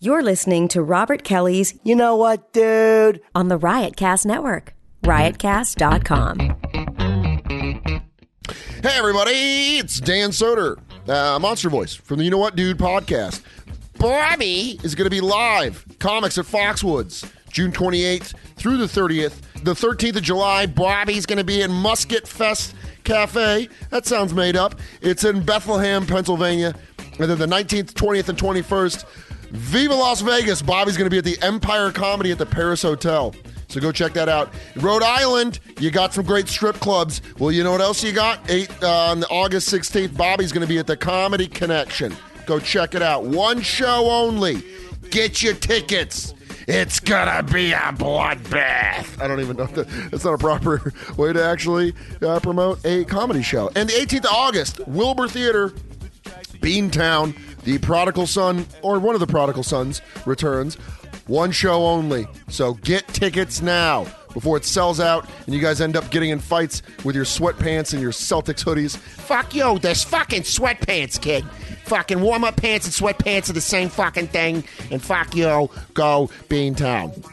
You're listening to Robert Kelly's You know what, dude? on the Riotcast Network, riotcast.com. Hey, everybody, it's Dan Soder, uh, Monster Voice from the You Know What Dude podcast. Bobby is going to be live comics at Foxwoods June 28th through the 30th. The 13th of July, Bobby's going to be in Musket Fest Cafe. That sounds made up. It's in Bethlehem, Pennsylvania. And then the 19th, 20th, and 21st, Viva Las Vegas. Bobby's going to be at the Empire Comedy at the Paris Hotel. So go check that out. Rhode Island, you got some great strip clubs. Well, you know what else you got? Eight uh, on August 16th, Bobby's going to be at the Comedy Connection. Go check it out. One show only. Get your tickets. It's gonna be a bloodbath. I don't even know. if that- That's not a proper way to actually uh, promote a comedy show. And the 18th of August, Wilbur Theater, Beantown, the prodigal son, or one of the prodigal sons, returns. One show only. So get tickets now before it sells out and you guys end up getting in fights with your sweatpants and your Celtics hoodies. Fuck you, there's fucking sweatpants, kid. Fucking warm up pants and sweatpants are the same fucking thing. And fuck you, Go Beantown.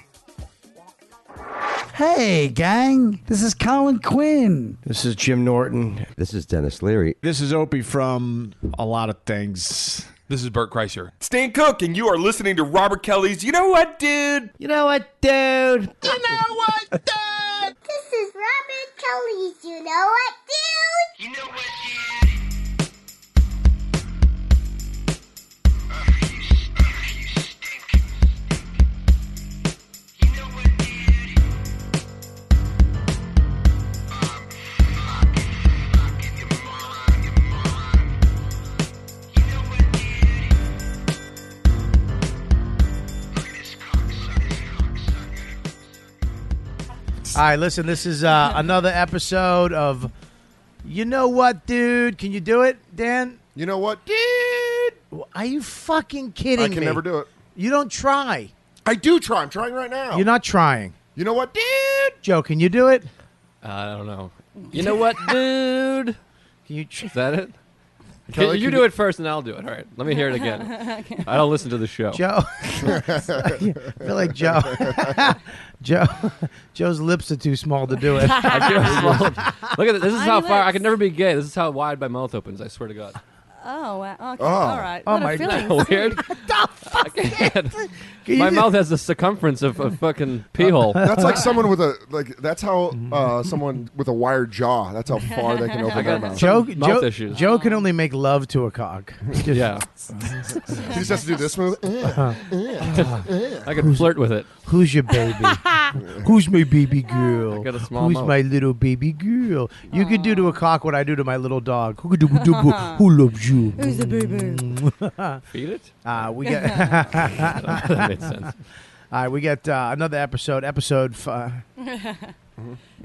Hey, gang, this is Colin Quinn. This is Jim Norton. This is Dennis Leary. This is Opie from a lot of things. This is Bert Kreischer. Stan Cook, and you are listening to Robert Kelly's You Know What, Dude? You know what, dude? This is Robert Kelly's You Know What, Dude? You know what, dude? All right, listen, this is uh, another episode of You Know What, Dude? Can you do it, Dan? You know what? Are you fucking kidding I can me? never do it. You don't try. I do try. I'm trying right now. You're not trying. You know what? Joe, can you do it? I don't know. You know what, dude? Can you tr- Is that it? Kelly, you can do you- it first, and I'll do it. All right. Let me hear it again. I don't listen to the show. Joe? I feel like Joe. Joe Joe's lips are too small to do it. I can't- Look at this. This is how Tiny far I lips. could never be gay. This is how wide my mouth opens. I swear to God. Oh, wow. Okay. Oh. All right. Oh, what my a feeling. Weird. I can't. My mouth has the circumference of a fucking pee hole. That's like someone with a like. That's how uh, someone with a wired jaw. That's how far they can open their got- mouth. Joe, Mouth Joe, issues. Joe can only make love to a cock. Just- Yeah, He just has to do this move. I could flirt with it. Who's your baby? Who's my baby girl? got a small Who's mouth. my little baby girl? You could do to a cock what I do to my little dog. Who could do, do- who loves you? Who's the boo boo? Feed it. Uh, we got, that makes sense. all right, we got uh, another episode. Episode, f- uh,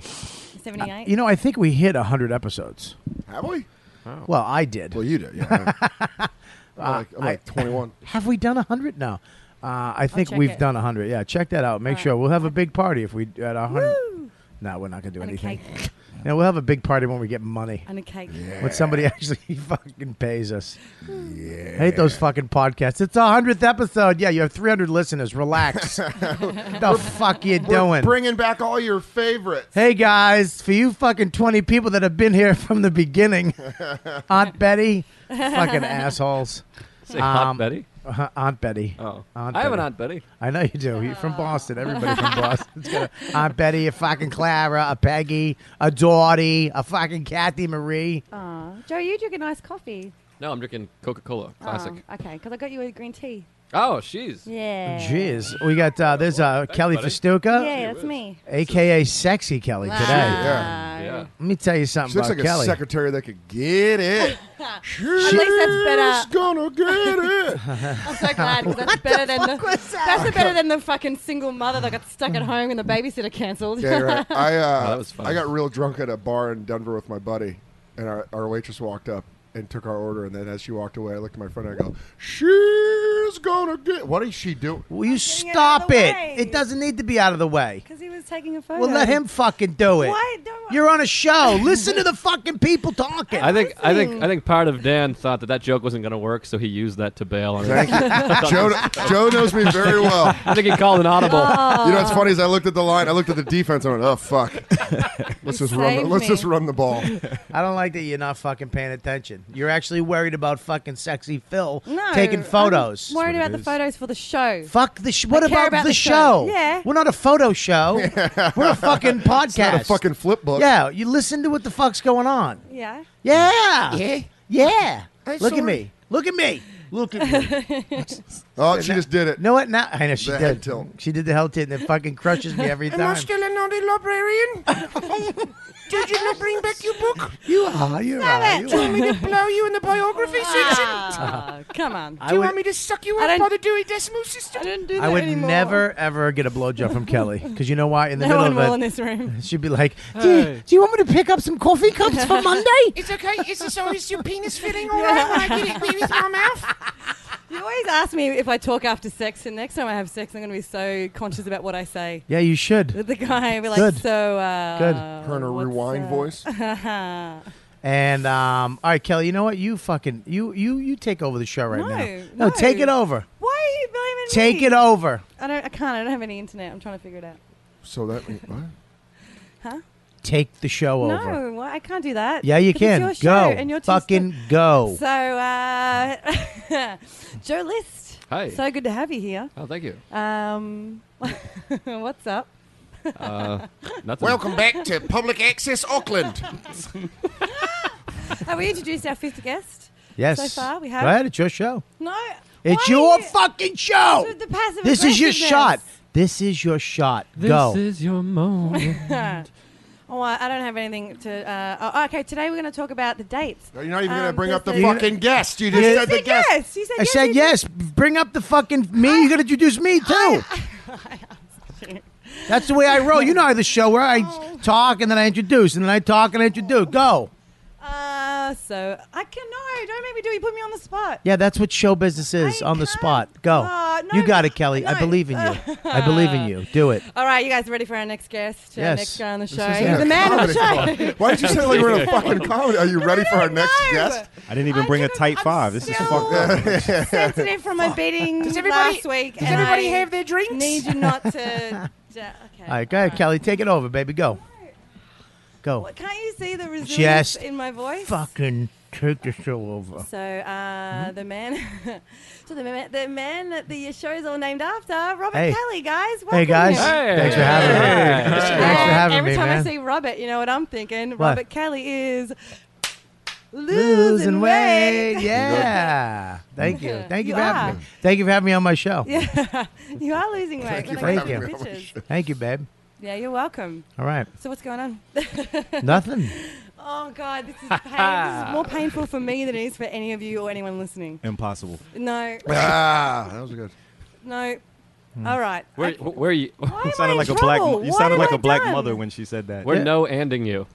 78. you know, I think we hit hundred episodes. Have we? Well, I did. Well, you do. Yeah. I'm like, I'm like 21. Have we done hundred? No, uh, I think check we've it. done hundred. Yeah, check that out. Make right. sure we'll have a big party if we at hundred. No, we're not gonna do And a anything. cake. Yeah, we'll have a big party when we get money. And a cake. when somebody actually fucking pays us. Yeah. hate those fucking podcasts. It's a hundredth episode. Yeah, you have three hundred listeners. Relax. the fuck you We're doing? bringing back all your favorites. hey guys, for you fucking twenty people that have been here from the beginning, Aunt Betty, fucking assholes. Say hot Um, Betty. Uh, Aunt Betty. Oh, Aunt I have an Betty. aunt Betty. I know you do. You're from Boston. Everybody from Boston. It's got a Aunt Betty, a fucking Clara, a Peggy, a Dottie, a fucking Kathy Marie. Aw. Joe, you drink a nice coffee. No, I'm drinking Coca-Cola, classic. Oh, okay, because I got you a green tea. Oh, she's. Yeah. Jeez, we got uh, there's uh, Kelly buddy. Festuca. Yeah, that's me. Um, aka sexy Kelly today. Yeah. Yeah. Let me tell you She something looks about like Kelly. a secretary that could get it. She's At least that's better. gonna get it. I'm so glad 'cause that's better than the, that's better than the fucking single mother that got stuck at home and the babysitter cancelled. Yeah, you're right. I uh, Oh, that was fun. I got real drunk at a bar in Denver with my buddy, and our, our waitress walked up and took our order, and then as she walked away, I looked at my friend and I go, "She's gonna get." What is she doing? Will you getting it stop out of the it? way. It doesn't need to be out of the way. 'Cause he was was taking a photo. Well, let him fucking do it. Why don't- You're on a show. Listen to the fucking people talking. I think I think I think part of Dan thought that that joke wasn't going to work, so he used that to bail on Thank you. it. Joe, Joe knows me very well. I think he called an audible. You Oh. know what's funny is I looked at the line, I looked at the defense, I went, "Oh fuck, let's just run, the, saved let's me. just run the ball." I don't like that you're not fucking paying attention. You're actually worried about fucking sexy Phil No, taking photos. I'm worried about the photos for the show. Fuck the sh- What I care about, about the, the show? show. Yeah. We're not a photo show. We're a fucking podcast. It's not a fucking flip book. Yeah, you listen to what the fuck's going on. Yeah. Yeah. Yeah. Yeah. I Look saw at me. Look at me. Look at me. Oh, she just did it. No, what? Now I know she The did. head tilt. She did the hell tilt, and it fucking crushes me every Am I time. still a naughty librarian? Did you not bring back your book? You are. You Damn are. it! You Do you want are. me to blow you in the biography section? Ah, come on. I Do you would- want me to suck you I up by don't- the Dewey Decimal System? I didn't do that I would anymore. never ever get a blowjob from Kelly because you know why? In the middle No one of it, will in this room. she'd be like, do, Hey. you, "Do you want me to pick up some coffee cups for Monday?" It's okay. Is this so? Is your penis feeling all right when I get it with my mouth? You always ask me if I talk after sex, and next time I have sex, I'm going to be so conscious about what I say. Yeah, you should. With the guy, I'll be like, Good. so. Uh, Good. Her in a what's, rewind uh, voice. And um, all right, Kelly, you know what? You fucking you you you take over the show right No, now. no. take it over. Why are you blaming me? Take it over. I don't. I can't. I don't have any internet. I'm trying to figure it out. So that what? Take the show over. No, why I can't do that. Yeah, you Because can It's go. your show and you're too fucking stu- go. So, uh, Joe List. Hi. So good to have you here. Oh, thank you. Um, what's up? Uh, nothing. Welcome back to Public Access Auckland. Have Oh, we introduced our fifth guest? yes. So far, we have. Go ahead. It's your show. No. It's why are your you- fucking show. With the passive This is your aggressiveness. shot. This is your shot. This go. is your moment. Oh, I I don't have anything to. Uh, oh, okay, today we're going to talk about the dates. You're not even gonna Um, bring up the there's fucking guest. You just You said the said guest. yes. You said I yes. said you did. yes. Bring up the fucking me. You're gonna introduce me too. That's the way I roll. You know how the show where I Oh. talk and then I introduce and then I talk and I introduce. Go. Uh, so I can no. Don't make me do. it. You put me on the spot. Yeah, that's what show business is I on the can't. spot. Go. Uh, no, you got it, Kelly. I no. believe in you. I believe in you. Do it. All right, you guys ready for our next guest? Our Yes. next guy on the This show. is He's it. the man on the Comedy show. club. Why did you sound like we're in a fucking comedy? Are you ready for our next No. guest? I didn't even I bring a could've- tight I'm five. This is still- fucked up. Sensitive from my beating Does everybody- last week. Does and everybody I have their drinks? Need you not to. ja- okay. All right, go ahead, Kelly. Take it over, baby. Go. Go. What, can't you see the resilience Just in my voice? Fucking take the show over. So Hmm? uh, the man, so the man, the man that the show is all named after, Robert Hey. Kelly, guys. Welcome Hey guys, him. thanks for having me. Hey. Thanks for And having every me, time man. I see Robert, you know what I'm thinking. What? Robert Kelly is Losing losing weight. weight. Yeah. Thank you. Thank you You for are. having me. Thank you for having me on my show. Yeah, you are losing weight. Thank you When for I having get me your on the pictures. Thank you, babe. Yeah, you're welcome. All right. So what's going on? Nothing. oh God, this is, pain. this is more painful for me than it is for any of you or anyone listening. Impossible. No, Ah, that was good. no. Hmm. All right. Where, Okay. where are you? Why am You I sounded in like a black. trouble? mo- You What sounded have like I a black done? mother when she said that. We're no anding you.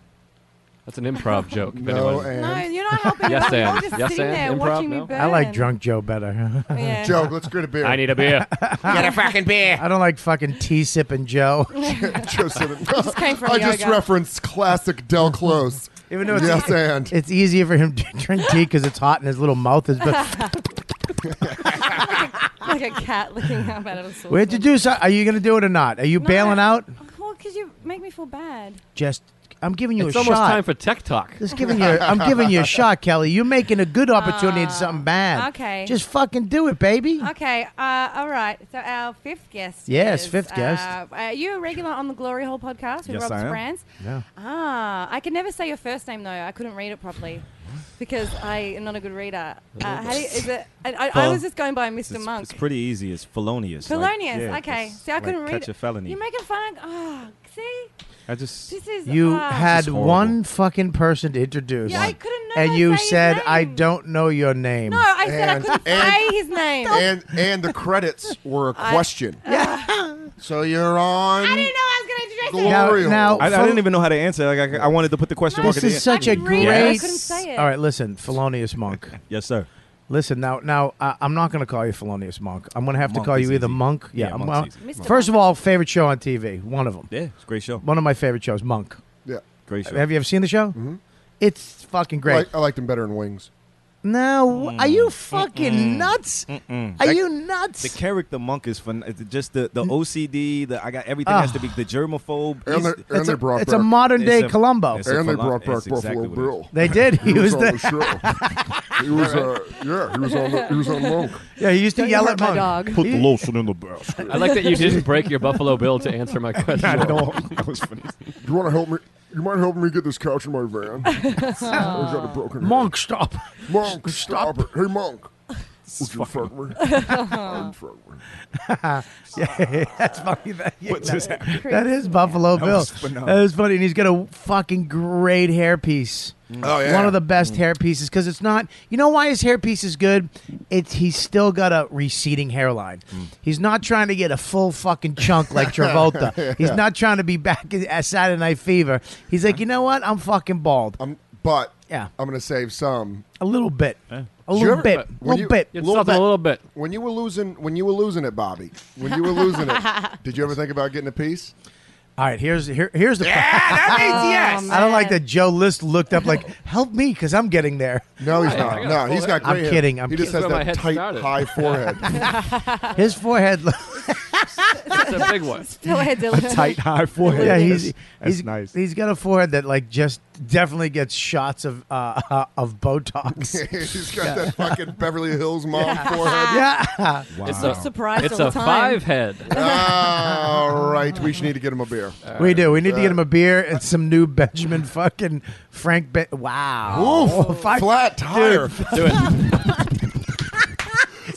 That's an improv joke. if No, anyone- No, and you're not helping. Yes, me. and. You're just Yes, sitting and. there Improv, watching no? me burn. I like drunk Joe better. Yeah. Joe, let's get a beer. I need a beer. Get a fucking beer. I don't like fucking tea sipping Joe. Joe Simmons. came from I just yoga. referenced classic Del Close. Even though it's, e- yes, and it's easier for him to drink tea because it's hot and his little mouth is. But like a cat looking up at a saucepan. we introduce. Are you going to do it or not? Are you No. bailing out? Well, because you make me feel bad. Just, I'm giving you It's a almost shot. time for tech talk. Just giving you. I'm giving you a shot, Kelly. You're making a good opportunity into something bad. okay. Just fucking do it, baby. Okay. Uh, all right. So our fifth guest. Yes, is, fifth guest. Uh, are you a regular on the Glory Hole podcast Yes, with Rob I am. Sprance? Yeah. Ah, I can never say your first name though. I couldn't read it properly because I am not a good reader. Uh, how do you, is it? I, I, I Fel- was just going by Mr. It's, it's Monk. pretty easy. It's felonious. like- Felonious. yeah, okay. it's See, I couldn't like read. Catch it. a felony. You're making fun of. Oh, see, I just. this is. You ah. had horrible. one fucking person to introduce. Yeah, I couldn't know and how to you say his said, "I name." don't know your name." No, I said I And- couldn't and- say his name. and and the credits were a question. Yeah. So you're on. I didn't know I was going to introduce Glory. him. Now, now Oreo. I, I Fel- didn't even know how to answer. Like I, I wanted to put the question mark This at is the end. such a I couldn't read great. it. I couldn't say it. All right, listen, felonious monk. Yes, sir. Listen now, now uh, I'm not going to call you Felonious Monk. I'm going to have Monk to call is you either easy. Monk. Yeah, Yeah, I'm- Monk's uh, easy. Mr. first of all, favorite show on TV, one of them. Yeah, it's a great show. One of my favorite shows, Monk. Yeah. Great show. Have you ever seen the show? Mm-hmm. It's fucking great. I, like, uh, I liked him better in Wings. No, are you fucking Mm-mm. nuts? Mm-mm. Are That- you nuts? The character monk is fun. it's Just the, the OCD. The I got everything Ah. has to be the germaphobe. And He's- they- and they brought it's a back- modern day It's a- Columbo. it's a And they philo- brought back it's Buffalo exactly what it is. Bill. They did. He, He was was, on the, the show. He was, uh, yeah, he was on the, he was on Monk. yeah. He used to Don't you yell at hurt my Monk. dog. Put the lotion in the basket. I like that you didn't break your Buffalo Bill to answer my question. that was funny. You want to help me? You mind helping me get this couch in my van? I got a broken hand. Monk, stop. Monk, stop it! Hey, Monk, would you fuck me? I'd fuck me. yeah, that's funny. That, yeah, What that- just happened? that is Buffalo Bill. was phenomenal. that is funny, and he's got a fucking great hairpiece. Oh, yeah. one of the best hair pieces because it's not. You know why his hairpiece is good? It's he's still got a receding hairline. He's not trying to get a full fucking chunk like Travolta. He's not trying to be back in- at Saturday Night Fever. He's like, you know what? I'm fucking bald. I'm, Um, but Yeah. I'm gonna save some. A little bit. A you little ever- bit. A when little you- bit. It's Little something bit. a little bit. When you were losing, when you were losing it, Bobby. When you were losing it, did you ever think about getting a piece? All right. Here's here, here's the. yes. I don't like that Joe List looked up like, help me because I'm getting there. No, he's I not. got No, a he's full got. head. I'm great hair. kidding, I'm he just kidding. has That's where my that head tight, started. high forehead. His forehead. looked- It's a big one. Go ahead, Dylan. Tight high forehead. yeah, That's- he's that's he's nice. He's got a forehead that like just definitely gets shots of uh, of Botox. he's got that fucking Beverly Hills mom forehead. yeah, It's So a, surprised it's all a the time. five head. All right, we should need to get him a beer. we do. We need to get him a beer and some new Benjamin fucking Frank. Be- wow, Oof, If I- flat tire. Do it.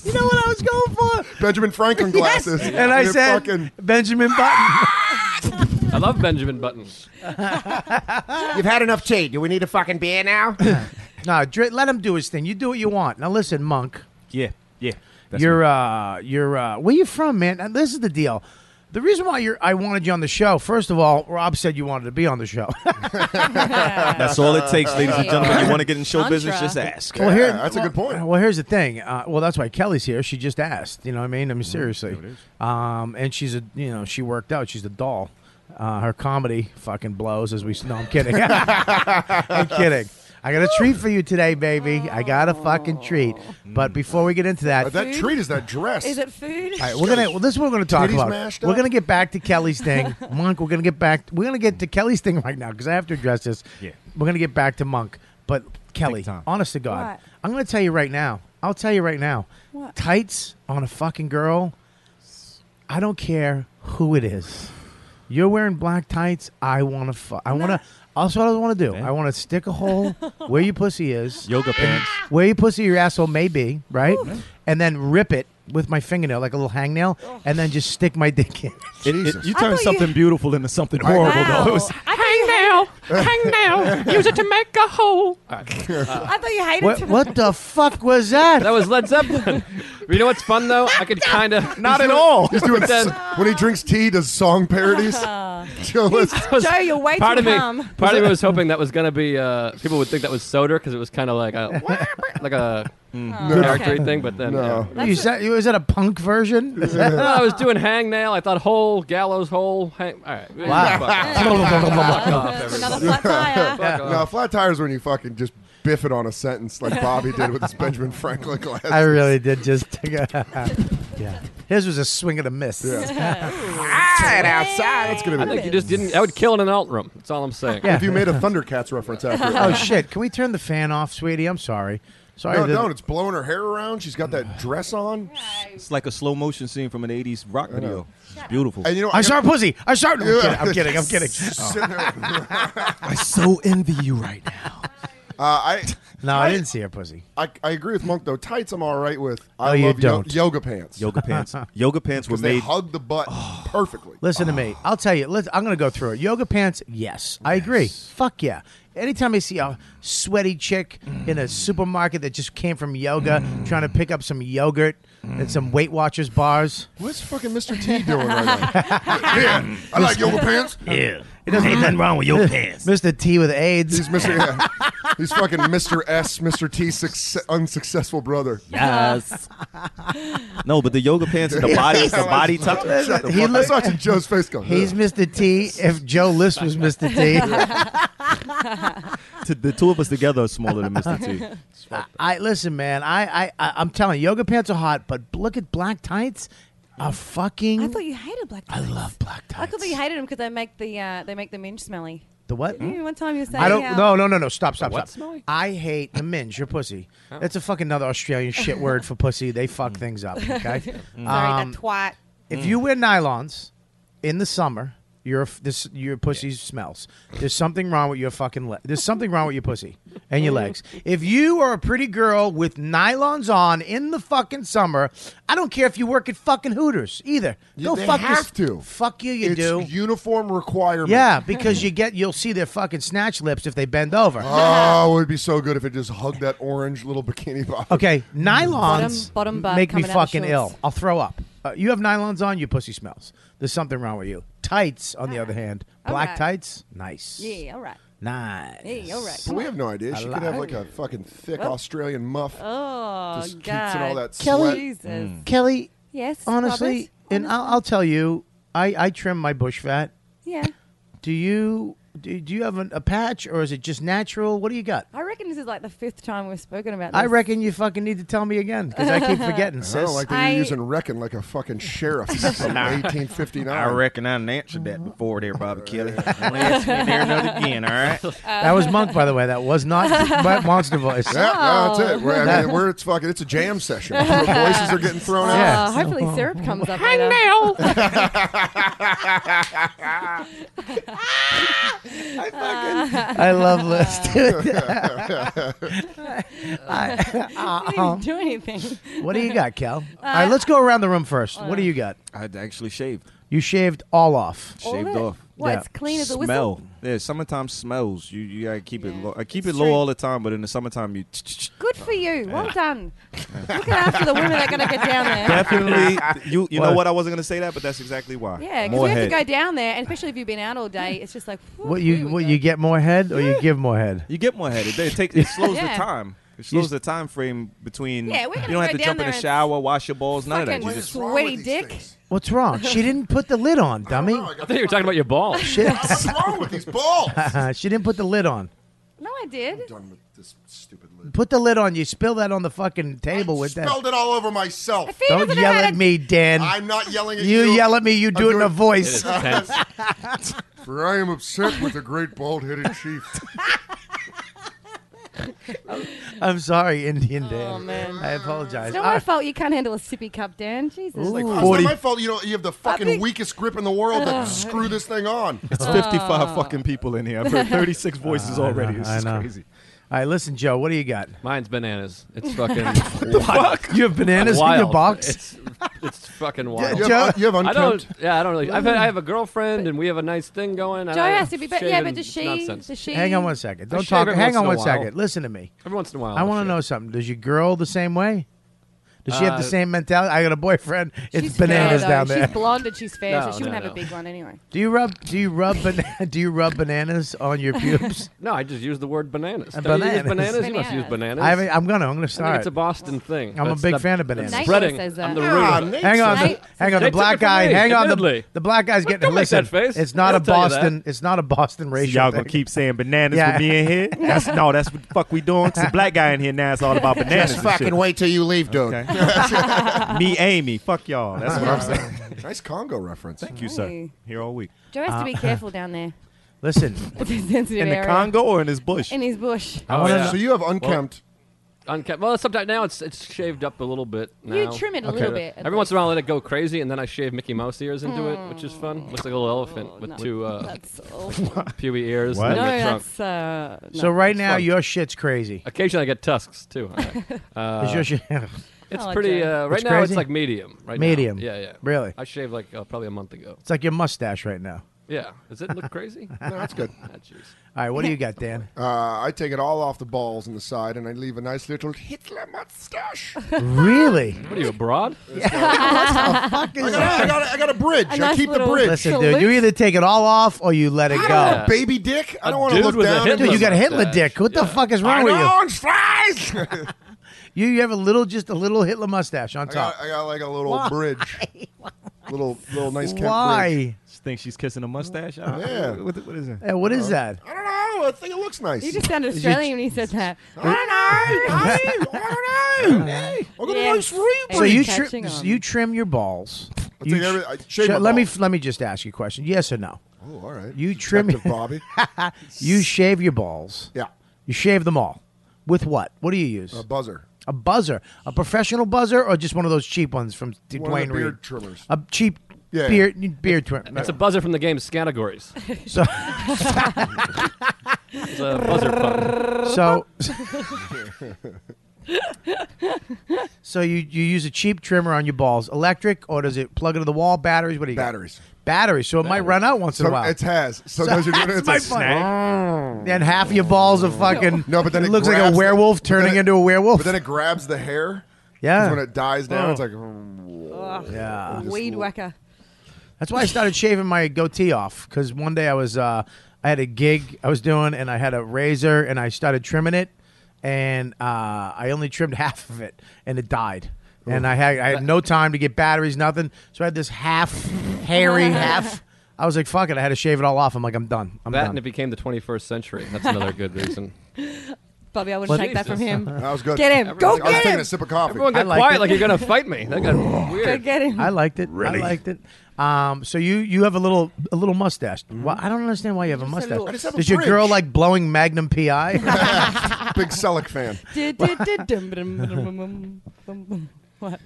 You know what I was going for? Benjamin Franklin glasses. And I You're said fucking, Benjamin Button. I love Benjamin Button. You've had enough tea. Do we need a fucking beer now? no, Dr- let him do his thing. You do what you want. Now listen, Monk. yeah, yeah. That's you're me. uh you're uh where you from, man? And this is the deal. The reason why you're I wanted you on the show, first of all, Rob said you wanted to be on the show. That's all it takes, ladies and gentlemen. You want to get in show Contra. business? Just ask. Well, here, Yeah, that's a good point. Well, here's the thing. Uh, well, that's why Kelly's here. She just asked. You know what I mean? Mm-hmm. I mean, seriously. Um, and she's a, you know, she worked out. She's a doll. Uh, her comedy fucking blows, as we. s- No, I'm kidding. I'm kidding. I got a treat for you today, baby. I got a fucking treat. But before we get into that, uh, that treat is that dress. Is it food? all right, we're gonna. Well, this is what we're gonna talk Titties about. mashed We're up? gonna get back to Kelly's thing, Monk. We're gonna get back. We're gonna get to Kelly's thing right now because I have to address this. Yeah. We're gonna get back to Monk, but Kelly, Big time. honest to God, What? I'm gonna tell you right now. I'll tell you right now. What? Tights on a fucking girl. I don't care who it is. You're wearing black tights. I wanna. Fu- I wanna. Also, what I want to do. I want to stick a hole where your pussy is Yoga pants. where your pussy or your asshole may be, right? And then rip it with my fingernail, like a little hangnail, and then just stick my dick in. It- it- you I turned thought you- something beautiful into something horrible, Wow. though. It was- I, Hang now. Use it to make a Oh. hole. thought you, I thought you hated what, to- what the fuck was that? That was Led Zeppelin. you know what's fun though? I could kind of Not at all. He's doing But then- s- when he drinks tea, does song parodies. Joe, let's- Joe, you're way Part too of me, calm. part of me was hoping that was gonna be uh, people would think that was soda because it was kind of like a like a character okay. thing, but then No. yeah. You said- was that a punk version? No, I was doing hangnail. I thought hole, gallows, hole, hang. All right, Wow. Fuck. Fuck Oh, off, Another everybody. flat tire. Fuck off. no, flat tires when you fucking just biff it on a sentence like Bobby did with his Benjamin Franklin glasses. I really did just take a. yeah. His was a swing and a miss. Yeah. Hot outside. It's gonna I be. think you just didn't. I would kill in an alt room. That's all I'm saying. Yeah. if you made a Thundercats reference after it. Oh, shit. Can we turn the fan off, sweetie? I'm sorry. Sorry. No, that- don't. It's blowing her hair around. She's got that dress on. It's like a slow motion scene from an '80s rock video. It's beautiful. And you know, I saw a pussy. I saw. No, Yeah. I'm kidding. I'm kidding. Oh. I'm kidding. Sitting there with- uh, I so envy you right now. I, No, I didn't see a pussy. I, I agree with Monk though. Tights, I'm all right with. I No, love you yo- don't. yoga pants. Yoga pants. Yoga pants were because they made. hug the butt Oh. perfectly. Listen to me. I'll tell you. Let's, I'm going to go through it. Yoga pants, yes, I agree. Fuck yeah. Anytime I see a sweaty chick in a supermarket that just came from yoga, trying to pick up some yogurt and some Weight Watchers bars. What's fucking Mr. T doing right now? Yeah, I like yoga pants. Yeah. It doesn't Ain't nothing wrong with your pants. Mr. T with AIDS. He's Mr. Yeah. He's fucking Mr. S, Mr. T's succe- unsuccessful brother. Yes. no, but the yoga pants and the body, the body tuck. Shut the He fuck looks up. watching Joe's face go. He's Mr. T. If Joe List was Mr. T. T- the two of us together are smaller than Mr. T. I, I listen, man. I, I, I I'm telling you, yoga pants are hot, but look at black tights. Are fucking. I thought you hated black tights. I love black tights. I thought you hated them because they make the uh, they make the minge smelly. the what? Didn't you one time you were saying Hmm? uh, I don't. how- No, no, no, no. Stop, stop, What? stop. I hate the minge. Your pussy. Oh. That's a fucking another Australian shit word for pussy. They Mm. fuck things up. Okay. Sorry, Um, that twat. If you wear nylons in the summer, your f- this your pussy smells. There's something wrong with your fucking leg. There's something wrong with your pussy and Mm. your legs. If you are a pretty girl with nylons on in the fucking summer, I don't care if you work at fucking Hooters either. Yeah, Go they fuck your- have to. Fuck you. You It's do uniform requirement. Yeah, because you get you'll see their fucking snatch lips if they bend over. Oh, it would be so good if it just hugged that orange little bikini bottom. Okay, nylons Mm. Bottom- bottom bud make me coming out of fucking shorts. ill. I'll throw up. Uh, you have nylons on, your pussy smells. There's something wrong with you. Tights, on the other hand, black Alright. tights, nice. Ah, Yeah, all right. Nice. Hey, all right. But we have no idea. She I could have like like a fucking thick Well- Australian muff. Oh, Just keeps in God. all that sweat. Kelly, Jesus. Kelly, Yes, Mm. honestly, and I'll, I'll tell you, I, I trim my bush fat. Yeah. Do you do, do you have an, a patch or is it just natural? What do you got? I reckon this is like the fifth time we've spoken about this. I reckon you fucking need to tell me again because I keep forgetting, I sis. don't like that I- you're using "reckon" like a fucking sheriff from 1859. I reckon I answered that before there, Bobby Kelly. Don't ask me there not again, all right? Uh, that was Monk, by the way. That was not but Monster Voice. Yeah, no, that's it. Oh. We're, I That- mean, we're it's fucking it's a jam session. Voices are getting thrown out. Yeah. Uh, hopefully syrup comes up. Hi later. now. I love list. I didn't even do anything. what do you got, Cal? Uh, all right, let's go around the room first. what do you got? I actually shaved. You shaved all off. All Shaved of it? off. What? Yeah. It's clean as a whistle. Smell. Yeah, summertime smells. You you gotta keep it low. I keep It's it low true. all the time, but in the summertime you Good for you. Well done. Look after the women that are going to get down there. definitely you you know What? what I wasn't gonna say that, but that's exactly why. Yeah, because More we have to head. go down there, and especially if you've been out all day, it's just like. whew, What here you we what go. you get more head or you give more head? You get more head. It, it takes it slows Yeah. the time. It slows the time frame between. Yeah, we're you gonna don't have to go down jump there in the and shower, wash your balls, none of that. fucking You just sweaty dick. What's wrong? she didn't put the lid on, Oh, dummy. I thought you were talking about your ball. Shit. What's wrong with these balls? Uh, she didn't put the lid on. No, I did. Done with this stupid lid. Put the lid on. You spill that on the fucking table with that. Spelled it all over myself. If he Don't doesn't know yell how at to- me, Dan. I'm not yelling at you, you. yell at me. You do it in a voice. For I am upset with the great bald-headed chief. I'm sorry, Indian Dan. Oh, man. I apologize. It's not All my right. fault you can't handle a sippy cup, Dan. Jesus. Oh, it's 40. not my fault. You know, you have the fucking think- weakest grip in the world to screw this thing on. It's 55 Oh. fucking people in here. I've heard 36 voices already. This I is know. crazy. All right, listen, Joe. What do you got? Mine's bananas. It's fucking You have bananas in your wild. box. It's, it's fucking wild. You have, you have I don't. unkempt. Yeah, I don't really. I've had, I have a girlfriend, and we have a nice thing going. and Joe I has to be better. Yeah, shave but and does she? Nonsense. Does she? Hang on one second. I Don't shave talk. every Hang once on in a one while. second. Listen to me. Every once in a while, I I'll want to shave. know something. Does your girl the same way? Does she have Uh, the same mentality? I got a boyfriend. It's bananas fair, down though. there. She's blonde and she's fair, No, so she wouldn't no, have a no. big one anyway. Do you rub? Do you rub? Bana- do you rub bananas on your pubes? No, I just use the word bananas. Uh, Don't you use bananas. bananas? You must use bananas. I haven't, I'm gonna. I'm gonna I think start. it's a Boston thing. I'm a That's- big that- fan of that's bananas. Ah, Spreading. Nathan says I'm that. the root of it. Hang on, the, Nate- hang on. The They took it black from guy. me, Hang on. The, admittedly. the black guy's getting. Don't make listen, that face. It's not a They'll tell you that. Boston. It's not a Boston racial. Y'all gonna thing. keep saying bananas Yeah. with me in here? That's no, that's what the fuck we doing. It's a black guy in here now. It's all about bananas. Just and shit. fucking wait till you leave, dude. me, Amy. Fuck y'all. That's Uh-huh. what I'm saying. Nice Congo reference. Thank you, sir. Hey. Here all week. Joe has Uh, to be careful down there. Listen, It's a sensitive In the area. Congo or in his bush? In his bush. Oh, yeah. So you have unkempt. Unkept. Well, sometimes now it's it's shaved up a little bit. You now. trim it a little bit, at Every once in a while, I let it go crazy, and then I shave Mickey Mouse ears into it, which is Mm. fun. Looks like a little elephant with two uh, That's awful. pewy ears What? and Oh, No, then the trunk. that's. Uh, no. so right now fun. your shit's crazy. Occasionally, I get tusks too. Uh, Is your shit? it's Oh, pretty. Joe. Uh, right It's now, crazy? it's like medium. Right now. Medium. Yeah, yeah. Really? I shaved like uh, probably a month ago. it's like your mustache right now. Yeah. Does it look crazy? Ah, no, that's good. All right, what do you got, Dan? Uh, I take it all off the balls and the side, and I leave a nice little Hitler mustache. really? Oh, What are you, abroad? I, got, I, got, I got a bridge. A I nice keep the little- bridge. Listen, dude, you either take it all off or you let it I go. don't want baby dick. I don't want to dude look with a down. Hitler Dude, you got a Hitler mustache. dick. What the fuck is wrong I with know, you? Orange flies. You, you have a little, just a little Hitler mustache on I top. got, I got like a little Why? bridge. little little nice kept bridge. Why? She thinks she's kissing a mustache. I don't- Yeah. What, what is it? Yeah, what is that? I don't know. I think it looks nice. You just sounded Is your- Australian when you said that. I don't know. I don't know. Hey, I got a nice ring. So you Catching trim, on. you trim your balls. I You take every- I tr- shave my let me balls. let me just ask you a question. Yes or no? Oh, all right. You trim- Detective Bobby. You shave your balls. Yeah. You shave them all. With what? What do you use? A buzzer. A buzzer, a professional buzzer, or just one of those cheap ones from D- One of Dwayne the beard Reed? Oh, trimmers. A cheap Yeah. beard beard trim. It's a buzzer from the game's categories. So It's a buzzer pump. so so you you use a cheap trimmer on your balls, electric, or does it plug into the wall? Batteries? What do you got? Batteries. Batteries. So it might run out once in So a while. It has. Sometimes you're doing it. That's It's my a point. snag. Then half your balls are fucking. No, but then it, it looks like grabs a the- werewolf but then turning it- into a werewolf. But then it grabs the hair. 'cause yeah, When it dies down, Oh. it's like. yeah. Weed whacker. That's why I started shaving my goatee off because one day I was uh, I had a gig I was doing and I had a razor and I started trimming it and uh, I only trimmed half of it and it died. And I had I had no time to get batteries, nothing. So I had this half hairy half. I was like, "Fuck it!" I had to shave it all off. I'm like, "I'm done. I'm That done." and it became the 21st century. That's another good reason. Bobby, I wouldn't What- take that from him. That was good. Get him. I Go was get taking him. a sip of coffee. Everyone got liked quiet it. like you're going to fight me. That got Go weird. get him. I liked it. I liked it. Um, so you you have a little a little mustache. Why I don't understand why you have a mustache. little- I just have a Does your girl bridge. like blowing Magnum PI? Big Selleck fan. What?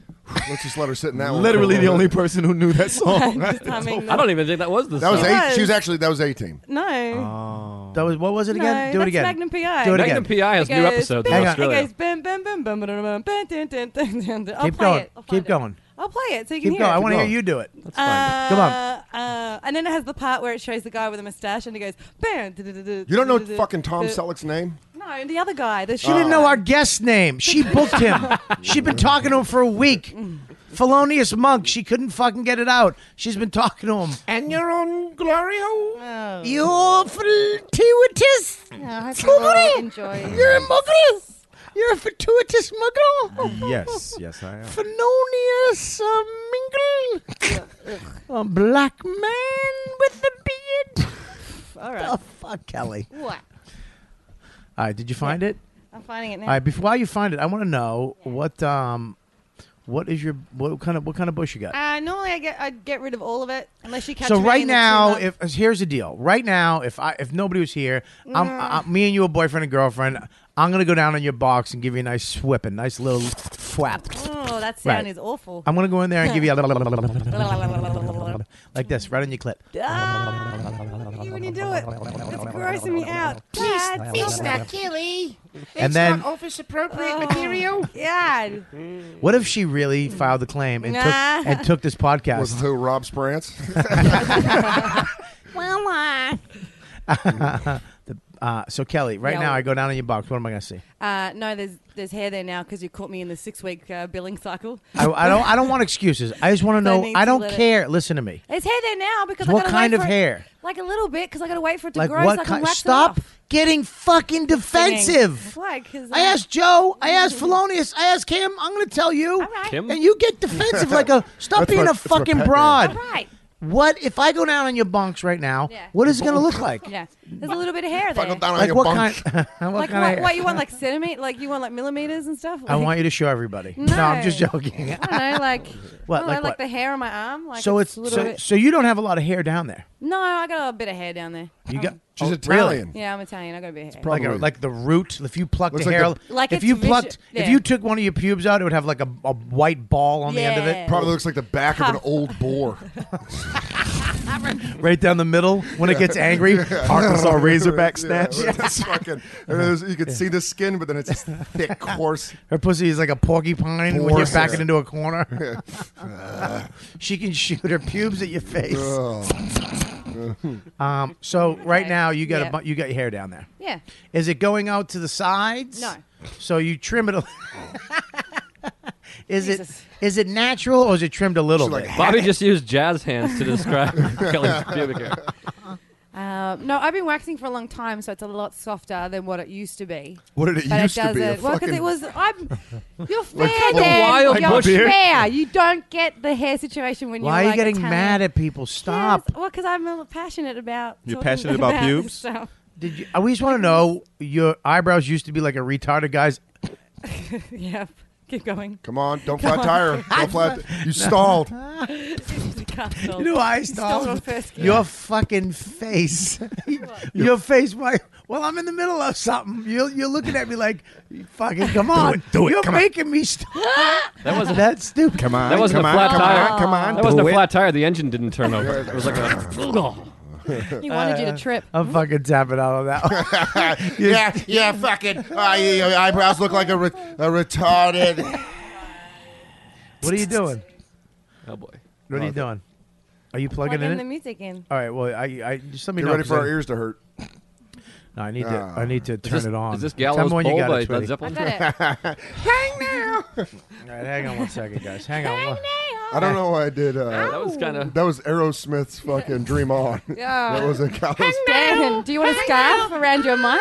Let's just let her sit in that one. Literally the only person who knew that song. Just humming. I don't even think that was the That was song. eight. She was actually that was eighteen. No. that was what was it again? No, Do it that's again. Magnum PI. Do it Magnum again. PI It has new goes episodes in bam, Hang on. Australia. It goes bam, bam, bam, bam, bam, bam, bam, dun, dun, dun, dun, dun. I'll Keep play going. it. I'll find Keep it. going. I'll play it so you can Keep hear going. it. I want to hear you do it. Uh, Come on. Uh, and then it has the part where it shows the guy with a mustache and he goes, bam. You You don't know fucking Tom Selleck's name? No, the other guy. The She didn't know our guest's name. She booked him. She'd been talking to him for a week. Felonious monk. She couldn't fucking get it out. She's been talking to him. And your own Glorio? Oh. You're fortuitous. Enjoy. a muggle. You're a fortuitous muggle. yes, yes, I am. Felonious uh, mingle. a black man with a beard. All Oh, right. fuck, Kelly. What? All right, did you find it? I'm finding it now. All right, before while you find it, I want to know what um, what is your what kind of what kind of bush you got? Uh, normally I get I get rid of all of it unless you catch so me right in the now, two if here's the deal. Right now, if I if nobody was here, I'm, I, me and you, a boyfriend and girlfriend. I'm gonna go down on your box and give you a nice swipping, nice little flap. months. oh that Right. sound is awful. I'm gonna go in there and give you a like this, right on your clit. Ah, you when you do it, it's grossing me out. God, It's not Kelly. And then, Office appropriate material. God. what if she really filed the claim and took Nah. and took this Was podcast? who Rob Sprance? Uh, so Kelly, right No. now I go down on your box. What am I gonna see? Uh, no, there's there's hair there now because you caught me in the six week uh, billing cycle. I, I don't. I don't want excuses. I just want to know. need I to don't let it- care. Listen to me. It's hair there now because I What gotta kind wait of for it- hair? like a little bit because I got to wait for it to like grow. so what I can kind? wax it Stop off. getting fucking defensive. Why? Because I asked Joe. I asked Felonious. I asked Kim. I'm going to tell you, right. Kim? and you get defensive like a stop That's being my- a that's my fucking pet name. broad. Right. What if I go down on your bunks right now? Uh-huh. Yeah. What is it going to look like? Yeah. There's a little bit of hair Fucking there. down on Like your what bunk. kind? what Like kind of what, hair? what? You want like centimeter? Like you want like millimeters and stuff? I Like- want you to show everybody. No, I'm just No. joking. I don't know, like What, I don't like know, what? the hair on my arm. Like so it's a little so, bit. so you don't have a lot of hair down there. no, I got a bit of hair down there. You Um, got She's oh, really? Italian. Yeah, I'm Italian. I got a bit of hair. like a, Probably. like the root. If you plucked Looks the like hair, the- Like if it's you vicious- plucked, if yeah. you took one of your pubes out, it would have like a, a white ball on the end of it, Yeah. Probably looks like the back of an old boar. right down the middle. When it gets angry, Arkansas Razorback Yeah, snatch. it's fucking, and it was- you could see the skin, but then it's this thick, coarse. her pussy is like a porcupine when you're Horse. backing into a corner. she can shoot her pubes at your face. Oh. Um, so right now you got Yeah. a bu- you got your hair down there. Yeah. Is it going out to the sides? No. So you trim it. A- is it is it natural or is it trimmed a little bit? Bobby just used jazz hands to describe Kelly's pubic hair. Um, no, I've been waxing for a long time, so it's a lot softer than what it used to be. What did it but used it to be? doesn't. A Well, because fucking- it was. I'm. You're fair, Like a Dan. wild You're bush hair? fair. You don't get the hair situation when Why are you're you like getting Italian. mad at people? Stop. Yes, well, because I'm a little passionate about. You're talking passionate about pubes? stuff. Did you, I- we just want to know your eyebrows used to be like a retarded guy's. yep. Keep going. Come on, don't Come flat tire. Don't flat. You stalled. you You know why I on stalled? first gear. Your fucking face. your face. Why? Well, I'm in the middle of something. You're, you're looking at me like, fucking, come on. do it, You're come on. making me stop. That wasn't- That's stupid. Come on. That wasn't come a on, flat come tire. On, come on. That wasn't do a it. flat tire. The engine didn't turn over. It was like a. He wanted you to trip. Uh, I'm fucking tapping out on that one. yeah, yeah, fucking. Uh, your eyebrows look like a, re- a retarded. What are you doing? Oh boy. What are you doing? Are you Plug plugging in in the it? music in. All right. Well, I, I just let me Get know. ready 'cause for I- our ears to hurt. No, I need to. Ah. I need to turn this- it on. is this Tell me Gallows when you Pole got by it, Led sweetie. Zeppelin? I got it. Hang now. All right, hang on one second, guys. Hang on. Hang one- now. I don't know why I did. Uh, That was kind of. that was Aerosmith's fucking "Dream On." Yeah. that was a callous. Dan, do you want a scarf around your mic?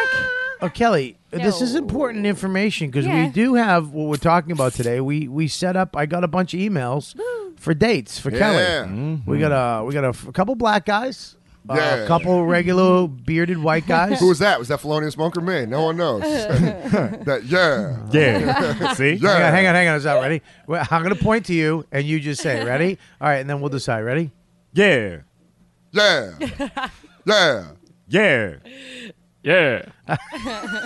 Oh, Kelly, this is No. important information because Yeah. we do have what we're talking about today. We we set up. I got a bunch of emails for dates for Kelly. Yeah. Mm-hmm. We got a we got a, f- a couple black guys, uh, Yeah. a couple regular bearded white guys. Who was that? Was that Felonious Monk or me? No one knows. that yeah, Yeah. See? yeah. Hang on, hang on, hang on. Is that ready? Well, I'm gonna point to you, and you just say, "Ready?" All right, and then we'll decide. Ready? Yeah. Yeah, yeah. Yeah. Yeah.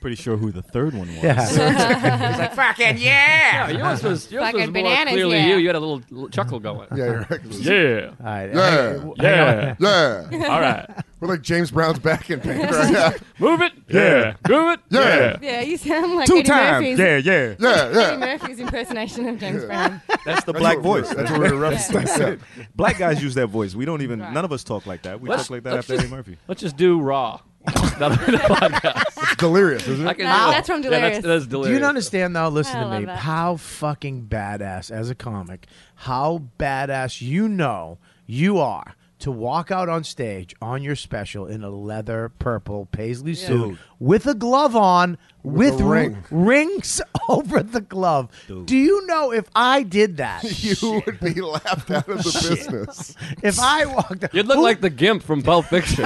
Pretty sure who the third one was. Yeah. Fucking yeah. Yeah, yours was, yours Fucking was more bananas, clearly yeah. you. You had a little l- chuckle going. Yeah, you're right. Yeah. All right. Yeah. Hang on. Yeah. yeah. All right. We're like James Brown's back in pain right now. Move it. Yeah. Move it. Yeah. Yeah, you sound like Two Eddie times. Murphy's. Yeah, yeah. Yeah, Eddie yeah. Murphy's impersonation of James Brown. That's the black That's what we're- voice. That's what we're referencing. Yeah. black guys use that voice. We don't even. Right. None of us talk like that. We Let's- talk like that let's after Eddie Murphy. Let's just do raw. That'll be the podcast. It's delirious, isn't I it? can do it. Wow. Ah, That's from Yeah, that's, Delirious. that's Do delirious. you not understand though? Listen love to me. that. How fucking badass as a comic, how badass you know you are to walk out on stage on your special in a leather purple paisley suit with a glove on with, a r- ring. rings over the glove. Do you know if I did that? You would be laughed out of the business. if I walked You'd look like the gimp from Pulp Fiction.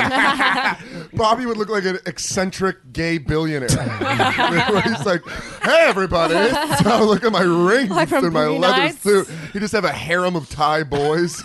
Bobby would look like an eccentric gay billionaire. Where He's like, "Hey, everybody! So look at my rings Like from and my Boogie leather Nights? suit. He just have a harem of Thai boys.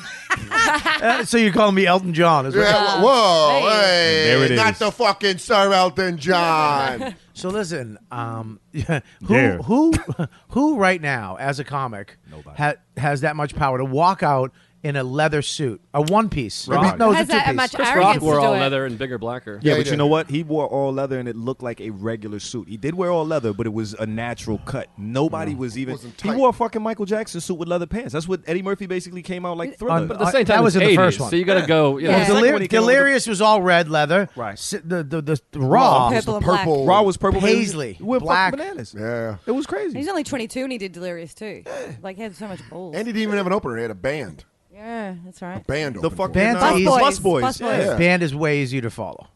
Uh, so you call me Elton John is what- yeah, wh- whoa, hey, There it not is. the fucking Sir Elton John. So listen, um, who Yeah. who who right now as a comic ha- has that much power to walk out in a leather suit, a one piece? Rock. No, it's Has a two that piece. much Chris arrogance Rock wore to do all it? leather and bigger, blacker. Yeah, Yeah, but he you did. know what? He wore all leather and it looked like a regular suit. He did wear all leather, but it was a natural cut. Nobody was even. Wasn't He tight. wore a fucking Michael Jackson suit with leather pants. That's what Eddie Murphy basically came out like Thriller. But at the I- same that time, was it's in the 80s, first one. So you got to go. You know, Yeah. it's like- Delir- when he came out with Delirious was all red leather. Right. Si- the the the, the raw. Purple and black. Purple. Raw was purple. Paisley, He wore black. fucking bananas. Yeah. It was crazy. He's only 22 and he did Delirious too. Like he had so much balls. and he didn't even have an opener. He had a band. yeah, that's right. Band. The opened for fucking him. Band uh, Boys. Bus Bus boys. Boys. yeah. Yeah. Band is way easier to follow.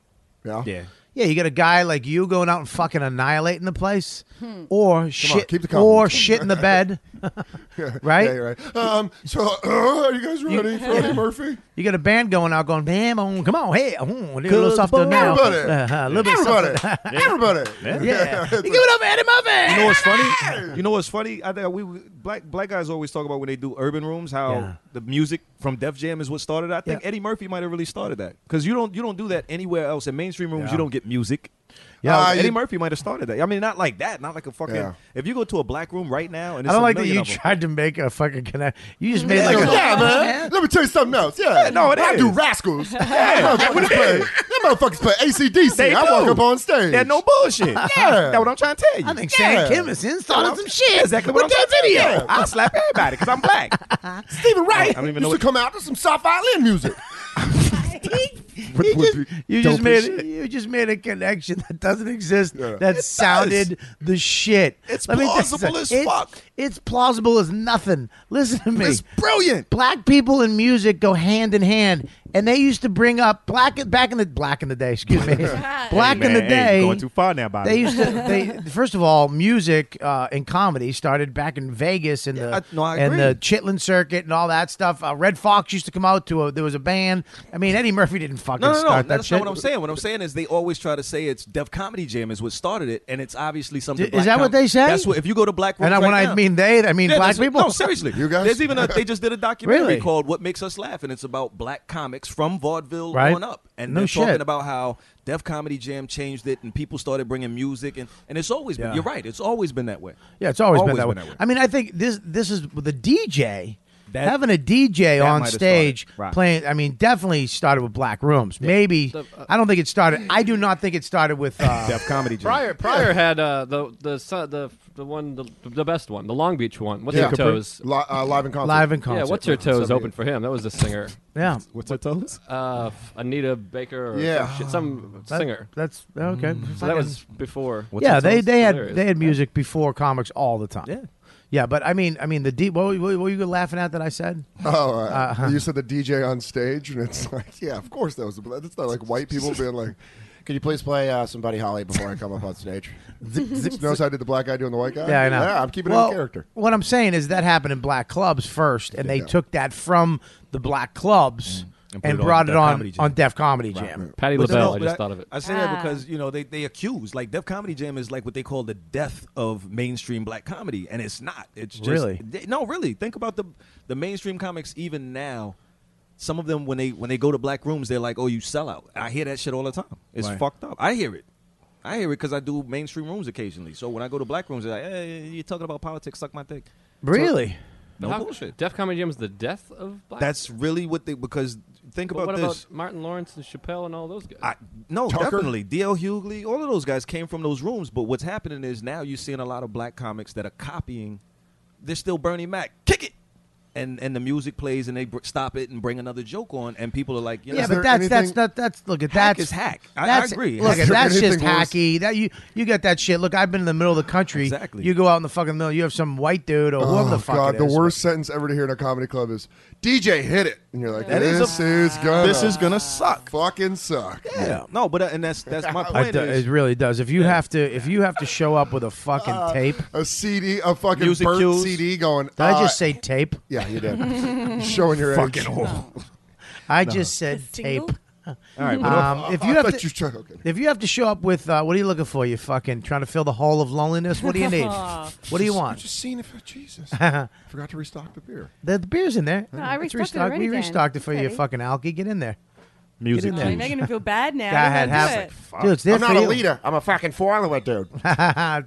Yeah. Yeah. Yeah, you got a guy like you going out and fucking annihilating the place, Hmm. or shit, keep the or compliments. shit in the bed, right? Yeah, you're right. Um, so, are you guys ready for Eddie Murphy? You got a band going out, going bam, boom, come on, hey, boom, a little Good softer boy. now, Everybody. Uh, a little bit softer. Everybody, everybody. Yeah, you give it up, Eddie Murphy. You know what's funny? You know what's funny? I think we we- black black guys always talk about when they do urban rooms how Yeah. the music from Def Jam is what started. it. I think Yeah. Eddie Murphy might have really started that because you don't you don't do that anywhere else in mainstream rooms. Yeah. You don't get music. Yeah. Yeah, Uh, Eddie you- Murphy might have started that. I mean, not like that. Not like a fucking. Yeah. If you go to a black room right now, and I it's don't a like that million you of 'em. tried to make a fucking connect. You just made Yeah, like a, yeah, man. Let me tell you something else. Yeah, no, it I do is. rascals. Yeah, motherfuckers play. Them motherfuckers play ACDC. They I do. walk up on stage. They're no bullshit. yeah, that's what I'm trying to tell you. I think Yeah. Sam Kimmison started some shit. exactly what I'm with that trying to tell video. you. I'll slap everybody because I'm black. Stephen Wright I don't even know used to what- come out to some South Island music. You just, you just Dope as made you just made a connection that doesn't exist. That It sounded does. the shit. It's me tell you plausible something. as It's- fuck. It's plausible as nothing. Listen to me. It's brilliant. Black people and music go hand in hand, and they used to bring up black back in the black in the day. Excuse me, black in man, the hey, day. going too far now, Bobby. They used to. They first of all, music uh, and comedy started back in Vegas in the I- no, I and agree. the Chitlin circuit and all that stuff. Uh, Red Fox used to come out to a. There was a band. I mean, Eddie Murphy didn't fucking No, no, no. start that That's shit. not what I'm saying. What I'm saying is they always try to say it's Def Comedy Jam is what started it, and it's obviously something. Is black that what comedy- they say? That's what. If you go to black And rooms when right I now- mean they, I mean Yeah, black there's- people. No, seriously. You guys? There's even a. They just did a documentary Really? called "What Makes Us Laugh," and it's about black comics from vaudeville Right. on up, and No they're shit. talking about how Def Comedy Jam changed it, and people started bringing music, and and it's always been. Yeah. You're right. It's always been that way. Yeah, it's always, been, Always that, been way. that way. I mean, I think this this is with the DJ That- having a DJ that on might have stage started. Right. playing. I mean, definitely started with Black Rooms. Maybe uh, I don't think it started. I do not think it started with. Uh, Def Comedy Jam. Prior, Prior had uh, the the su- the the one the, the best one, the Long Beach one. What's Yeah. your toes? Li- uh, live in concert. Live in Yeah, concert. what's your toes Something. open for him? That was the singer, yeah, What's her toes? uh, f- Anita Baker. Or Yeah. some, shit, some That- singer. That's okay. Mm. So that was before. yeah, they they had Hilarious. they had music before comics all the time. Yeah. yeah, but I mean, I mean the deep. What, what, what were you laughing at that I said? Oh, uh, you said the DJ on stage, and it's like, yeah, of course that was. That's not like white people being like, "Can you please play uh, some Buddy Holly before I come up on stage?" Notice I did the black guy doing the white guy. Yeah, I know. Yeah, I'm keeping Well, it in character. What I'm saying is that happened in black clubs first, and they took that from the black clubs and, put it on brought it Def on Comedy Jam. on Def Comedy Jam. Patty But LaBelle. no, I but just thought of it. I say that Ah. because you know they they accuse like Def Comedy Jam is like what they call the death of mainstream black comedy, and it's not. It's just Really? they- no, really. Think about the the mainstream comics even now. Some of them when they when they go to black rooms, they're like, "Oh, you sell out." I hear that shit all the time. It's Right. fucked up. I hear it. I hear it because I do mainstream rooms occasionally. So when I go to black rooms, they're like, "Hey, you're talking about politics? Suck my dick." Really? No How- bullshit. Def Comedy Jam is the death of black. That's really what they because think But about what this. about Martin Lawrence and Chappelle and all those guys? I, no, Tucker? definitely. DL Hughley, all of those guys came from those rooms. But what's happening is now you're seeing a lot of black comics that are copying. They're still Bernie Mac. Kick it. And and the music plays and they br- stop it and bring another joke on. And people are like, you know, Yeah, Is but there that's that's anything- that, that's look at Hack that's is hack. I- I that's, agree. Look, Is there that's just anything worse? hacky. That you you got that shit. Look, I've been in the middle of the country. Exactly. You go out in the fucking middle. You have some white dude or whoever the fuck. Oh, God, it the is. worst sentence ever to hear in a comedy club is "DJ hit it," and you're like, That is a- "This is gonna, this is gonna suck. fucking suck." Yeah. No, but uh, and that's that's my I point. do- is, it really does. If you have to, if you have to show up with a fucking tape. Did A CD, a fucking Music burnt cues. CD going. Did I just say tape? Yeah, you did. Showing your age. I just said tape. all right, but Um, if I you have thought to, you tried- okay. If you have to show up with, uh, what are you looking for? You fucking trying to fill the hole of loneliness? What do you need? Oh. what do you I want? just seen oh, it. For, Jesus, I forgot to restock the beer. The, the beer's in there. I It's restocked it already, We Dan. restocked it for you, Okay. fucking alky. Get in there. Music. Get in Oh, you're there. making him feel bad now. Go ahead, Go have ahead, it. Dude, it's there I'm for not a you. leader. I'm a fucking follower, dude.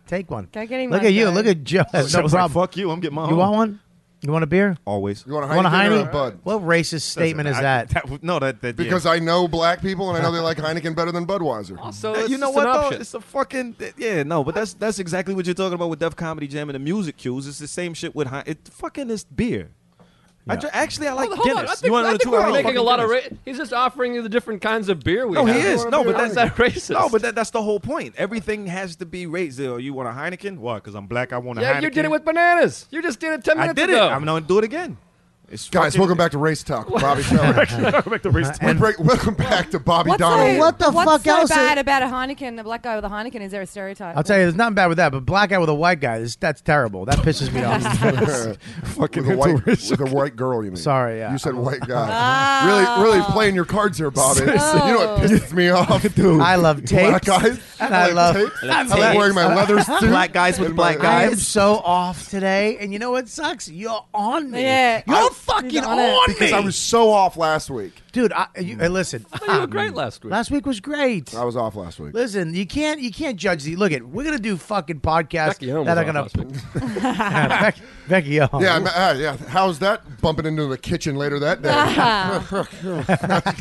Take one. Go get him Look one, at you. Joe. Look at Joe. Has no problem. fuck you. I'm getting my you want one? You want a beer? Always. You want a You want a Heineken, or Heine? a Bud? What racist statement is that? no, that, that Because I know black people and I know they like Heineken better than Budweiser. also, Uh, it's you know just what an though? option. It's a fucking th- yeah, no, but that's that's exactly what you're talking about with Def Comedy Jam and the music cues. It's the same shit with Hein- it fucking is beer. I dr- actually I like Hold on, Guinness. I think, you want I to know think two? I we're like making a fucking lot of. Guinness. Ra- he's just offering you the different kinds of beer we No, have. he is. No, but How's that's that racist? No, but that, that's the whole point. Everything has to be raised. Oh, you want a Heineken? Why? Because I'm black. I want a yeah, Heineken. you did it with bananas. You just did it ten I minutes did it. ago. I'm gonna do it again. It's Guys, fucking- welcome back to Race Talk. with Bobby Feller. we break, welcome back to Bobby What's Donald. so, What the what's fuck so else is- bad about a Heineken, a black guy with a Heineken? Is there a stereotype? I'll tell you, there's nothing bad with that, but black guy with a white guy, this, that's terrible. That pisses me off. fucking with a, white, with a white girl, you mean? Sorry, yeah. "Ah." You said white guy. Really, really playing your cards here, Bobby. you know what pisses me off, Oh. dude? I love black tapes. guys. And I like love- tapes. I I love like wearing my leather suit. Black guys with And my- black I guys. am so off today, and you know what sucks? You're on me. Yeah. you're I- fucking He's on, on it. Because me, I was so off last week. dude. I, you, hey, listen, Mm. I thought you were great last week. last week was great. I was off last week. Listen, you can't you can't judge the look. At we're gonna do fucking podcasts Becky Hill was that are on gonna last week. Becky, Becky Hill. Yeah, I'm- uh, yeah. How's that bumping into the kitchen later that day?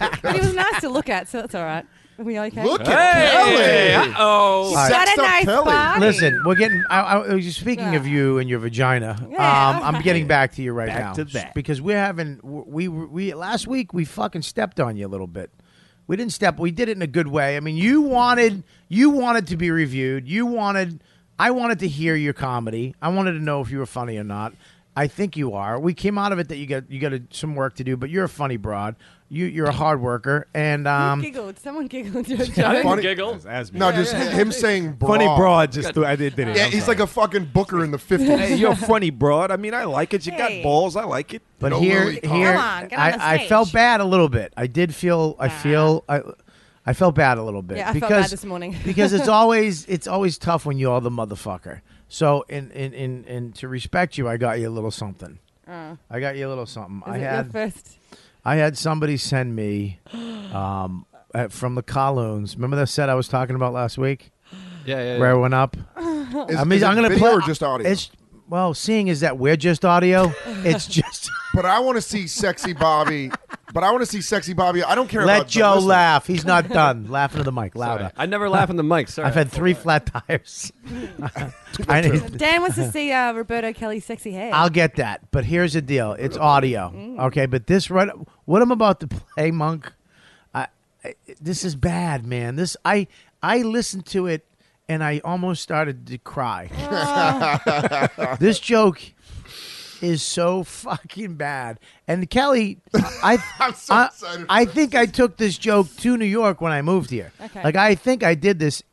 but he was nice to look at, so that's all right. Are we okay? Look at Hey, Kelly. uh-oh. She's sexed up Kelly. Listen, we're getting. I, I was just speaking of you and your vagina. um, I'm getting back to you right Back now. to that. because we're having. We, we we last week we fucking stepped on you a little bit. We didn't step. We did it in a good way. I mean, you wanted you wanted to be reviewed. You wanted. I wanted to hear your comedy. I wanted to know if you were funny or not. I think you are. We came out of it that you got you got a, some work to do, but you're a funny broad. You you're a hard worker, and um, you giggled. Someone giggled. You're Funny- joking. Giggles. As me. No, just yeah, him saying broad. funny broad. Just threw, I did, did it. Yeah, I'm he's sorry. like a fucking booker in the 50s. Hey, you're a funny broad. I mean, I like it. You Hey. got balls. I like it. But No here, Lily Collins. here, Come on, get on the I, I stage. felt bad a little bit. I did feel, I feel, I, I felt bad a little bit Yeah, I felt because bad this morning. because it's always it's always tough when you're the motherfucker. So in in in, in to respect you, I got you a little something. I got you a little something. I Uh. Is it your had first. I had somebody send me um, uh, from the Colloons. Remember that set I was talking about last week Yeah, yeah. where I went up. Is- I mean, is it I'm gonna video play or just audio. It's, well, seeing is that we're just audio. it's just. But I want to see sexy Bobby. but I want to see sexy Bobby. I don't care Let about the Joe listeners. laugh. He's not done. Laughing to the mic, louder. Sorry. I never laugh in the mic. Sorry. I've had three flat tires. I need, Dan wants to see uh, Roberto Kelly's sexy hair. I'll get that. But here's the deal: it's audio, Mm. okay? But this right, what I'm about to play, Monk. I, I this is bad, man. This I I listened to it and I almost started to cry. Ah. this joke is so fucking bad. And Kelly, I I'm so I, excited for I think I took this joke to New York when I moved here. Okay. Like I think I did this.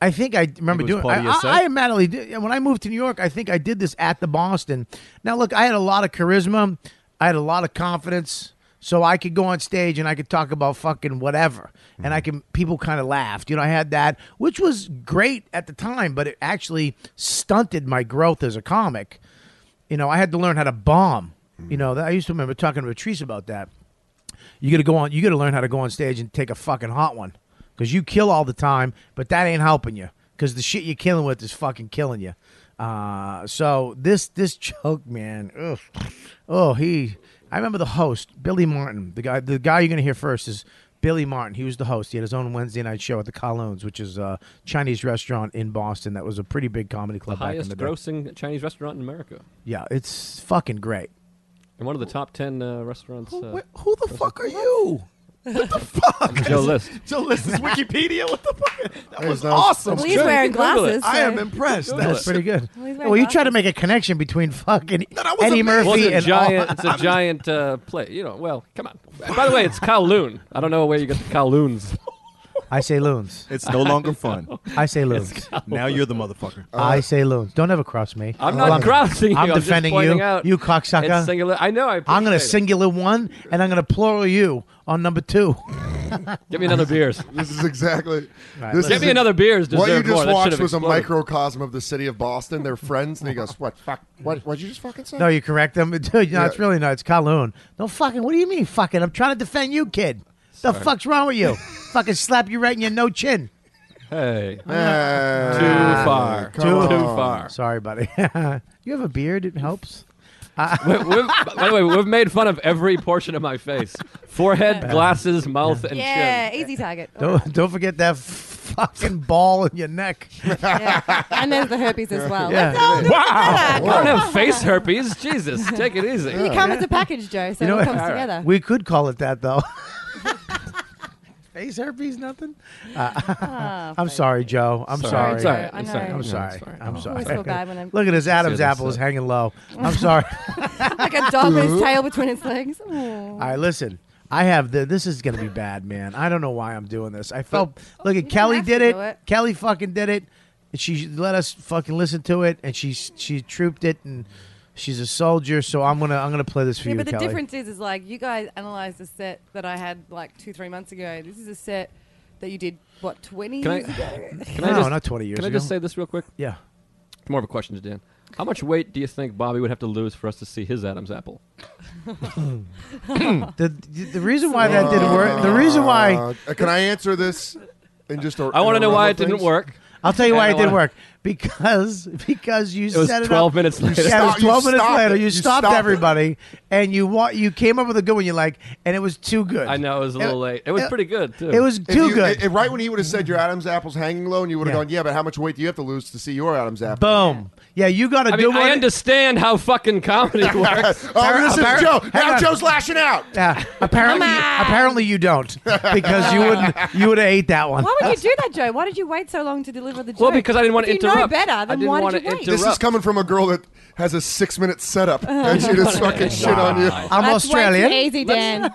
I think I remember was doing. part I, of your I, set? I admittedly did, when I moved to New York, I think I did this at the Boston. Now look, I had a lot of charisma. I had a lot of confidence. So I could go on stage and I could talk about fucking whatever, and Mm-hmm. I can people kind of laughed. You know, I had that, which was great at the time, but it actually stunted my growth as a comic you know, I had to learn how to bomb. Mm-hmm. You know, that, I used to remember talking to Patrice about that. You got to go on. You got to learn how to go on stage and take a fucking hot one because you kill all the time, but that ain't helping you because the shit you're killing with is fucking killing you. Uh, so this this joke, man. Ugh. Oh, he. I remember the host, Billy Martin. The guy, the guy you're gonna hear first is Billy Martin. He was the host. He had his own Wednesday night show at the Colognes, which is a Chinese restaurant in Boston that was a pretty big comedy club back in highest the day. grossing Chinese restaurant in America, Yeah, it's fucking great. and one of the top ten uh, restaurants. Uh, Wh- who the fuck are you? Joe List. So this is Wikipedia. What the fuck? That There's was no- awesome. well, he's wearing Google it. glasses. I am so- impressed. That's That's pretty good. Well, he's Well, wearing you try to glasses. make a connection between fucking that was Eddie amazing. Well, Murphy it's a and giant. all. It's a giant uh, play. You know. Well, come on. By the way, it's Kowloon. I don't know where you get the Kowloons. I say loons. It's no longer fun. I say loons. now you're the motherfucker. Uh, I say loons. Don't ever cross me. I'm Well, not crossing you. I'm I'm just defending pointing you. out you It's cocksucker. singular. I know. I. I'm gonna appreciate it. singular one and I'm gonna plural you on number two. Get me another beers. This is exactly. this Get is me another beers. What you deserved more. just That should watched have was a exploded. microcosm of the city of Boston. They're friends, and he goes, "What? Fuck? What? What'd you just fucking say?" No, you correct them. Dude, no, Yeah. it's really not. It's Kowloon. No fucking. What do you mean fucking? I'm trying to defend you, kid. The fuck's wrong with you? fucking slap you right in your no chin. Hey. Eh, Too far. come Too, on. far. Sorry, buddy. you have a beard. It helps. We- we've, by the way, we've made fun of every portion of my face: forehead, glasses, mouth, and Yeah, chin. easy target. Don't don't forget that fucking ball in your neck. Yeah. and there's the herpes as well. Yeah. Let's all I don't have face herpes. Jesus, take it easy. It comes as a package, Joe, so You know it all what? comes together. We could call it that though. Face herpes, nothing. Ah, I'm fuck. sorry, Joe. I'm sorry. Sorry, sorry. I I'm sorry. know. I'm I'm sorry. Oh, I'm I sorry. always feel bad when I'm Look at this Adam's See what apple is this- hanging low. I'm sorry. like a dog with his tail between its legs. Aw. All right, listen. I have the. This is gonna be bad, man. I don't know why I'm doing this. I felt. Look at don't Kelly have did to it. do it. Kelly fucking did it. And she let us fucking listen to it, and she she trooped it, and she's a soldier. So I'm gonna I'm gonna play this for Yeah, you, but the Kelly. difference is, is like you guys analyzed a set that I had like two, three months ago. This is a set that you did what twenty Can I- years ago. Can no, I just, not 20 years Can I ago. just say this real quick? yeah. It's more of a question to Dan. How much weight do you think Bobby would have to lose for us to see his Adam's apple? The, the the reason why that didn't work. The reason why Uh, can I answer this? And just I want to know why it didn't work. I'll tell you why I it don't didn't wanna- work because because you was set it 12 up. minutes You later. set- it was Stop- you twelve minutes stopped later. it. You, You stopped, stopped it. everybody, and you wa- you came up with a good one. You're like, and it was too good. I know it was a little late. It was pretty good too. It was If too you- good. i- right when he would have said your Adam's apple's hanging low, and you would have gone, "Yeah, but how much weight do you have to lose to see your Adam's apple?" Boom. Yeah, you got a I good mean, I one. understand how fucking comedy works. oh, this is Apparent- Joe. hang Now on. Joe's lashing out. Yeah, apparently, apparently you don't because you wouldn't. You would have ate that one. Why would you do that, Joe? Why did you wait so long to deliver the joke? Well, because I didn't wanna If You know interrupt. I better. Then didn't why wanna did you wait? interrupt. This is coming from a girl that has a six-minute setup, Uh-huh. and she just fucking shit on you. I'm That's Australian. Way too easy, Dan.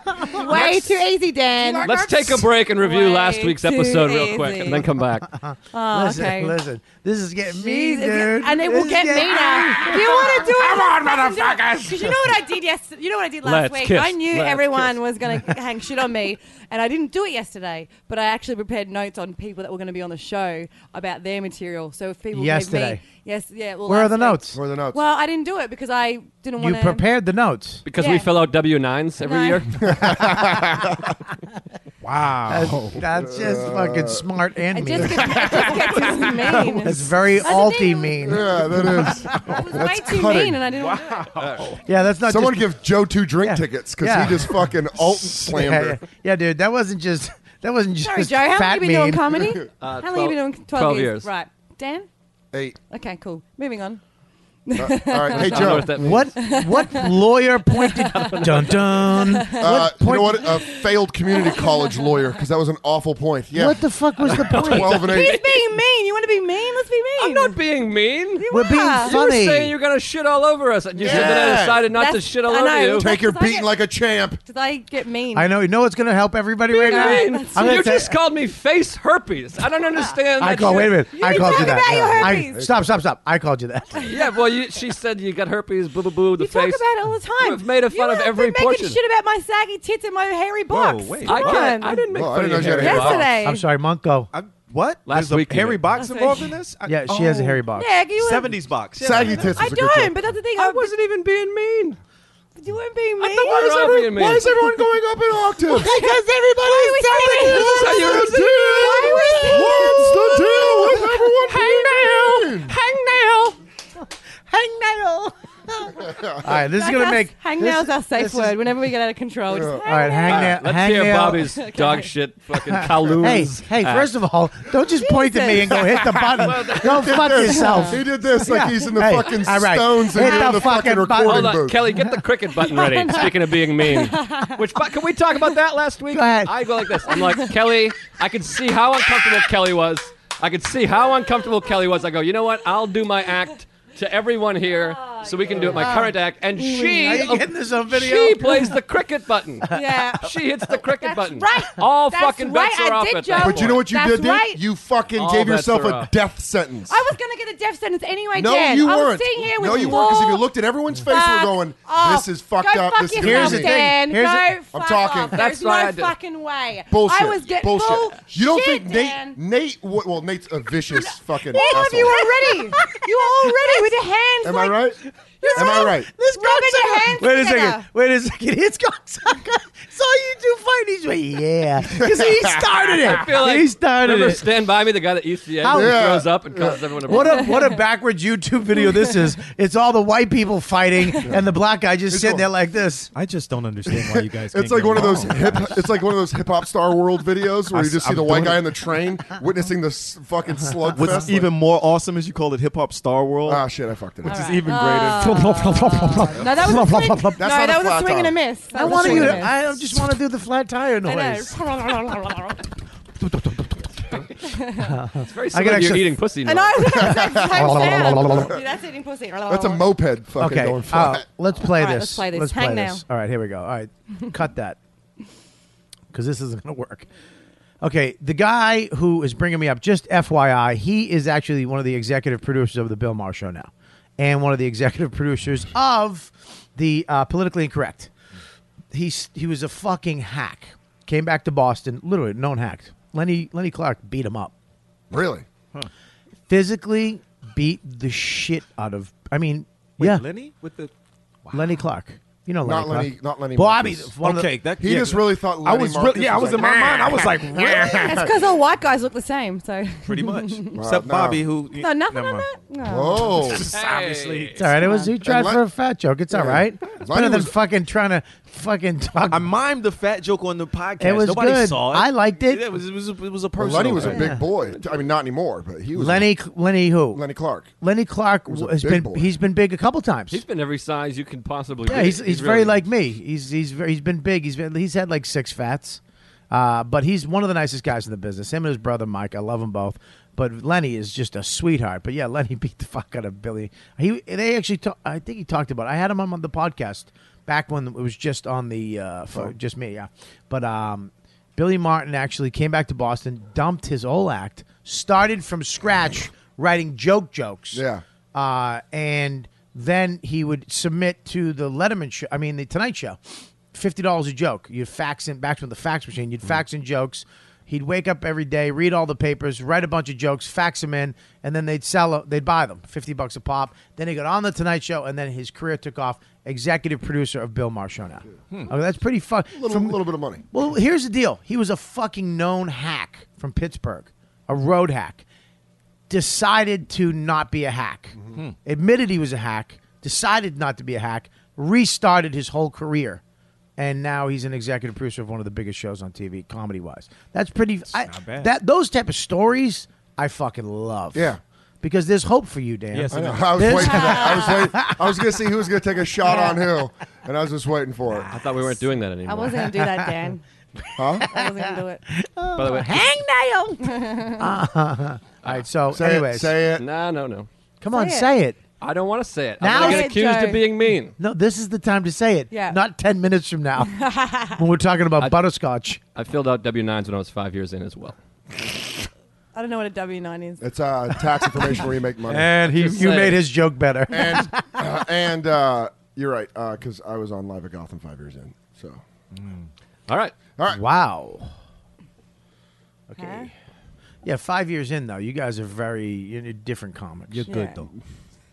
way too easy, Dan. Let's take a break and review Way last week's too episode real easy. quick, and then come back. Oh, listen, okay. listen. This is getting Jeez, mean, if you- dude. and it This will is get getting mean now. If you want to do it, come on, motherfuckers! Because you know what I did yesterday. You know what I did last Let's week. kiss. I knew Let's everyone was going to hang shit on me, and I didn't do it yesterday. But I actually prepared notes on people that were going to be on the show about their material. So if people Yesterday. gave me, yes, yeah. Well, Where are last the week- notes? Where are the notes? Well, I didn't do it because I didn't You want to. prepared the notes. Because Yeah. we fill out W nines every No. year. That's, that's just fucking smart I and mean. just get, I just get too mean. That's very That's the alty thing. mean. Yeah, that is. It was way too cutting. mean, and I didn't. want to do it. Yeah, that's not Someone just, give Joe two drink Yeah. tickets because Yeah. he just fucking alt slammed yeah, her. yeah, yeah, dude. That wasn't just. That wasn't just Sorry, Joe. How long fat you been mean. doing comedy? Uh, how long you been doing? 12 Twelve, 12 years. years. Right, Dan. Eight. Okay, cool. Moving on. uh, All right, hey I don't know Joe. uh, if that means. What what lawyer pointed dun dun? Uh, What you know point- what? A failed community college lawyer because that was an awful point. Yeah. What the fuck was the point? Twelve and He's eight. being mean. You want to be mean? Let's be mean. I'm not being mean. You We're being Yeah. were funny. saying you're gonna shit all over us, and you said that I Yeah. decided not to That's- shit all I over know. you. Take your Because I beating get- like a champ. Did I get mean? I know. You know what's going to help everybody right now. mean. I'm That's gonna you say- just called me face herpes. I don't understand. I that called. shit. Wait a minute. I didn't called tell you me that. about your I, herpes. stop. Stop. Stop. I called you that. Yeah, well, you, she said you got herpes. Boo, boo, boo. The You talk face. about it all the time. You've made a fun you of have every been portion. making shit about my saggy tits and my hairy box. wait. Come I can't. on. I didn't make Well, I fun of didn't your know you had hairy a hairy box. Yesterday. I'm sorry, Monko. I, what? Last There's a week you hairy did. box That's involved right. in this? I- Oh, Yeah, she has a oh. hairy box. Yeah, you were- 70s box. Yeah. Saggy tits. I is a good joke. don't. But that's the thing. I wasn't even being mean. You weren't being mean. thought we were all being mean. Why is everyone going up in octaves? Because everybody's telling you. This is how you What's the deal? What's the deal with everyone being mean? Hang nail. all right, this is gonna make hang this- nail's our safe this is- word. Whenever we get out of control, just All right, hang nail. Let's hang hear nail. Bobby's dog shit fucking Kowloon's. Hey, hey! act. First of all, don't just point at me and go hit the button. go fuck yourself. He did this like he's in the Hey, fucking all right. Stones and Hit you're in the the fucking fucking button. recording Hold on, booth. Kelly, get the cricket button ready. Speaking of being mean, which but can we talk about that last week? Go ahead. I go like this. I'm like Kelly. I could see how uncomfortable Kelly was. I could see how uncomfortable Kelly was. I go, you know what? I'll do my act to everyone here, so we can do it my current act. And she, Are you getting this on video? she plays the cricket button. yeah. She hits the cricket That's button. right. All That's fucking bets right. are I off did, at that Joe. But you know what you That's did, dude? right. You fucking All gave bets yourself are a up. death sentence. I was gonna get a death sentence anyway, no, Dan. you I weren't. was sitting here with no, you weren't. Because if you four looked at everyone's face, you fuck were going, off. "This is fucked Go up. Fuck this is yourself, gonna Here's be the me." thing. Dan. Here's Go the- fuck I'm talking. Off. That's There's no why I did- fucking way. Bullshit. I was getting bullshit. You don't think Dan. Nate? Nate? wa- Well, Nate's a vicious fucking. All of asshole. you were ready. You were all ready with your hands. Am like, I right? Am I right? This Rubbing your hands Wait a together. second. Wait a second. It's cocksucker. So you do fighting. He's like, yeah, because he started it. I feel like he started remember it. Stand by me, the guy that eats the egg How- and Yeah. throws up and causes everyone to. what a what a backwards YouTube video this is. It's all the white people fighting and the black guy just sitting cool. there like this. I just don't understand why you guys. It's like one of those hip. It's like one of those hip hop star world videos where I you s- just see I'm the white doing guy it. on the train witnessing the s- fucking slugfest. What's like- even more awesome is you call it hip hop Star World, ah shit, I fucked it. up. which is right. even Uh, No, that was a swing. no, That's not a that was a flat swing and tire. a miss. That I was a want swing you. and To, a I just want to do the flat tire noise. miss. I know. It's very I similar can to your actually- eating pussy. I noise. know. That's the same sound. Dude, that's eating pussy. That's a moped fucking Okay, going uh, flat. let's play All right, this. let's play this. Hang All right, here we go. All right, cut that because this isn't going to work. Okay, the guy who is bringing me up, just FYI, he is actually one of the executive producers of the Bill Maher Show now, and one of the executive producers of the uh, Politically Incorrect. He's he was a fucking hack. Came back to Boston, literally known hack. Lenny Lenny Clark beat him up really? physically, beat the shit out of. I mean, Wait, yeah, Lenny with the Lenny Clark. You know, Not Lenny. Lenny- not Lenny Bobby. Marcus. one of the- Okay, that- He yeah. just really thought I Lenny was Marcus really. Yeah, I was was in like, my mind. I was like, That's because all white guys look the same. So Pretty much. Except Bobby, who- No, nothing Never on mind. that. No. Whoa. obviously. It's all right. It was he tried for a fat joke. It's all Yeah. right. Lenny It's better than was- fucking trying to fucking talk. I mimed the fat joke on the podcast. It was Nobody good. saw it. I liked it. It was, it was, it was a Well, personal. Lenny was a thing. big boy. I mean, not anymore, but he was. Lenny, Lenny who? Lenny Clark. Lenny Clark was a has big been boy. he's been big a couple times. He's been every size you can possibly. yeah, be. he's, he's, very really- like me. He's he's very, he's been big. He's been, he's had like six fats, uh, but he's one of the nicest guys in the business. Him and his brother Mike, I love them both. But Lenny is just a sweetheart. But yeah, Lenny beat the fuck out of Billy. He they actually ta- I think he talked about. It. I had him on the podcast back when it was just on the uh, for just me. Yeah, but um, Billy Martin actually came back to Boston, dumped his old act, started from scratch writing joke jokes. Yeah. Uh, and then he would submit to the Letterman show, I mean, the Tonight Show, $50 a joke. You'd fax in, back to the fax machine, you'd fax in jokes. He'd wake up every day, read all the papers, write a bunch of jokes, fax them in, and then they'd sell, a- they'd buy them, 50 bucks a pop. Then he got on the Tonight Show, and then his career took off, executive producer of Bill Maher now. Okay, that's pretty fun. Hmm. A little, little bit of money. Well, here's the deal. He was a fucking known hack from Pittsburgh, a road hack. Decided to not be a hack. Mm-hmm. Hmm. Admitted he was a hack. Decided not to be a hack. Restarted his whole career, and now he's an executive producer of one of the biggest shows on TV, comedy wise. That's pretty. I, not bad. That those type of stories I fucking love. Yeah. Because there's hope for you, Dan. I, know. I was There's- waiting for that. I was waiting. I was going to see who was going to take a shot on who, and I was just waiting for it. I thought we weren't doing that anymore. I wasn't gonna do that, Dan. Huh? I wasn't gonna do it. By the way, hang nail. All right. So, Say it, anyways, say No, no, no. Come on, say it. I don't want to say it. Now- I'm gonna Say get it, accused Joe. of being mean. No, this is the time to say it. Yeah. Not 10 minutes from now when we're talking about butterscotch. I filled out W-9s when I was five years in as well. I don't know what a W nine is. It's uh, tax information where you make money. And he, you made his joke better. And, uh, and uh, you're right, because I was on Live at Gotham five years in. So, all right, all right. Wow. Okay. Yeah, five years in, though. You guys are very you're different comics. You're good, Yeah. though.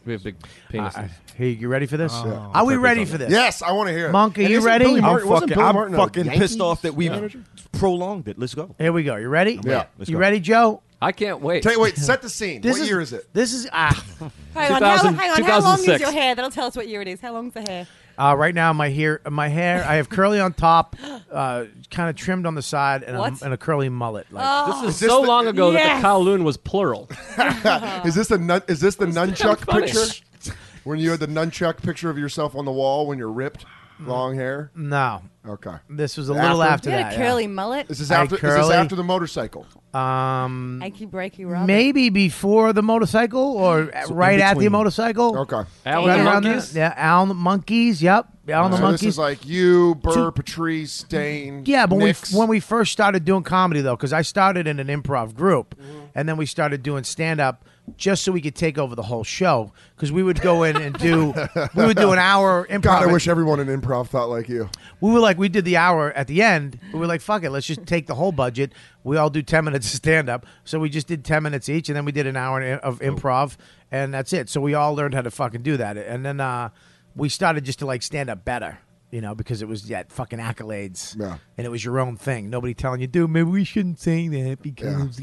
We have big penises. hey, you ready for this? Oh. are we Pepe's ready on for it. this? Yes, I wanna hear it. Monk, are And you isn't ready? Billy I'm Martin- wasn't fucking, Billy I'm Martin a fucking Yankees pissed off that we manager? prolonged it. Let's go. Here we go. You ready? I'm ready. Let's You go. ready, Joe? I can't wait. Tell you, wait, set the scene. This what is- year is it? This is ah. Hang on, how, hang on. How long is your hair? That'll tell us what year it is. How long's the hair? Uh, right now, my hair, my hair, I have curly on top, uh, kind of trimmed on the side, and, a, What? and a curly mullet. Like Oh. This is so long ago that Yes. the Kowloon was plural. is this the nun- is this the nunchuck funny. picture? when you had the nunchuck picture of yourself on the wall when you're ripped, long hair. No. Okay. This was a little after you had that. a yeah. curly mullet. Is this I after? Is this curly- after the motorcycle? Um, Achy breaky Robin. maybe before the motorcycle or at- So in right at the between. motorcycle. Okay. Al and Right the around Monkeys? there. Yeah, Al and the Monkeys. Yep, Al and the so Monkeys. this is like you, Burr, Patrice, Dane. yeah, but we, Nick. when we first started doing comedy though, because I started in an improv group, and then we started doing stand up just so we could take over the whole show because we would go in and do we would do an hour improv. God, I wish everyone in improv thought like you. We were like, we did the hour at the end. We were like, fuck it, let's just take the whole budget. We all do 10 minutes of stand up. So we just did 10 minutes each, and then we did an hour in- of improv, and that's it. So we all learned how to fucking do that. And then uh, we started just to like stand up better, you know, because it was that fucking accolades. Yeah. And it was your own thing. Nobody telling you, dude, maybe we shouldn't say that because.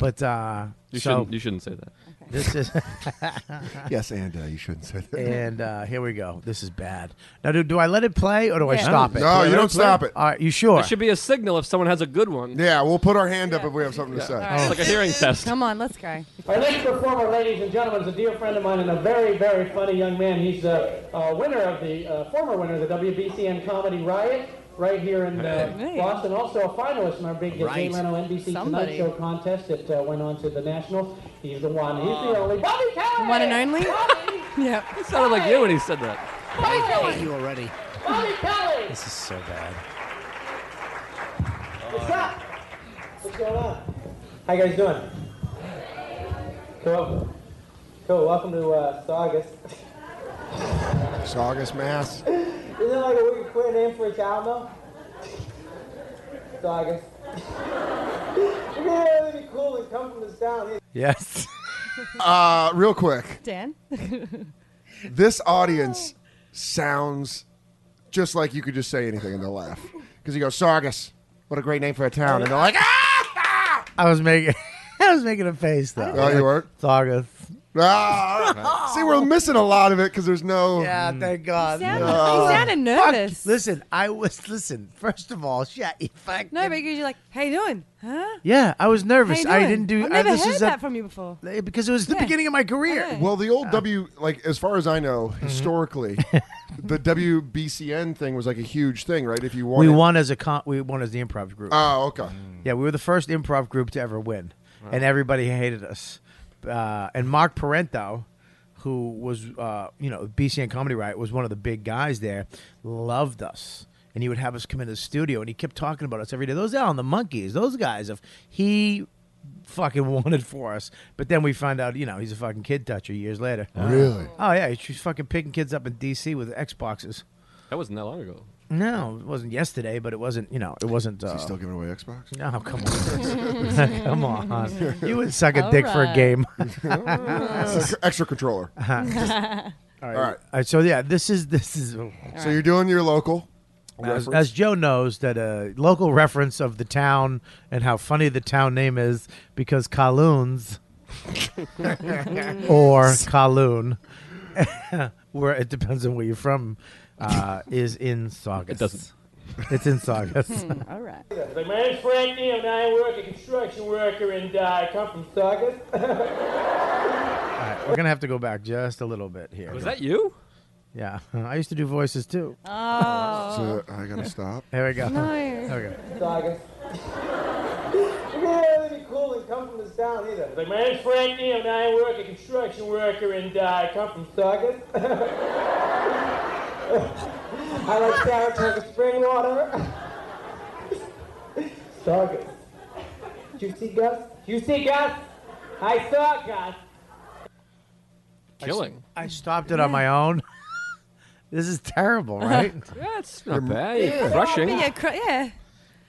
But uh, You so shouldn't. You shouldn't say that. this is. Yes, and uh, you shouldn't say that. And uh, here we go. This is bad. Now, do, do I let it play or do I Yeah. stop it? No, you don't stop it. All right, you sure? It should be a signal if someone has a good one. Yeah, we'll put our hand up if we have something to say. It's like a hearing test. Come on, let's go. Our next performer, ladies and gentlemen, is a dear friend of mine and a very, very funny young man. He's a, uh winner of the uh, former winner of the WBCM Comedy Riot right here in uh, Hey. Boston. Also a finalist in our big uh, Jay Right. Leno NBC Somebody. Tonight Show contest that uh, went on to the Nationals. He's the one. He's the only. Bobby Kelly. One and only. yep. It sounded like you when he said that. Bobby Kelly. you already. Bobby Kelly. This is so bad. What's up? What's going on? How you guys doing? Cool. Cool. Welcome to uh, Saugus. Saugus Mass. Isn't that like a weird queer name for a child though? Saugus. you know what would be cool and come from this town? Yes. Uh, real quick, Dan. this audience sounds Just like you could just say anything and they'll laugh. Because you go, Sargus, what a great name for a town. And they're like, ah! I was making, I was making a face though. Oh, you were? Sargus. Ah, see, we're missing a lot of it because there's no. Yeah, thank God. You sounded- you sounded nervous. Listen, I was listen. First of all, shut your fuck. No, because you're like, how you doing? Huh? Yeah, I was nervous. How you I doing? didn't do. I've I- never this heard is that a, from you before. because it was the Yeah. beginning of my career. Well, the old W, like as far as I know, historically, the WBCN thing was like a huge thing, right? If you wanted, we won as a con- we won as the improv group. Oh, okay. Mm. Yeah, we were the first improv group to ever win, and everybody hated us. Uh, and Mark Parento, who was uh, you know BCN Comedy Riot, was one of the big guys there, loved us. And he would have us come into the studio, and he kept talking about us every day. Those Allen the Monkeys, those guys. If he fucking wanted for us, but then we find out, you know, he's a fucking kid toucher. Years later, Really? Oh yeah, he's fucking picking kids up in D.C. with Xboxes. That wasn't that long ago. No, it wasn't yesterday, but it wasn't. You know, it wasn't. Uh, still giving away Xbox? No, come on, come on. You would suck a dick for a game. Extra- extra controller. Uh-huh. Just- all right. All right, so yeah, this is this is. So you're doing your local. As, reference. as Joe knows, that a local reference of the town and how funny the town name is because Kowloon's or Kowloon, where it depends on where you're from, uh, is in Saugus. It doesn't. It's in Saugus. All right. Like, my name's Frank Neal, and I work a construction worker, and uh, I come from Saugus. All right, we're gonna have to go back just a little bit here. Was that you? Yeah, I used to do voices too. Oh. So I gotta stop. Here we go. No. Okay. Saugus. You can't have anything cool and come from this town either. Like, my name's Frank Neal, and I work a construction worker, and uh, I come from Saugus. I like Saratoga spring water. Saugus. Do you see Gus? Do you see Gus? I saw Gus. Killing. I stopped it on my own. this is terrible, right? yeah, it's not You're- bad. You're Yeah. crushing. Yeah, cr- yeah.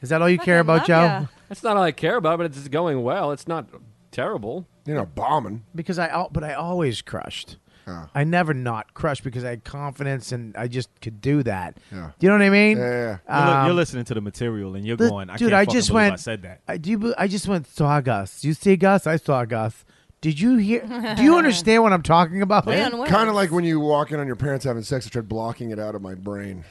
Is that all you care about, Joe? That's not all I care about, but it's going well. It's not terrible. You're not bombing. Because I, al- but I always crushed. I never not crushed because I had confidence and I just could do that. Yeah. Do you know what I mean? You're li- you're Um, listening to the material and you're the- going. I dude, can't I fucking just believe went. I said that. I do. you be- I just went. Saw Gus. You see Gus? I saw Gus. Did you hear? do you understand what I'm talking about? Kind of like when you walk in on your parents having sex, I tried blocking it out of my brain.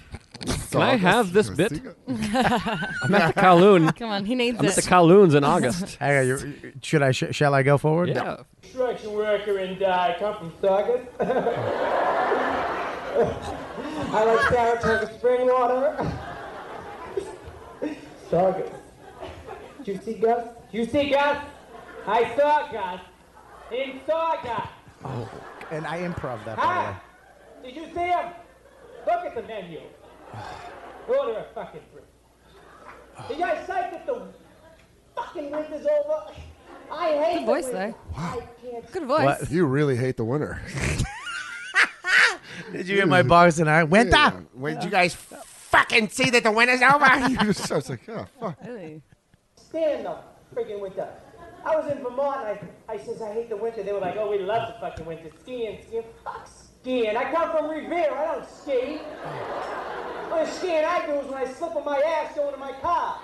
Can I have this bit? I'm at the Kowloon. Come on, he needs I'm it. at the Kowloons in August. Hang on, you're- should I? Sh- shall I go forward? Yeah. construction worker and uh, I come from Saugus. I like Saratoga spring water. Saugus. Do you see Gus? Do you see Gus? I saw Gus. In Saugus. Oh, and I improv that. By the way. Ah. Hi. Did you see him? Look at the menu. Order a fucking brew. Are you guys psyched that the fucking winter's over? I hate Good voice, the though. winter. I can't Good voice. You really hate the winter. Did you hear my boss and I went "Ah!" Yeah. up? Wait, Did you guys fucking see that the winter's over? you just, I was like, oh, fuck. stand the freaking winter. I was in Vermont and I, I says, I hate the winter. They were like, oh, we love the fucking winter. Skiing, skiing. Fuck skiing. I come from Revere. I don't ski. Only skiing I do is when I slip on my ass going to my car.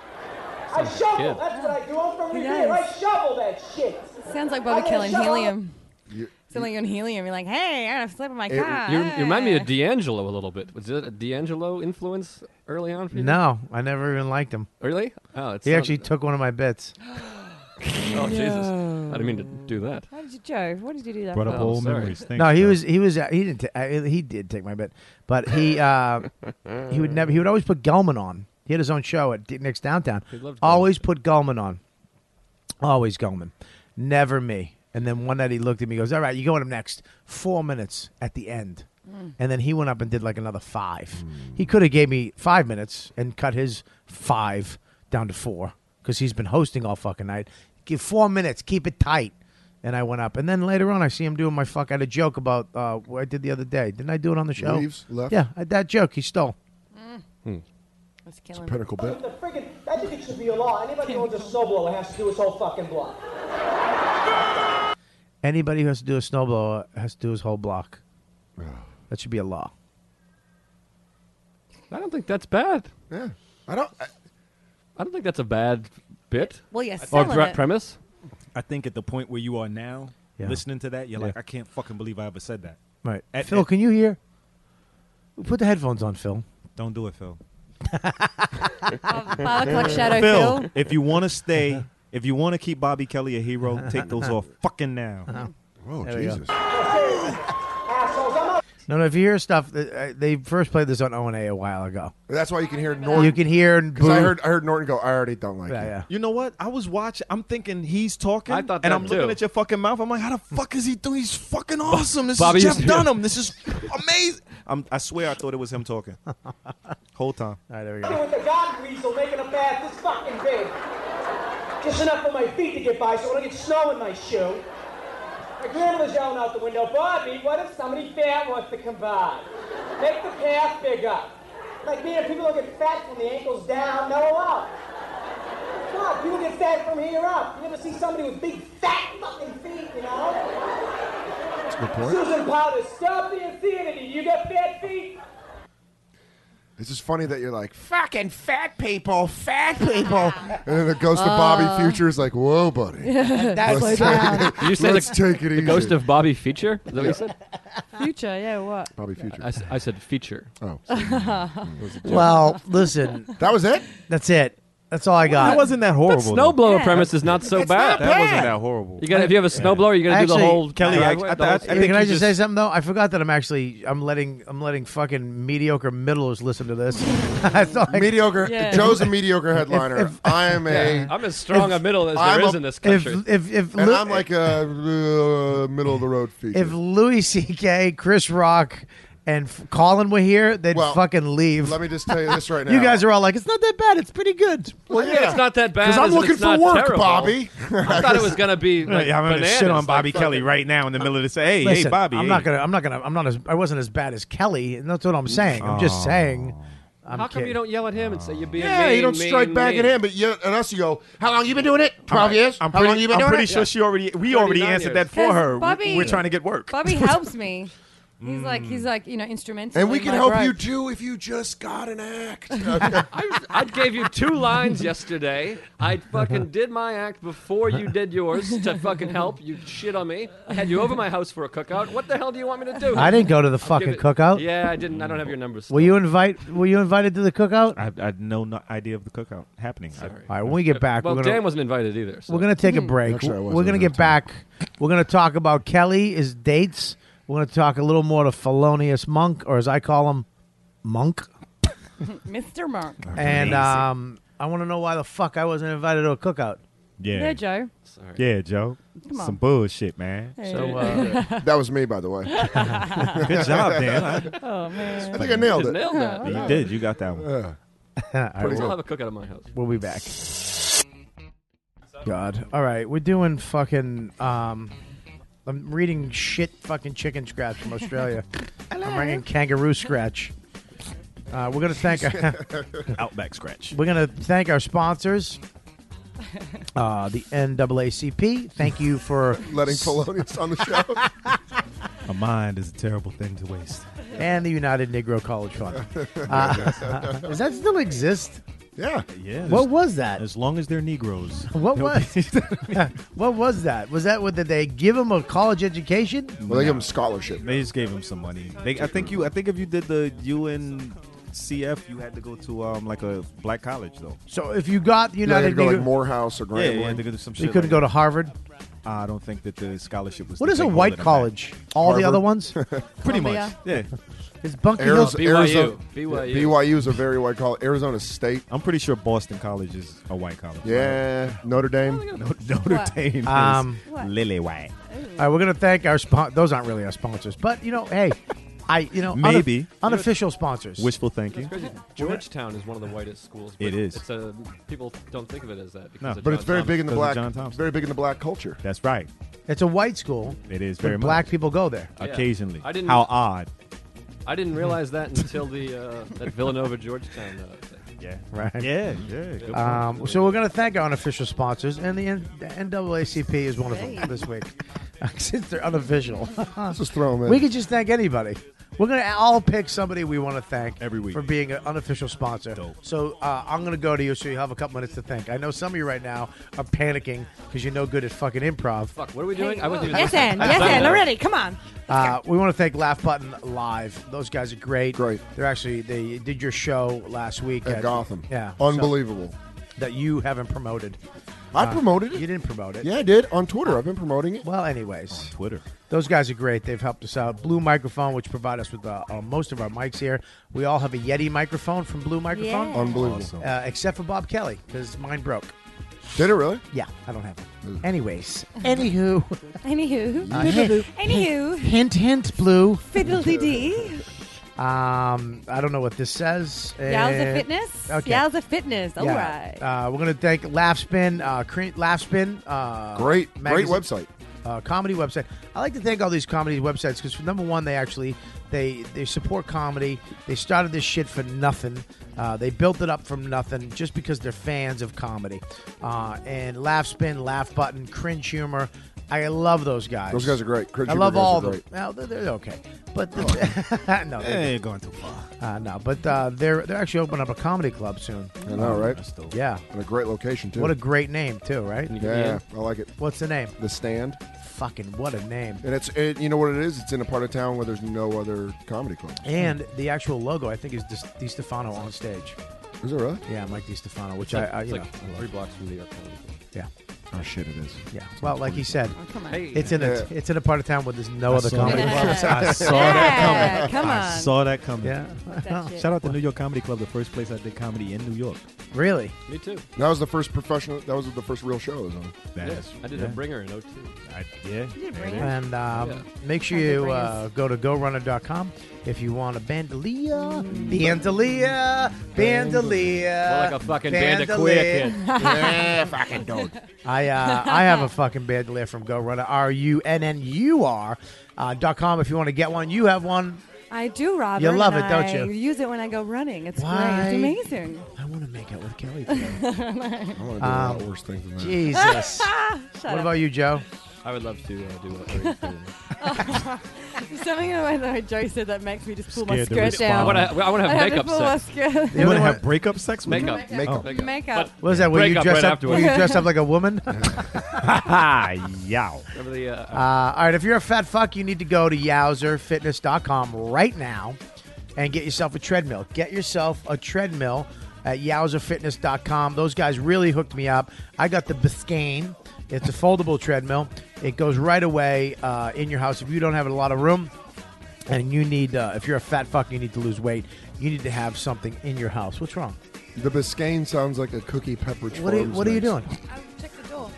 I Sounds shovel. good. Oh, That's what I do. I'm from He Revere. I does. shovel that shit. Sounds like I Bobby get a Kelly and shovel. Helium. You, Sounds like you're on Helium. You're like, hey, I'm going to sleep in my You, car. you remind me of D'Angelo a little bit. Was it a D'Angelo influence early on for you? No, I never even liked him. Really? Oh, it's he not- actually took one of my bits. Oh, Jesus. I didn't mean to do that. How did you, Joe? What did you do that Brought for? up Oh, old sorry. memories. Thanks, no, he was he was uh, he didn't ta- uh, he did take my bit, but he uh, he would never he would always put Gelman on. He had his own show at D- Nick's Downtown. He loved Gelman. Always put Gelman on. Always Gelman, never me. And then one night he looked at me, and goes, "All right, you going up next? Four minutes at the end." Mm. And then he went up and did like another five. He could have gave me five minutes and cut his five down to four because he's been hosting all fucking night. Give four minutes, keep it tight. And I went up, and then later on, I see him doing my fuck. I had a joke about uh, what I did the other day. Didn't I do it on the show? Leaves, left. Yeah, I, that joke he stole. That's It's a killing pinnacle bit. The friggin', I think it should be a law. Anybody who owns a snowblower has to do his whole fucking block. Anybody who has to do a snowblower has to do his whole block. That should be a law. I don't think that's bad. Yeah, I don't. I, don't think that's a bad bit. Well, you're or selling pre- it. premise. I think at the point where you are now, Yeah. listening to that, you're Yeah. like, I can't fucking believe I ever said that. Right. At- Phil, at- can you hear? Put the headphones on, Phil. Don't do it, Phil. Five o'clock shadow, Phil, Phil. if you want to stay, if you want to keep Bobby Kelly a hero, take those off fucking Uh-huh. now. Oh, There we go. Jesus. Assholes, I'm out. No, no. If you hear stuff, th- uh, they first played this on O and A a while ago. That's why you can hear Norton. You can hear because I boo. heard I heard Norton go. I already don't like Yeah, you. yeah. You know what? I was watching. I'm thinking he's talking, I thought and that I'm too. looking at your fucking mouth. I'm like, how the fuck is he doing? He's fucking awesome. This Bobby is is- Jeff Dunham. This is amazing. I'm, I swear, I thought it was him talking. Whole time. All right, there we Fucking with the god weasel making a bath this fucking big. Just enough for my feet to get by so I don't get snow in my shoe. My grandma's yelling out the window, Bobby, what if somebody fat wants to come by? Make the path bigger. Like, man, people don't get fat from the ankles down, no up. God, people get fat from here up. You ever see somebody with big fat fucking feet, you know? That's a good point. Susan Powder, stop the insanity. You got fat feet? It's just funny that you're like, Fucking fat people, fat people. and then the ghost of Uh. Bobby Future is like, whoa, buddy. That's Let's what- take it- Did you say let's the, take it the easy. ghost of Bobby Feature? Is that what you said? Future, yeah, what? Bobby Future. I, s- I said feature. Oh. Well, listen. That was it. That's it. That's all I got. That wasn't that horrible. though. Snowblower premise is not so bad. That wasn't that horrible. You got if you have a snowblower, you got to do the Actually, whole Kelly, I- driveway, I- the whole I- I thing. think Hey, can I you just, just- say something though? I forgot that I'm actually I'm letting I'm letting fucking mediocre middlers listen to this. I thought I- mediocre. Yeah. Joe's a mediocre headliner. if- I am a. I'm as strong a middle as I'm there is a- in this if country. if if And Lu- I'm like a uh, middle of the road feature. if Louis C.K., Chris Rock, and F- Colin were here, they'd Well, fucking leave. Let me just tell you this right now. You guys are all like, it's not that bad. It's pretty good. Well, Yeah, it's not that bad. Because I'm as in looking it's for not work, terrible. Bobby. I thought it was gonna be like Yeah, I'm gonna bananas, shit on like Bobby fucking- Kelly right now in the middle of this. Hey, Listen, hey, Bobby. I'm hey. Mm. not gonna. I'm not gonna. I'm not as. I wasn't as bad as Kelly. And that's what I'm saying. I'm just Oh. saying. I'm How come kidding. you don't yell at him and say you're being Yeah, mean? you don't mean, strike back at mean. him, but you, and us, you go, how long you been doing it? 12 years? I'm how pretty, long you been I'm doing pretty it? sure she already. We already 39 answered years. that for her. We- Bobby- We're trying to get work. Bobby helps me. He's like, he's like, you know, instrumental. And we in can my help growth. you too if you just got an act. I, was- I gave you two lines yesterday. I fucking did my act before you did yours to fucking help. You shit on me. I had you over my house for a cookout. What the hell do you want me to do? I didn't go to the Give fucking it- cookout. Yeah, I didn't. I don't have your numbers. Were you invite? Were you invited to the cookout? I have, I have no, no idea of the cookout happening. Sorry. All right, when we get back, Well, we're gonna Dan Mm. wasn't invited either. So. we're gonna take a break. Actually, I was we're gonna at get that back. We're gonna talk about Kelly, his dates. We're gonna talk a little more to Felonious Monk, or as I call him, Monk. Mr. Monk. And um, I want to know why the fuck I wasn't invited to a cookout. Yeah. There, Joe. Sorry. Yeah, Joe. Come on. Some bullshit, man. So, uh, that was me, by the way. I Good job, Dan. I- Oh man. think I nailed just it. nailed that. you did. You got that one. All right, We'll we'll, have a cookout at my house. we'll be back. God. All right, we're doing fucking. Um, I'm reading shit fucking chicken scratch from Australia. I'm reading kangaroo scratch. Uh, we're gonna thank. Outback scratch. We're going to thank our sponsors, uh, the NAACP. Thank you for Letting Polonius on the show. A mind is a terrible thing to waste. and the United Negro College Fund. Uh, does that still exist? yeah. Yeah. What was that? As long as they're Negroes. What was? what was that? Was that what did they give them a college education? Well, they give him scholarship. They just gave him some money. They, I think you. I think if you did the UNCF, you had to go to um like a black college though. So if you got You know, they United had to go like Negro, Morehouse or Yeah, Grambling. you had to go to some. you shit couldn't like go to Harvard. that. I don't think that the scholarship was. What the is a big hole white that I'm at. college? All Harvard. the other ones? Pretty much. Columbia. Yeah, Is Bunker Hill? Arizo- BYU. Arizona, BYU. BYU is a very white college. Arizona State. I'm pretty sure Boston College is a white college. Yeah. Notre Dame. No- Notre What? Dame is Um, What? lily white. All right, we're gonna thank our sponsors. Those aren't really our sponsors, but you know, hey, I you know uno- Maybe. unofficial sponsors. Wishful thinking. Crazy. Georgetown is one of the whitest schools. but It is. It's a, people don't think of it as that. Because No. of But it's John very Thomas. big in the Because black. of John Thompson. It's very big in the black culture. That's right. It's a white school. It is But very black much. people go there. Occasionally. I didn't- How odd. I didn't realize that until the uh, that Villanova Georgetown uh, thing. Yeah. Right. Yeah. Yeah. Good Um, so we're going to thank our unofficial sponsors, and the, N- the NAACP is one of them Hey. this week. Since they're unofficial, Let's just throw them in. we could just thank anybody. We're gonna all pick somebody we want to thank every week for being an unofficial sponsor. So uh, I'm gonna go to you, so you have a couple minutes to think. I know some of you right now are panicking because you're no good at fucking improv. Fuck, what are we doing? I wasn't even yes, listening. and yes, and already. Come on. Uh, we want to thank Laugh Button Live. Those guys are great. Great. They're actually they did your show last week At Gotham. Yeah, Unbelievable. so- that you haven't promoted. I promoted it. You didn't promote it. Yeah, I did on Twitter. I've been promoting it. Well, anyways, on Twitter. Those guys are great. They've helped us out. Blue Microphone, which provide us with uh, uh, most of our mics here. We all have a Yeti microphone from Blue Microphone. Yeah. Unbelievable. Awesome. Uh, except for Bob Kelly, because mine broke. Did it really? Yeah, I don't have one. Anyways, anywho. Anywho. Uh, hint- Anywho. Hint, hint, Blue. Fiddly dee. Um, I don't know what this says. Yowza And- Fitness. Eh. Okay. Yowza Fitness. All right. Uh, we're gonna thank Laughspin, uh, cre- Laughspin. Uh, Great- great website. uh, comedy website. I like to thank all these comedy websites because number one, they actually they they support comedy. They started this shit for nothing. Uh, they built it up from nothing just because they're fans of comedy. Uh, and Laughspin, Laugh Button, Cringe Humor. I love those guys. Those guys are great. Cringe I Humor love guys all are of them. great. Oh. Well, they're, they're okay, but the, no, Eh, they're you're going too far. Uh, no, but uh, they're they're actually opening up a comedy club soon. I know, right? Yeah. And a great location, too. What a great name too, right? Yeah, I like it. What's the name? The Stand. Fucking what a name. And it's, it, you know what it is? It's in a part of town where there's no other comedy club. And the actual logo, I think, is Dis- Di Stefano on stage. Is it really? Yeah, Mike Di Stefano, which It's like, I, I it's you like know, I love. three blocks from the airport. Yeah. Oh, shit, it is. Yeah. Well, like he said, come on. it's in a Yeah. it's in a part of town where there's no I other saw comedy. that. clubs. I I saw that coming. Um, I saw that coming. Yeah. Shout out to New York Comedy Club, the first place I did comedy in New York. Really? Me too. That was the first professional, that was the first real show I was on. That Yeah, is- I did yeah. a bringer in 02. I, yeah. You did bringer? And um, Yeah. make sure you uh, go to GoRunner.com if you want a bandolier. Bandolier. Bandolier. More like a fucking bandolier kid. Yeah, fucking dog. I uh, I have a fucking bandolier from Go Runner. R U N N U R uh, dot com. If you want to get one, you have one. I do, Robert. You love and it, don't I you? Use it when I go running. It's Why? great. It's amazing. I want to make out with Kelly today. I want to do a lot Um, worse things than that. Jesus. Shut what up. about you, Joe? I would love to uh, do a very cool- Something about the way Joe said that makes me just pull Scared to my respond. skirt down. I wanna- I wanna have to makeup pull my sex. skirt- You want to have breakup sex with Makeup. him? Makeup. Oh. Makeup. Makeup. What was that? Were you Break up dressed right up? Were you dressed up like a woman? Yow. Remember the uh, Uh, all right, if you're a fat fuck, you need to go to yowzerfitness.com right now and get yourself a treadmill. Get yourself a treadmill at yowzerfitness.com. Those guys really hooked me up. I got the Biscayne. It's a foldable treadmill. It goes right away uh, in your house. If you don't have a lot of room, and you need, uh, if you're a fat fuck, you need to lose weight. You need to have something in your house. What's wrong? The Biscayne sounds like a cookie Pepperidge What are you, Farms what are you mix. doing? I checked the door.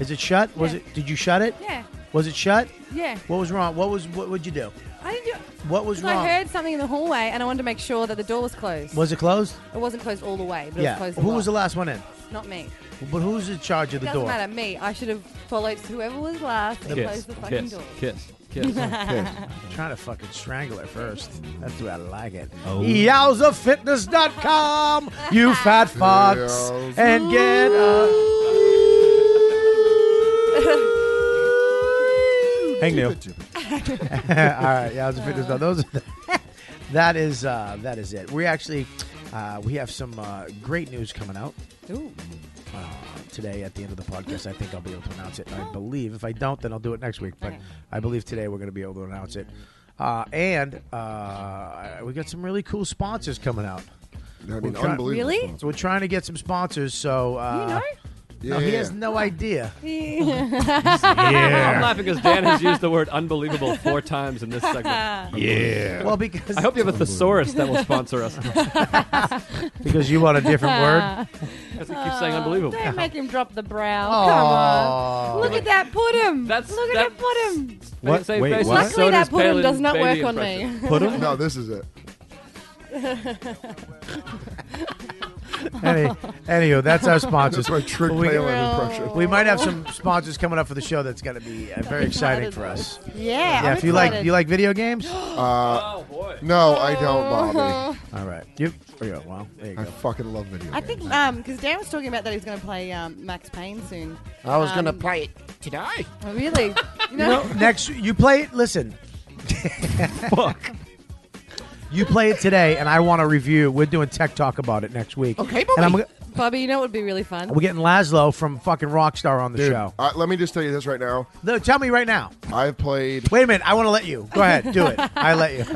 Is it shut? Was Yeah. it? Did you shut it? Yeah. Was it shut? Yeah. What was wrong? What was? What would you do? I didn't do What was 'cause wrong? I heard something in the hallway and I wanted to make sure that the door was closed. Was it closed? It wasn't closed all the way, but yeah. it was closed. Who was the last one in? last? Not me. But who's in charge of the Doesn't door? matter. Me. I should have followed whoever was last and Kiss. closed the fucking Kiss. door. kiss. Kiss. I'm trying to fucking strangle her first. That's the way I like it. Oh. Yowzafitness.com, you fat fox, Yowza. and get a. Hang nail. All right, Uh. yowzafitness.com. Those are the- that is uh, that is it. We actually uh, we have some uh, great news coming out. Ooh. uh, today at the end of the podcast. I think I'll be able to announce it. Oh. I believe. If I don't, then I'll do it next week. But I believe today we're going to be able to announce it. Uh, and uh, we got some really cool sponsors coming out. I mean, We're try- unbelievable Really? sponsors. So we're trying to get some sponsors. So uh, You No, know? he Yeah. has no idea. Yeah. I'm laughing because Dan has used the word unbelievable four times in this segment. Yeah. Well, because I hope you have a thesaurus that will sponsor us. because you want a different word. Because he keeps saying unbelievable. Don't make him drop the brow. Aw. Come on. Look at that pudding. That's, Look at that pudding. What? Wait, what? Luckily, that pudding does not work on me. Pudding? No, this is it. Any, anywho, that's our sponsors. That's my Trick But we- Palin impression. We might have some sponsors coming up for the show. That's going to be uh, very exciting for us. Yeah, yeah. I'm if you like, excited. you like video games. Oh, Uh, No, I don't, Bobby. All right. You, there you go. Well, there you I go. fucking love video I games. think um because Dan was talking about that he's going to play um, Max Payne soon. Oh. I was gonna Um, play it today. Really? You You know, next you play. Listen, Fuck. You play it today, and I want to review. We're doing tech talk about it next week. Okay, And I'm, Bobby, you know what would be really fun? we're getting Laszlo from fucking Rockstar on the Dude, show. I- let me just tell you this right now. No, tell me right now. I've played. Wait a minute. I want to let you. Go ahead. Do it. I let you.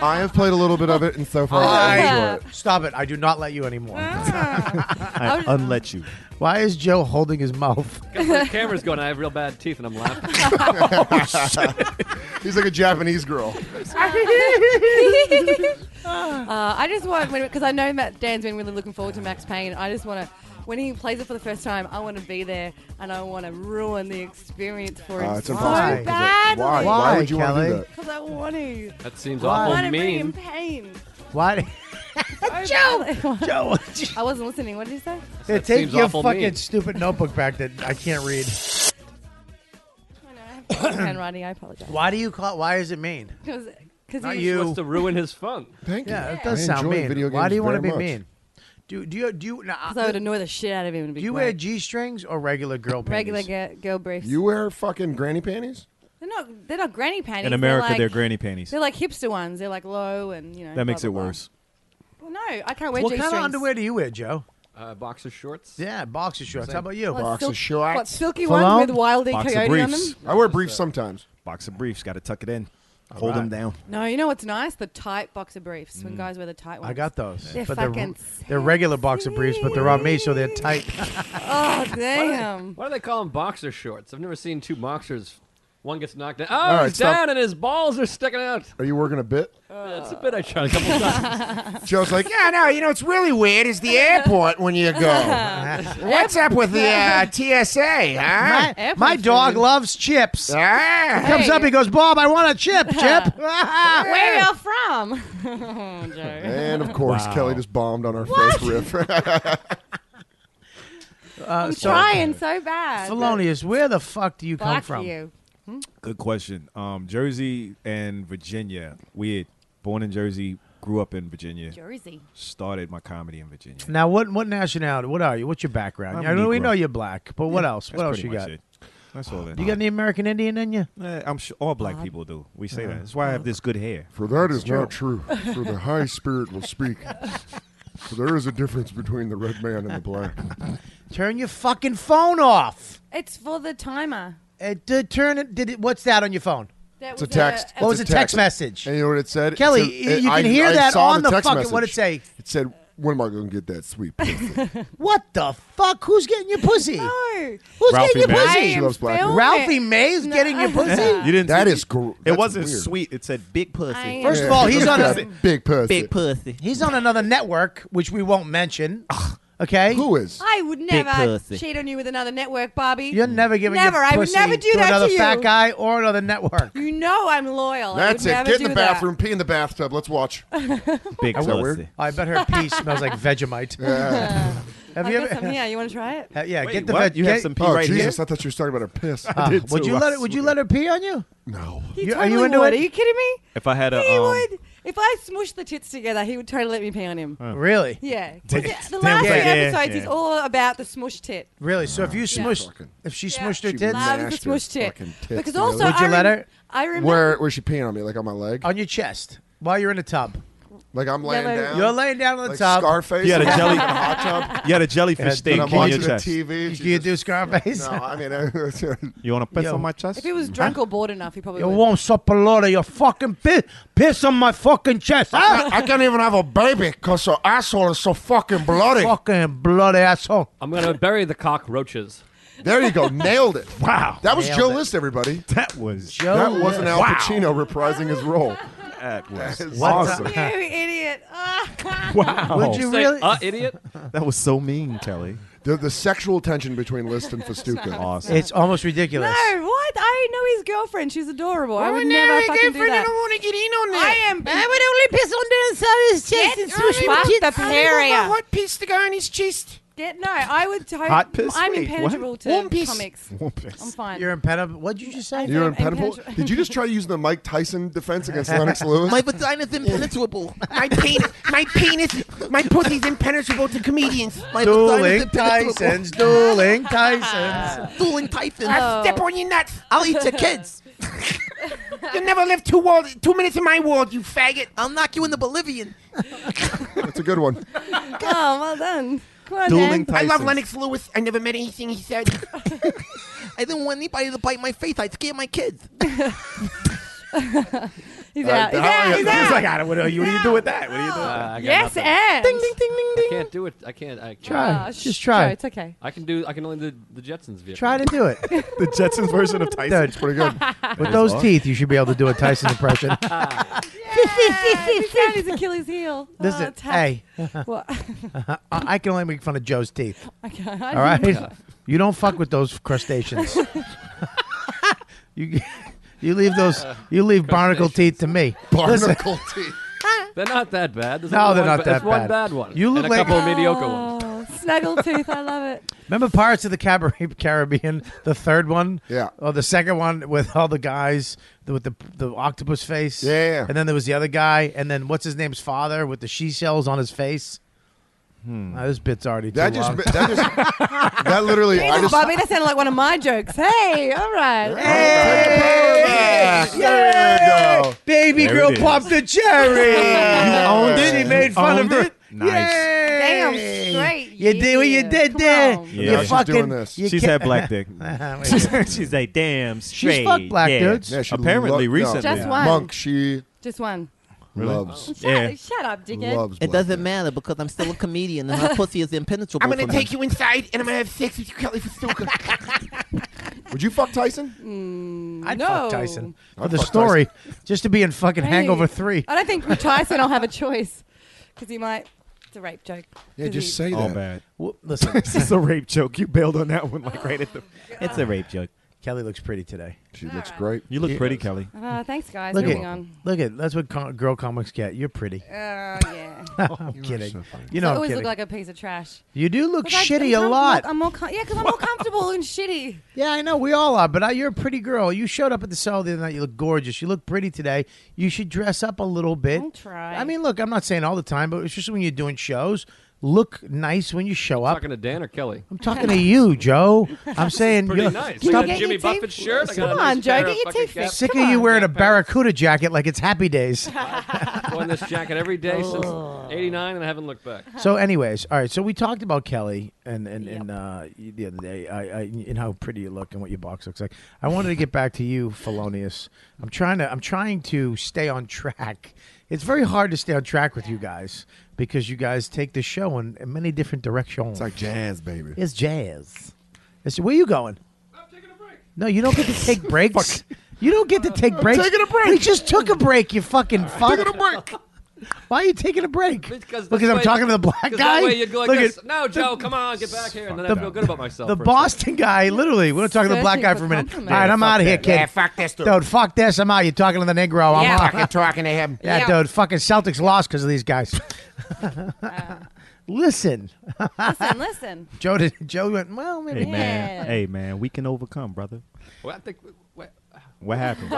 I have played a little bit of it, and so far I enjoy I, it. stop it. I do not let you anymore. I I was- unlet you. Why is Joe holding his mouth? Got my camera's going. I have real bad teeth, and I'm laughing. He's like a Japanese girl. Ah. uh, I just want because I know Matt Dan's been really looking forward to Max Payne. I just want to. When he plays it for the first time, I want to be there and I want to ruin the experience for him Oh, Uh, it's so impossible. badly. Why? Why? Why would you wanna do Why, Kelly? that? Because I want to. That seems I awful want to bring him mean. pain. Why? Joe! Joe, I wasn't listening. What did you say? Here, That take seems your awful fucking mean. stupid notebook back that I can't read. Handwriting, I apologize. Why do you call? Why is it mean? Because Not he you. wants to ruin his fun. Thank Yeah, it I does sound enjoy mean. video Why do games you wanna very be much. mean? Do do you do you? Nah, Because I would annoy the shit out of him. and do be you great. wear g strings or regular girl panties? regular ga- girl briefs? You wear fucking granny panties? They're not. They're not granny panties. In America, they're, like, they're granny panties. They're like hipster ones. They're like low and you know. That makes blah, it blah, blah. worse. Well, no, I can't wear. what G-strings. kind of underwear do you wear, Joe? Uh, boxer shorts. Yeah, boxer shorts. Same. How about you? What, silk- What silky Cologne? ones with Wild E Boxer Coyote on them? briefs. I wear briefs sometimes. Box of briefs, got to tuck it in. Hold them right. down. No, you know what's nice? The tight boxer briefs when guys wear the tight ones. Mm. I got those. They're but fucking they're, they're regular boxer briefs, but they're on me, so they're tight. oh damn! Why do they call them boxer shorts? I've never seen two boxers. One gets knocked down. Oh, right, he's stop. down and his balls are sticking out. Are you working a bit? That's a bit I tried a couple times. Joe's like, Yeah, no, you know what's really weird is the airport when you go. What's up with the uh, TSA, huh? Ah. My, my dog loves chips. He comes up, he goes, Bob, I want a chip, chip. Where y'all from? oh, Joe. and of course, Wow. Kelly just bombed on our first riff. I'm trying so bad. Felonious, where the fuck do you come Fuck from? you. Good question. Um, Jersey and Virginia. Weird. Born in Jersey, grew up in Virginia. Jersey. Started my comedy in Virginia. Now, what what nationality? What are you? What's your background? I'm I know we Negro. know you're black, but what Yeah, else? that's What else pretty you much got? it. That's all. It. You got any American Indian in you? Eh, I'm sure all black people do. We say that. That's why I have this good hair. For that is not true. For the high spirit will speak. For there is a difference between the red man and the black. Turn your fucking phone off. It's for the timer. It did turn it. Did it? What's that on your phone? That It's a text. What was It's the text message? And you know what it said? It Kelly, said- y- you can hear that saw on the text fucking- what'd it message. say? It said, "When am I going to get that sweet?" pussy?" What the fuck? Who's getting your pussy? No. Who's getting Ralphie your Mays. pussy? She loves black. filming people. Ralphie Mays getting your pussy? You didn't. That see- is gr- It that's wasn't weird. sweet. It said big pussy. I- First of all, he's on a big pussy. pussy. he's on another network which we won't mention. Okay, Who is? I would never pussy. cheat on you with another network, Bobby. you're never giving Never. your I would pussy never do to that to another you. fat guy or another network. You know I'm loyal. That's I it. would never Get in do the that. bathroom, pee in the bathtub. Let's watch. Big Is that weird? pussy. I bet her pee smells like Vegemite. Uh, Have I you got ever? some here. You want to try it? Ha- yeah, Wait, get the what? veg. You have get- some pee Oh right Jesus! here. I thought you were talking about her piss. Ah, would too, you I let her, Would you let her pee on you? no. He You- are totally you into would. it? Are you kidding me? If I had a, he um, would. If I smushed the tits together, he would totally let me pee on him. Really, Yeah. 'Cause The, the last was few like, yeah, episodes, yeah. he's all about the smush tit. really. So if you smushed, Fucking- if she Yeah. smushed her She tits Loves the mashed smush her tit. fucking tits Because together. also, Would you I let rem- her? I remember. Where where's she peeing on me? Like on my leg? on your chest while you're in the tub, Like I'm laying like- down. you're laying down on the like tub. Scarface. You had a I'm jelly- in a hot tub. You had a jellyfish Yeah, steak and I'm on watching your the chest. You TV. You, she you just- do Scarface. No, I mean, uh, I- want to piss Yo. on my chest? If he was drunk or bored enough, he probably You would. won't sup a lot of your fucking piss, piss on my fucking chest. Ah, I can't even have a baby because her asshole is so fucking bloody. fucking bloody asshole. I'm gonna bury the cockroaches. There you go. Nailed it. Wow. That was Nailed Joe it. List, everybody. That was. Joe that wasn't Al Wow. Pacino reprising his role. That was. What awesome. You idiot. Ah. Wow. Would you Say, really? uh, idiot. That was so mean, Kelly. The, the sexual tension between List and Festuca. Awesome. it's almost No, ridiculous. what? I know his girlfriend. She's adorable. I would never fucking do that. want to get in on I am. I would only piss on the side of his chest and swish my the area. hot piece to go on his chest. Get no. I would. To- Hot piss? I'm Wait, impenetrable what? to Warm piss. comics. I'm fine. You're impenetrable. What'd you just say? You're And- and impenetrable. penetra- Did you just try to use the Mike Tyson defense against Lennox Lewis? vagina's impenetrable. my penis, my penis, my pussy's impenetrable to comedians. My Dueling Tysons. Dueling Tysons. Oh. dueling Tysons. I step on your nuts. I'll eat your kids. You'll never live two world, two minutes in my world, you faggot. I'll knock you in the Bolivian. That's a good one. oh, well done. Come on, Dueling Dan. I love Tysons. Lennox Lewis. I never met anything he said. I didn't want anybody to bite my face. I'd scare my kids. He's Uh, out. He's how- out. He's It's out. like, I don't, what, do you- what do you do "Ah, with that? What do you do with Uh, I that? got Yes, nothing. and Ah, ding, ding, ding, I can't do it. I can't. I Try. Oh, Just sh- try. try. It's okay. I can do. I can only do the Jetsons video. Try to do it. the Jetsons version of Tyson. That's pretty good. With those teeth, you should be able to do a Tyson impression. Oh, Yeah, Uh, we found his Achilles heel. Listen, Oh, tough. hey, What? I I can only make fun of Joe's teeth. Okay. All right, you don't fuck with those crustaceans. you, you leave those, you leave barnacle teeth to me. Barnacle teeth. They're not that bad. There's No, only they're one not ba- there's that one bad. bad one. You look and like- a couple of mediocre ones. Oh, Snaggletooth, I love it. Remember Pirates of the Cabaret- Caribbean, the third one? Yeah. Or the second one with all the guys with the the octopus face. Yeah, yeah, yeah. And then there was the other guy, and then what's his name's father with the she shells on his face. Hmm. this bit's already too That just long. bi- that just that literally I Jesus, just Bobby, that sounded like one of my jokes. Hey, all right. Hey! There we go. Baby There girl it is. popped the cherry. You owned it? She made You fun of owned her. it? Nice. Damn Yay. straight, You did what you did there. Yeah. You She's fucking, doing this. you She's ca- had black dick. She's like, damn straight. fucked black Yeah. dudes. Yeah, she Apparently, lo- recently. Just one. Monk, she Just one. loves. Shut, shut up, dickhead. Loves It doesn't matter because I'm still a comedian and my pussy is impenetrable. I'm gonna for take me. you inside and I'm gonna have sex with you, Kelly Fasuka. Would you fuck Tyson? I'd no. fuck Tyson for I'd the fuck story, just to be in fucking Hey. Uh, Hangover Three. I don't think with Tyson I'll have a choice because he might. It's a rape joke. 'Cause he- Oh, All bad. Well, listen, this is a rape joke. You bailed on that one like right at Oh, the. It's a rape joke. Kelly looks pretty today. She looks great. You look Yeah. pretty, Kelly. Uh, thanks, guys. Look Moving at, on. look at that's what com- girl comics get. You're pretty. Uh, yeah. I'm kidding. you know, I I'm always kidding. look like a piece of trash. you do look But I- shitty a I'm com- lot. I'm more com- yeah, because I'm more comfortable and shitty. yeah, I know we all are, but I, you're a pretty girl. You showed up at the cell the other night. You look gorgeous. You look pretty today. You should dress up a little bit. I'll try. I mean, look, I'm not saying all the time, but especially when you're doing shows, look nice when you show up. Talking to Dan or Kelly. I'm talking to you, Joe. I'm saying Pretty you're nice. stop- I got get a Jimmy your teeth- Buffett shirt. I got a Come nice on, Joe, pair get of your fucking teeth fixed. cap- sick of you wearing a barracuda jacket like it's Happy Days. Worn this jacket every day Oh. since '89, and I haven't looked back. So, anyways, all right. So we talked about Kelly and and, and uh, the other day, I, I and how pretty you look and what your box looks like. I wanted to get back to you, Felonious. I'm trying to I'm trying to stay on track. It's very hard to stay on track with you guys because you guys take the show in, in many different directions. It's like jazz, baby. It's jazz. It's, where you going? I'm taking a break. No, you don't get to take breaks. you don't get to take breaks. taking a break. We just took a break. You fucking fuck. Taking a break. Why are you taking a break? Because Because, this I'm way- talking to the black 'cause guy. That way you'd go like Look this. at- no, Joe, come on, get back here, and then I feel good about myself. the for a Boston guy, literally, we we're talking to the black Searching guy for for a minute. All compliments. right, I'm Yeah, out of fuck here, that. kid. Yeah, fuck this, dude. Dude, fuck this. I'm out. You're talking to the Negro. I'm yeah, out. fucking talking to him. Yeah, dude, fucking Celtics lost because of these guys. Listen, Listen, listen. Joe. Did, Joe went. Well, maybe. Hey, man. Yeah. Hey, man. We can overcome, brother. second. Well, I think. Wait, What happened?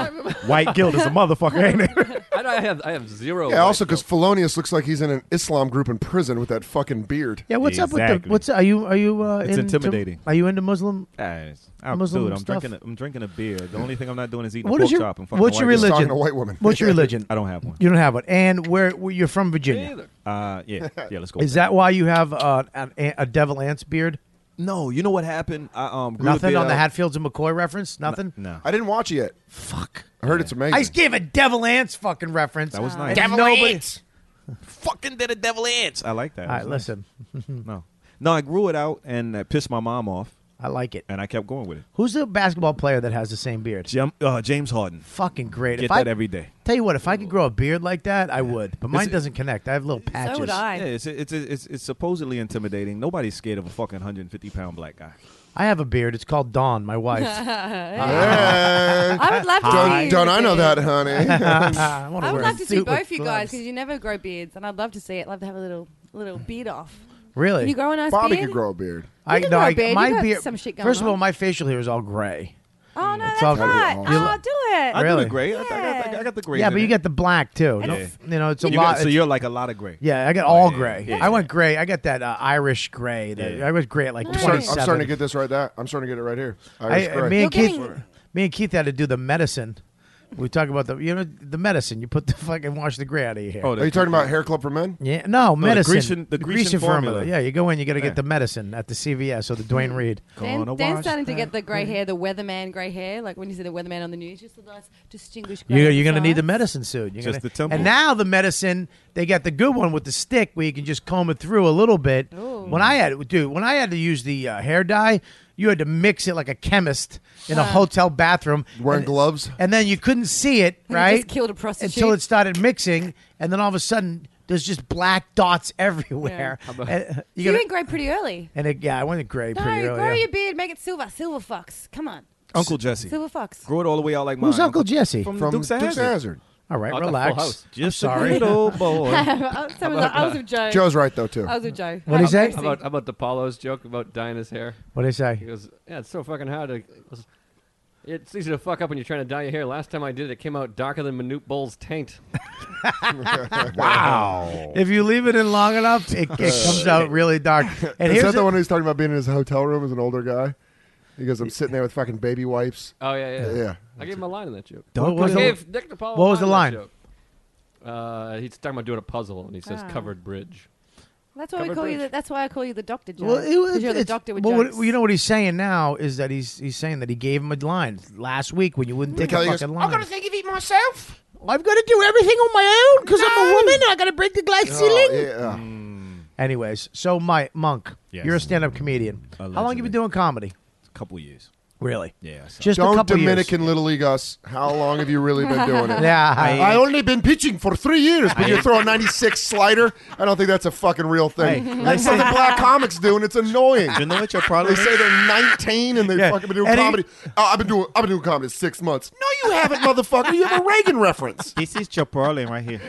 White guilt is a motherfucker, ain't it? I, don't- I have. I have zero. Yeah, white also because Felonious looks like he's in an Islam group in prison with that fucking beard. Yeah, what's up with the? Exactly. What's are you? Are you? Uh, It's into- intimidating. Are you into Muslim? Guys, I'm, Muslim dude, I'm stuff. drinking. A, I'm drinking a beer. The only thing I'm not doing is eating What a is pork your? chop and fucking what's your white girl. religion? Talking to white women. What's your religion? I don't have one. You don't have one. And where, where you're from, Virginia? Uh, yeah, yeah. Let's go. Is that why you have uh, an, a devil ants beard? no? You know what happened? I um grew Nothing beard on the out- Hatfields and McCoy reference. Nothing. No, I didn't watch it yet. Fuck. I heard it's amazing. I just gave a devil ants fucking reference. That was Uh, nice. and Devil nobody- fucking did a devil ants. I like that. All right, It was nice. listen. No, no. I grew it out and it pissed my mom off, I like it. and I kept going with it. Who's the basketball player that has the same beard? Jim, uh, James Harden. Fucking great. Get if I, that every day. Tell you what, if I could grow a beard like that, I would. But mine it- doesn't connect. I have little patches. So would I. Yeah, it's, it's it's it's supposedly intimidating. Nobody's scared of a fucking 150 pound black guy. I have a beard. It's called Dawn, my wife. Hey. I would love to see Don't, you don't with I a know beard. that, honey? I, wanna I would wear a love to see suit with both you guys gloves. because you never grow beards, and I'd love to see it. Love to have a little little beard off. Really? Can you grow a nice Bobby beard? could grow a beard. I can no, grow a I, beard. You my got beard. some shit going first of all, on. my facial hair is all gray. Oh no, It's that's all- right. You Oh, do it. I do Really? the gray. I, I, got- I got, the gray. yeah, but you got the black too. Yeah. Don't- You know, it's a you lot. got, so you're like a lot of gray. Yeah, I Oh, got all yeah, gray. yeah, I went gray. I got that uh, Irish gray. that- Yeah. I was gray at like I'm starting, I'm 27. starting to get this right. That I'm starting to get it right here. I, Irish I- gray. me and You're Keith, getting- me and Keith had to do the medicine We talk about the you know the medicine. You put the fucking wash the gray out of your hair. Oh, the- Are you talking about hair club for men? Yeah, no, No, the medicine. Grecian- the Grecian formula. Yeah, you go in, you got to Yeah. get the medicine at the CVS or the Dwayne Reed. Dan, Dan's starting to get the grey hair, the weatherman grey hair. Like when you see the weatherman on the news, just a nice distinguished. Grey You're, you're going to design. need the medicine suit. You're gonna- Just the temple. And now the medicine, they got the good one with the stick where you can just comb it through a little bit. When I had, dude, when I had to use the uh, hair dye, you had to mix it like a chemist in a Huh. hotel bathroom. Wearing gloves? And then you couldn't see it, And it right? just killed a prostitute. Until it started mixing. And then all of a sudden, there's just black dots everywhere. Yeah. How about- And, uh, you You, gotta- went grey pretty early. and it, yeah, I went gray No, pretty early. grow yeah. your beard, make it silver, silver fox. Come on. Uncle Jesse. Silver fox. Grow it all the way out like Who's mine. Uncle Jesse? From, Dukes of Hazzard. All right, I thought Full House. relax. I'm Just a sorry. little I was- I was with Joe. uh, Joe's right, though, too. I was with Joe. What'd he say? How uh, about, how about the Paulo's joke about dyeing his hair? What'd he say? He goes, "Yeah, it's so fucking hard to. It's easy to fuck up when you're trying to dye your hair. Last time I did it, it came out darker than Manute Bowl's taint. Wow. If you leave it in long enough, it, it comes out really dark. And Uh, Is here's that the a- one who's talking about being in his hotel room as an older guy? He goes, I'm sitting there with fucking baby wipes. Oh yeah, yeah. Yeah. I gave him a line in that joke. What was I the- gave Nick DiPaolo what was the a line? in that joke. Uh, he's talking about doing a puzzle, and he says Ah. covered bridge. That's why we Covered call you. bridge. The, that's why I call you the doctor, Joe. Well, it- 'Cause you're the it's- doctor with well, what- jokes. you know what he's saying now is that he's he's saying that he gave him a line last week when you wouldn't take a Kelly fucking goes, line. think of it myself. I've got to do everything on my own because I'm a woman. I got to break the glass Oh, yeah. Anyways, so my monk, Yes. you're a stand-up comedian. How long you been doing comedy? A couple years. Really? Yeah. so- Just Don't a couple Dominican Little League us. How long have you really been doing it? Yeah. I, only been pitching for three years, but you throw a 96 slider? I don't think that's a fucking real thing. Hey, that's what the black comics do, and it's annoying. You know what your problem They say they're 19 and they've fucking been doing Eddie- comedy. Oh, I've been doing I've been doing comedy six months. No, you haven't, motherfucker. You have a Reagan reference. This is your problem right here.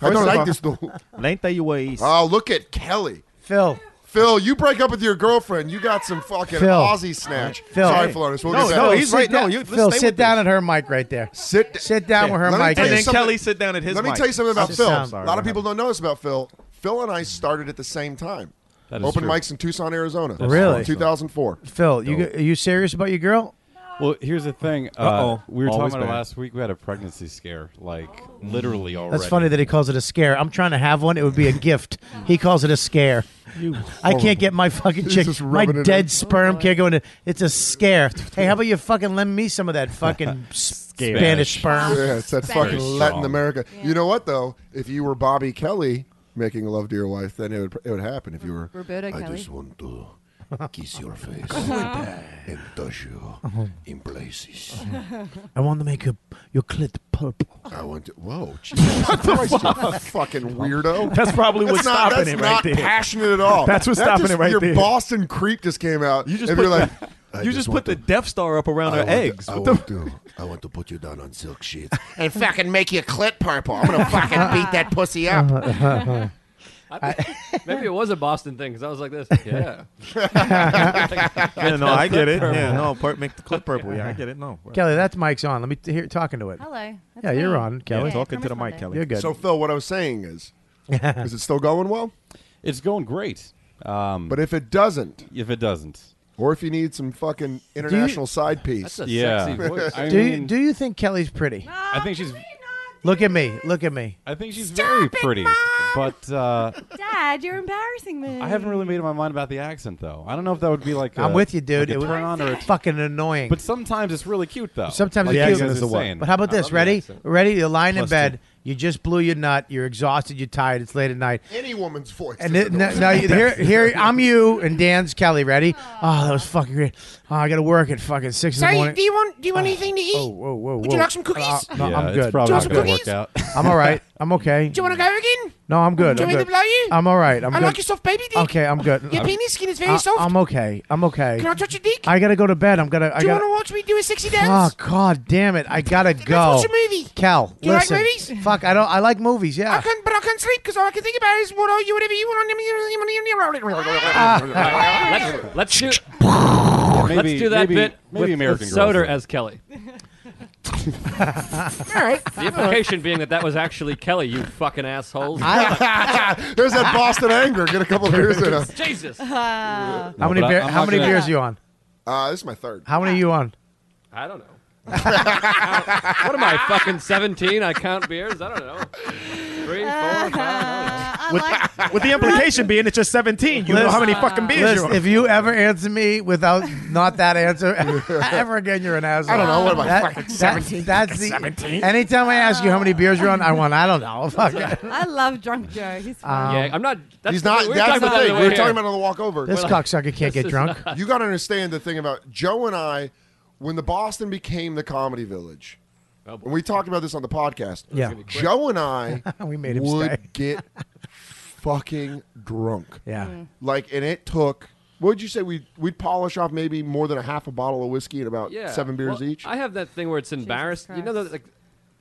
I don't like this though. Length of your waist. Oh, look at Kelly. Phil. Phil, you break up with your girlfriend. You got some fucking Phil. Aussie snatch. Phil, Sorry, Philonis. We'll No, get no, back. he's right. No, you- let's Phil, stay sit with down at her mic right there. Sit sit down with her Let me mic. tell you there. something- sit down at his Let me mic. tell you something about Just Phil. sound- a sorry, lot of what people don't know this about Phil. Phil and I started at the same time. That is Open true. mics in Tucson, Arizona. Really? 2004. Phil, you go- are you serious about your girl? Well, here's the thing. Uh, Uh-oh. we were Always talking about bad. last week. We had a pregnancy scare, like literally already. That's funny that he calls it a scare. I'm trying to have one. It would be a gift. He calls it a scare. You I can't horrible- get my fucking He's chick, just my rubbing it dead in. sperm can't go into. It's a scare. Hey, how about you fucking lend me some of that fucking s- Spanish sperm? Yeah, it's that fucking Latin America. You know what though? If you were Bobby Kelly making love to your wife, then it would it would happen. If you were Roberto I Kelly. Uh-huh. just want to kiss your face and touch you in places. I want to make your your clit purple. I want to. Whoa, Jesus what the fuck? fucking weirdo. That's probably what's not, stopping that's it right not there. passionate at all. That's what's That stopping just- it right your there. Your Boston creep just came out. You just and put you're like, the, I you just put the Death Star up around I her want to- eggs. I What want the- Oh, to. I want to put you down on silk sheets. and fucking make your clit purple. I'm gonna fucking beat that pussy up. Uh-huh. I- maybe it was a Boston thing because I was like this. Yeah. yeah, no, I get it. Yeah, Purple. no, per- make the clip purple. Yeah, I get it. No, right. Kelly, that's mic's on. Let me t- hear talking to it. Hello. That's Yeah, you're me. on, Kelly. Yeah, Talking to the mic, Kelly. You're good. So Phil, what I was saying is, is it still going well? It's going great. Um, but if it doesn't, if it doesn't, or if you need some fucking international side piece, That's a Yeah. sexy voice. I do you, mean- do you think Kelly's pretty? I think she's. Look at me. Look at me. I think she's very pretty, but uh, Dad, you're embarrassing me. I haven't really made up my mind about the accent though. I don't know if that would be like. I'm a- with you, dude. like a It would- turn on or a- Fucking annoying. But sometimes it's really cute though. Sometimes Like it's you cute. guys are saying. But how about I love this? the Ready? accent. Ready? You're lying in Plus bed. You just blew your nut. You're exhausted. You're tired. It's late at night. any woman's voice. And is it, now, annoying. now you- here, here, I'm you and Dan's Kelly. Ready? Oh, that was fucking great. Oh, I got to work at fucking six in the Sorry, morning. do you want do you want anything to eat? Oh, whoa, whoa, whoa. Would you like some cookies? Uh, no, Yeah, I'm it's good. probably Do you want I'm some good. cookies? work out. I'm all right. I'm okay. do you want to go again? No, I'm good. Do you want I'm me good. to blow you? I'm all right. I'm I good. like your soft baby dick. Okay, I'm good. Your I'm- penis skin is very I- soft. I'm okay. I'm okay. Can I touch your dick? I gotta go to bed. I'm gonna. I do you gotta. want to watch me do a sexy Oh dance? God, damn it! I gotta go. watch a movie. Cal, Do you like listen. movies? Fuck, I don't. I like movies. I Yeah. can, but I can't sleep because all I can think about is what all you whatever you All want. right, let's, let's do. maybe- let's do that maybe- bit maybe with, American with Soder Girlfriend. as Kelly. All right. The implication being that that was actually Kelly, you fucking assholes. There's that Boston anger. Get a couple of beers in. us. Jesus. How many? but I- beer, I'm how not many gonna- beers you on? Uh, this is my third. How many are you on? I don't know. what am I, fucking 17? I count beers? I don't know. Three, four, five. With, with the implication being it's just 17. You know how many fucking beers Liz, you are. If you ever answer me without not that answer ever again, you're an asshole. I don't know, what am I, That- fucking that's- 17? That's, Fucking the 17? anytime I ask you how many beers you're on, I want I don't know. Fuck. I love Drunk Joe. He's Um, yeah, I'm not. That's He's the- not. we were That's talking the about that thing. on We were way talking here. about it on the walkover. This cocksucker can't get drunk. You got to understand the thing about Joe and I when the Boston became the Comedy Village. Oh, and we talked about this on the podcast. Yeah. gonna be quick. Joe and I We made him would stay. get fucking drunk. Yeah. Mm. Like, and it took. What would you say we we'd polish off maybe more than a half a bottle of whiskey and about Yeah. seven beers Well, each? I have that thing where it's embarrassed. You know, that, like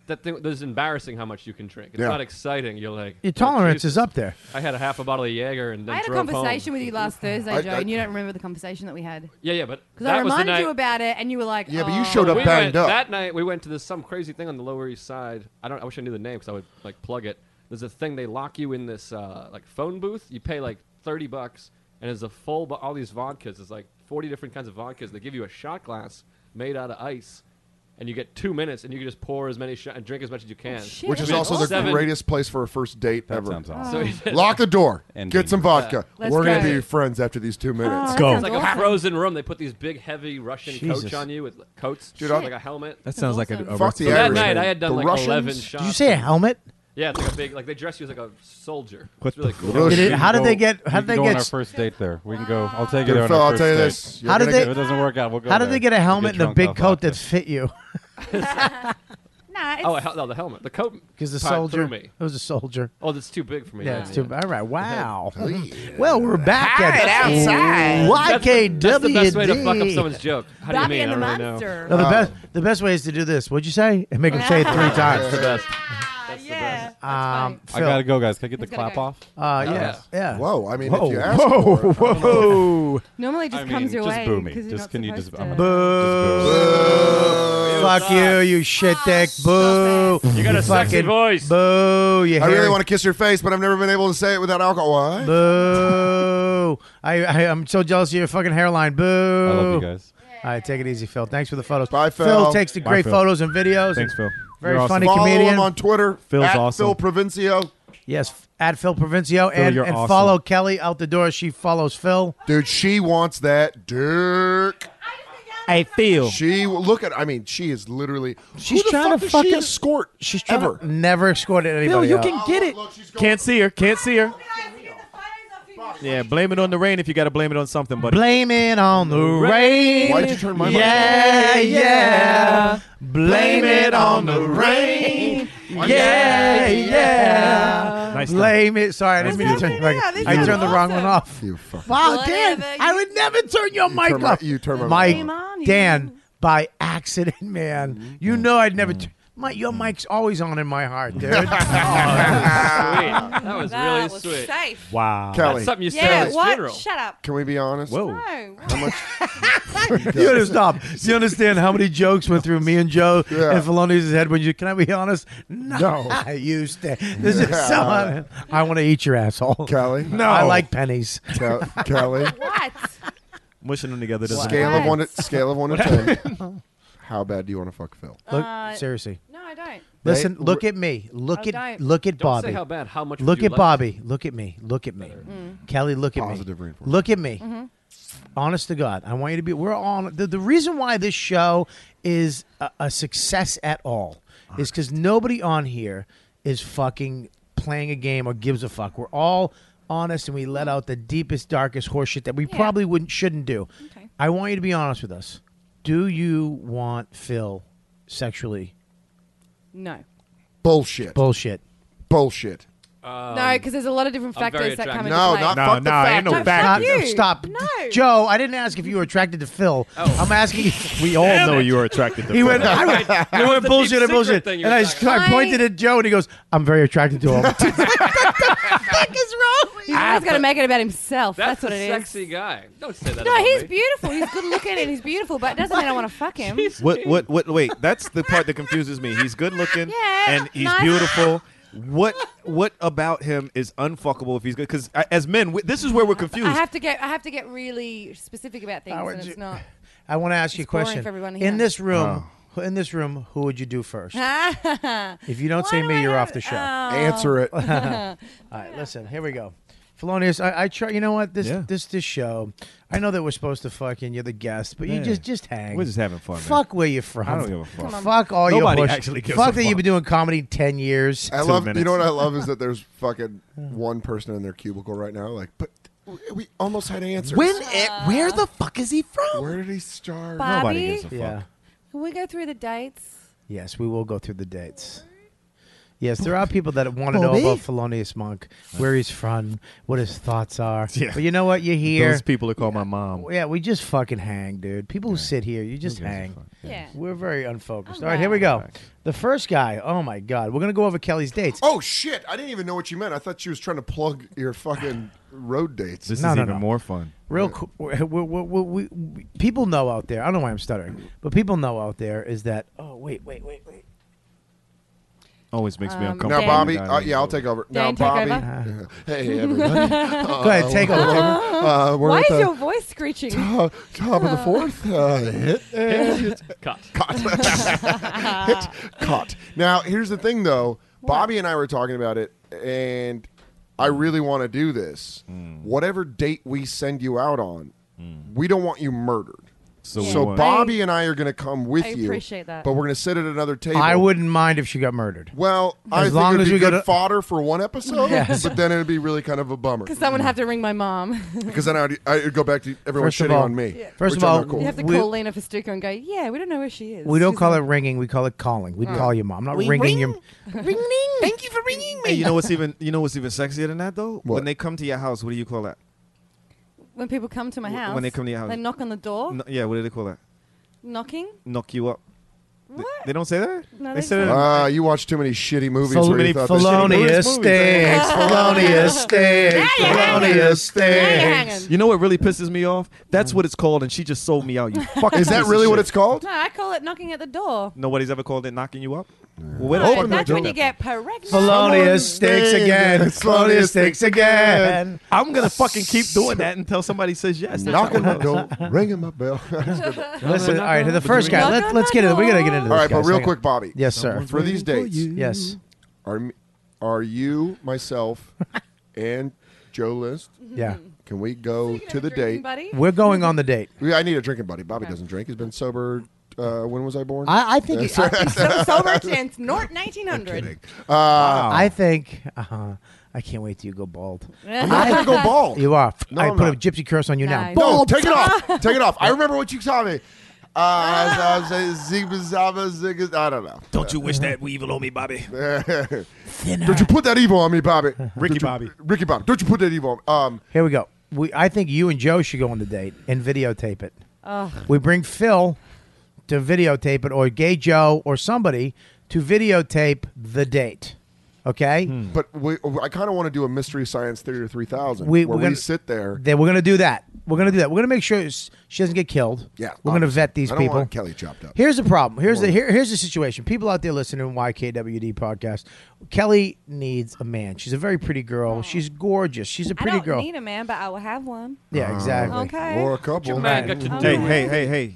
that thing. There's embarrassing how much you can drink. It's Yeah. not exciting. You're like "Oh, Your tolerance is up there. I had a half a bottle of Jaeger and then I had a drove home. conversation with you last Thursday, I- Joe, I- and you don't remember the conversation that we had. Yeah, yeah, but Because I that was the reminded night- you about it, and you were like, Yeah, but you "Oh." showed up we banged went- up. That night we went to this some crazy thing on the Lower East Side. I don't. I wish I knew the name because I would like plug it. There's a thing they lock you in this uh, like phone booth. You pay like thirty bucks, and it's a full. But all these vodkas. There's like forty different kinds of vodkas. They give you a shot glass made out of ice. And you get two minutes, and you can just pour as many shots and drink as much as you can. Which is We had also the seven- greatest place for a first date ever. sounds Oh, awesome. So he said- Lock the door. And get some dangerous. vodka. Yeah. Let's We're gonna go. be friends after these two minutes. It's like a frozen room. They put these big, heavy Russian Jesus. coats on you with like, coats, Dude, like I- a helmet. That sounds like a- a Fuck the So that Irish. night, I had done The like Russians? eleven Did shots. you say a helmet? Yeah, it's like a big. Like they dress you as like a soldier. What it's really the cool. fuck? Did it- how did We they can get- go- how we did they can go get on our s- first date there? We can go. I'll take you Dude, there on Phil, our I'll first tell you date. this. You're How did gonna they? get- If it doesn't work out, we'll go How did there. they get a We'll get helmet and a drunk big off coat that fit you? Nah, it's, Oh, a hel- no, the helmet, the coat. Because the part soldier. threw me. It was a soldier. Oh, that's too big for me. Yeah, it's too. All right. Wow. Yeah. well, we're back Hide at outside. That's the- YKWd. that's the best way to fuck up someone's joke. How do you Bobby mean? and I the don't really know. Monster. No, the best. The best way is to do this. What'd you say? And make them say it three That's times. the best. Ah, Um, I gotta go, guys. Can I get the clap off? Uh, yeah, Yes. yeah. Whoa, I mean, Whoa, if you ask whoa, for it, I don't know. whoa. Normally, it just I comes mean, your just way. boo me. 'cause you're Just not can you supposed just? I'm Boo. gonna- Fuck you, you shit dick. Boo. You got a sexy voice. Boo. You I really hairy- want to kiss your face, but I've never been able to say it without alcohol. Why? Boo. I, I, I'm so jealous of your fucking hairline. Boo. I love you guys. All right, take it easy, Phil. Thanks for the photos. Bye, Phil Phil. takes the Bye, great Phil. photos and videos. Thanks, Phil. Very You're awesome. funny Follow comedian. him on Twitter. Phil's at awesome. Phil Provincio. Yes, at Phil Provincio and, you're and awesome. follow Kelly out the door. She follows Phil. Dude, she wants that dick. I feel. She look at. I mean, she is literally. She's who the trying fuck to does fucking- she escort. She's ever never escorted Phil, anybody. you out. can get it. Can't see her. Can't see her. Yeah, blame it on the rain if you got to blame it on something, buddy. Blame it on the rain. Why'd you turn my mic Yeah, off? yeah. Blame it on the rain. Yeah, yeah. Blame it. Sorry, I didn't mean to turn. your mic- This I is turned the wrong one off. You fuck. Wow, Dan, I would never turn your mic turn my- off. you turn my Mike, mic Dan, by accident, Mm-hmm. man. You know I'd never. T- my, your mic's always on in my heart, dude. That was That really was sweet. safe. Wow. Kelly. That's something you said Yeah, at his what? funeral. Shut up. Can we be honest? Whoa. No. you understand? Do you understand how many jokes went through me and Joe and Felonious' head when you? Can I be honest? No, No. you stay. This Yeah. is so. I want to eat your asshole, Kelly. No, I like pennies. Ke- Kelly. Mushing them together doesn't Scale of matter. one. To, scale of one to ten. How bad do you want to fuck Phil? Look, Uh, seriously. No, I don't. Listen, Right? look at me. Look Oh, at don't- look at Don't Bobby. say how bad, how much would Look you at like Bobby. Look at me. Look at me. Kelly, look at Positive me. reinforcement. Look at me. Honest to God, I want you to be. We're all the, the reason why this show is a, a success at all is because nobody on here is fucking playing a game or gives a fuck. We're all honest and we let out the deepest, darkest horseshit that we probably wouldn't shouldn't do. I want you to be honest with us. Do you want Phil sexually? No. Bullshit. Bullshit. Bullshit. no, because there's a lot of different Um, I'm very factors that come attracted. into No, play. not fuck the factor. no factors. you. Stop. No. Joe, I didn't ask if you were attracted to Phil. Oh. I'm asking. We all know you are attracted to He Phil. went, I went, That I was went the bullshit deep and bullshit. secret thing And you were I, talking I about. pointed at Joe and he goes, I'm very attracted to him. He's always got to make it about himself. That's, Ah, That's what a it is. sexy guy. Don't say that. No, about he's me. beautiful. He's good looking and he's beautiful, but it doesn't mean I want to fuck him. What? What? What? Wait, that's the part that confuses me. He's good looking Yeah, and he's nice. beautiful. What? What about him is unfuckable if he's good? Because as men, we, this is where we're confused. I have to get I have to get really specific about things, How would and you- it's not. I want to ask you a boring question. for everyone In here. Oh. this room, in this room, who would you do first? If you don't say me, you're off the show. uh, oh. Answer it. All right, listen. Here we go. Felonious, I, I try. You know what? This this this show. I know that we're supposed to fucking. You're the guest, but you Yeah. just just hang. We're just having fun, man. Fuck where you're from. I don't give a fuck. Come on. Fuck all Nobody your. bullshit. actually gives Fuck a that you've been doing comedy ten years. I love. You know what I love is that there's fucking one person in their cubicle right now. Like, but we- we almost had answers. When? it, where the fuck is he from? Where did he start? Bobby? gives a fuck. Yeah. Can we go through the dates? Yes, we will go through the dates. Yes, there are people that want to know Bobby? about Felonious Monk, where he's from, what his thoughts are. But you know what? You're here. Those people that call my mom. Yeah, we just fucking hang, dude. People who sit here, you just hang. Yeah. We're very unfocused. All right, here we go. The first guy. Oh my God, we're gonna go over Kelly's dates. Oh shit! I didn't even know what you meant. I thought she was trying to plug your fucking road dates. This No, is no, even no. more fun. Real cool. We, we, we, we, we- people know out there. I don't know why I'm stuttering, but people know out there is that. Oh wait, wait, wait, wait. Always makes me Um, uncomfortable. Now, Bobby. when Uh, dialogue yeah, I'll is take over. Now, Dan, take Bobby. over. Hey, everybody. Go ahead, take we're- over. Uh, we're Why at is the your voice screeching? top, top of the fourth uh, hit. and it's- Cut. Caught. Hit. Caught. Now, here's the thing, though. Bobby and I were talking about it, and I really want to do this. Whatever date we send you out on, we don't want you murdered. So So, we want- Bobby and I are going to come with I you. appreciate that. But we're going to sit at another table. I wouldn't mind if she got murdered. Well, I As think long it'd as be we good got a- fodder for one episode, Yes. but then it'd be really kind of a bummer. Because someone have to ring my mom. Because then I'd, I'd go back to everyone First of shitting all- on me. Yeah. First of which I'm all, not cool You have to We- call Lena Fistuca and go, yeah, we don't know where she is. We don't She's call in- it ringing. We call it calling. We'd Mm. call your mom. I'm not We ringing your. ring ring. Thank you for ringing Hey, you know what's even you know what's even sexier than that though? What? When they come to your house, what do you call that? When people come to my Wh- house, when they come to your house. they knock on the door, No- yeah, what do they call that? knocking. Knock you up. Th- What? They don't say that. No, they they say that. Ah, you watch too many shitty movies. Fel- where you many thought felonious things, felonious things, felonious things. You know what really pisses me off? That's what it's called, and she just sold me out. You fucking. Is that piece of really what shit. it's called? No, I call it knocking at the door. Nobody's ever called it knocking you up. Well, No, where the fuck that's did when that you come get pregnant. Felonious stinks again. Felonious stinks again. I'm gonna fucking keep doing that until somebody says yes. That's Knock how on it my goes. door, ringing my bell. Listen, all right, the first guy. Let's let's get it. We gotta get into this. All right, but guys. real Hang on. quick, Bobby. Yes, sir. For these dates, Yes. are m- are you, myself, and Joe List? Yeah. Can we go to the drinking date? buddy? We're going on the date. Yeah, I need a drinking buddy. Bobby doesn't drink. He's been sober. Uh, when was I born? I- I think he- Sorry. I So sober since Nort 1900. Uh, I think. Uh, I can't wait till you go bald. I'm not gonna go bald. You are. No, I I'm put not. a gypsy curse on you now. Nice. No, Bald. take it off. Take it off. I remember what you told me. Uh, I was- I was saying, zig, zaba, zig, I don't know. Don't you wish that evil on me, Bobby? Don't you put that evil on me, Bobby. Ricky Bobby. Ricky Bobby. Don't you put that evil on me. Um, Here we go. We, I think you and Joe should go on the date and videotape it. Ugh. We bring Phil to videotape it, or Gay Joe, or somebody to videotape the date. Okay. But we, I kind of want to do a mystery science theater 3000 We- where we're gonna- we sit there. Then we're gonna do that. We're gonna do that. We're gonna make sure s- she doesn't get killed. Yeah, we're gonna obviously. vet these I don't people. want Kelly chopped up. Here's the problem. Here's the here, here's the situation. People out there listening to YKWd podcast. Kelly needs a man. She's a very pretty girl. She's gorgeous. She's a I pretty don't girl. need a man, but I will have one. Oh. yeah, exactly. Okay. Or a couple. Jamaica to Hey, do. hey, hey, hey.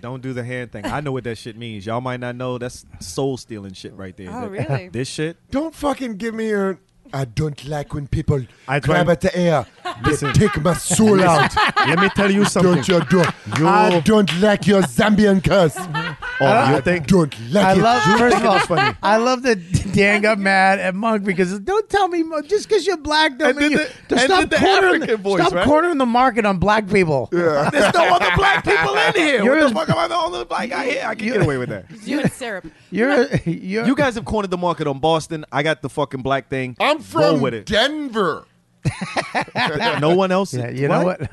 Don't do the hand thing. I know what that shit means. Y'all might not know. That's soul stealing shit right there. Oh, That- really? This shit. Don't fucking give me your. I don't like when people I grab don't- at the air. Listen. They take my soul out. Let me tell you something. Don't you do? I don't like your Zambian curse. Oh, I you think? don't like I it. love first of all, it's funny. I love that Dan got mad at Monk because don't tell me Monk, just because you're black don't And mean you did to the- and stop did the cornering African voice, stop right? cornering the market on black people. There's no other black people in here. You're what as- the fuck am I the only black guy here? I can get away with that. You and syrup. You're you're You guys have cornered the market on Boston. I got the fucking black thing. I'm Roll from with it. Denver. no one else. yeah, you know what?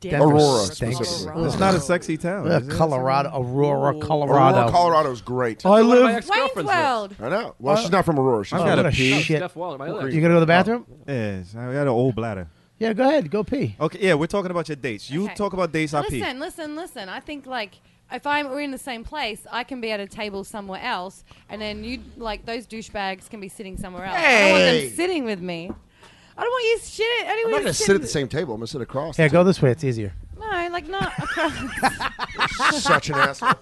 Denver Aurora. stinks. specifically. It's not a sexy town. Uh, is it? Colorado, Aurora, Aurora, Colorado. Colorado's great. I One of my live. Wayne's ex-girlfriends lives. World. I know. Well, she's not from Aurora. She's I've Oh, from got what a a pee. shit. Steph Waller, my other You gonna go to the bathroom? Oh. Yes, I got an old bladder. Yeah, go ahead, go pee. Okay, yeah, we're talking about your dates. You Okay. talk about dates. I pee. Listen, listen, listen. I think like if I'm we're in the same place, I can be at a table somewhere else, and then you like those douchebags can be sitting somewhere else. I don't want Hey! them sitting with me. I don't want you shit. I I'm don't not want you gonna sit at the same table. I'm gonna sit across. Yeah, the uh, go this way. It's easier. No, like not. table. Such an asshole.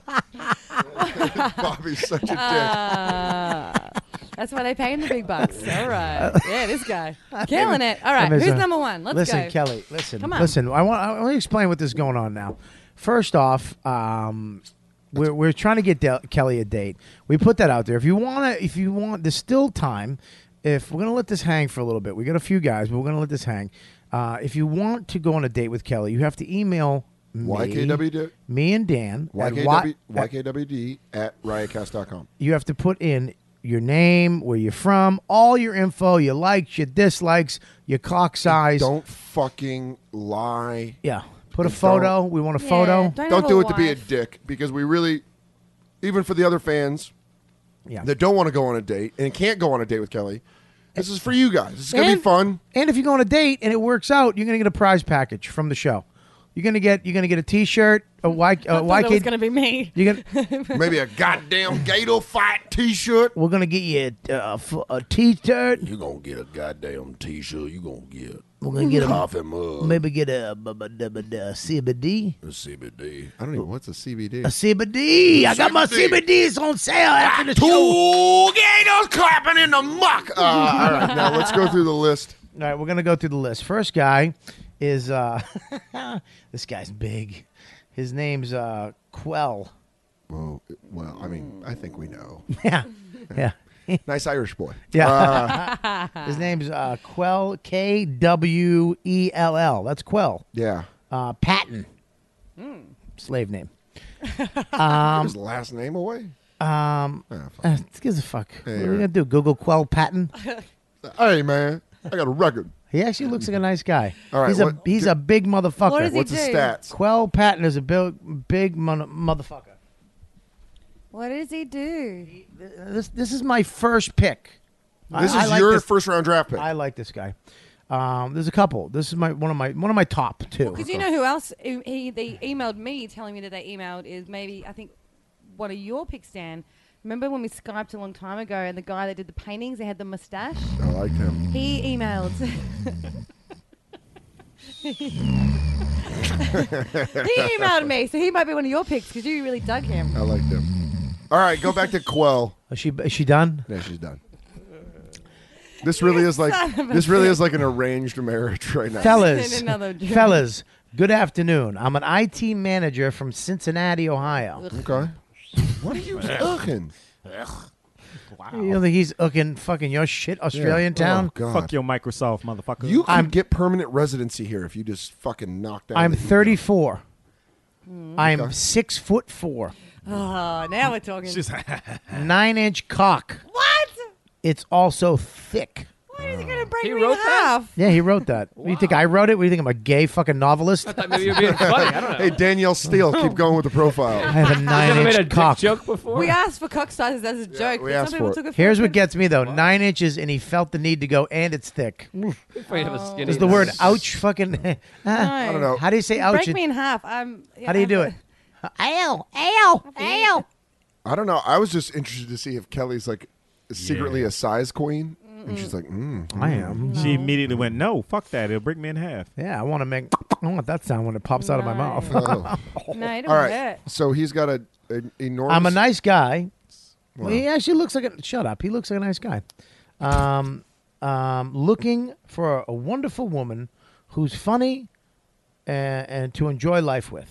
Bobby's such a dick. Uh, Ah, that's why they pay him the big bucks. All right. Yeah, this guy. Killing it. All Let right. me uh, Who's say- number one? Let's listen, go. Kelly. Listen, Come on. listen. I want. I want to explain what this going on now. First off, um, we're we're trying to get Del- Kelly a date. We put that out there. If you want to, if you want, there's still time. If we're gonna let this hang for a little bit, we got a few guys, but we're gonna let this hang. Uh, if you want to go on a date with Kelly, you have to email me, YKWD me and Dan at YKW, Y- at- YKWD at riotcast.com. you have to put in your name, where you're from, all your info, your likes, your dislikes, your cock size. Don't fucking lie. Yeah. Put a photo. we want a photo. Don't, do it to be a dick because we really, even for the other fans Yeah. that don't want to go on a date and can't go on a date with Kelly, this is for you guys. This is going to be And- fun. And if you go on a date and it works out, you're gonna get a prize package from the show. You're gonna get you're gonna get a T-shirt, a Y, a Uh, I thought it was YK. going to be me. you're gonna Maybe a goddamn Gator fight T-shirt. We're gonna get you a, uh, f- a T-shirt. You're gonna get a goddamn t-shirt. You're gonna get. We're gonna get a coffee mug. Maybe get a, b- b- d- b- d- CBD. A CBD. I don't even. What's a CBD? A CBD. I got my CBDs on sale after the show. Two gators clapping in the muck. Uh, all right, now let's go through the list. All right, we're gonna go through the list. First guy is uh, this guy's big. His name's uh, Quell. Well, well, I mean, I think we know. Yeah, yeah. nice Irish boy. Uh, Yeah. His name's uh, Quell K W E L L. That's Quell. yeah. Uh, Patton, Hmm. slave name. Give Um, his last name away. um, Ah, fuck. uh, gives a fuck. Yeah, what are you're we right. gonna do? Google Quell Patton. Hey man, I got a record. He actually looks like a nice guy. All right, he's what- a he's a big motherfucker. What does he What's his do? stats? Quell Patton is a big big mon- motherfucker. What does he do? This this is my first pick. This is your first round draft pick. I like this guy. Um, there's a couple. This is my one of my one of my top two. Because you know who else? He, he- they emailed me telling me that they emailed is maybe I think one of your picks, Dan. Remember when we skyped a long time ago and the guy that did the paintings, they had the mustache. I like him. He emailed. he emailed me, so he might be one of your picks because you really dug him. I liked him. All right, go back to Quell. Is she is she done? Yeah, she's done. This really is like son of a this really bitch. is like an arranged marriage right now, fellas, Another joke. fellas, good afternoon. I'm an IT manager from Cincinnati, Ohio. Okay. What are you looking? You know that he's looking fucking your shit, Australian Yeah. town. Oh, God. Fuck your Microsoft, motherfucker. You can I'm get permanent residency here if you just fucking knock down. I'm the- 34. Hmm. I'm Okay. six foot four, Oh, now we're talking. nine inch cock. what? It's also thick. Why is he gonna break He me in wrote that? half? Yeah, he wrote that. What do you think I wrote it? What do you think I'm a gay fucking novelist? I thought maybe you're being funny. I don't know. Hey Danielle Steele, keep going with the I profile. have a You nine ever made a inch dick cock. joke before? We asked for cock sizes as a joke, we but asked some for people it. took it. for Here's what fucking- gets me though: nine inches, and he felt the need to go, and it's thick. Afraid of a Oh. skinny Is the man. word ouch fucking? I don't know. How do you say ouch? Break me in half. I'm. yeah, How do you I'm- do it? Ow! Ow! Ow! I don't know. I was just interested to see if Kelly's like secretly a size queen, and she's like, mm, I am. She immediately went, no, fuck that. It'll break me in half. Yeah, I want to make. I want that sound when it pops out of my mouth. Oh. No, it don't All right. hurt. So he's got a an enormous. I'm a nice guy. Wow. He actually looks like a. Shut up. He looks like a nice guy. Um, um, looking for a wonderful woman who's funny and, and to enjoy life with.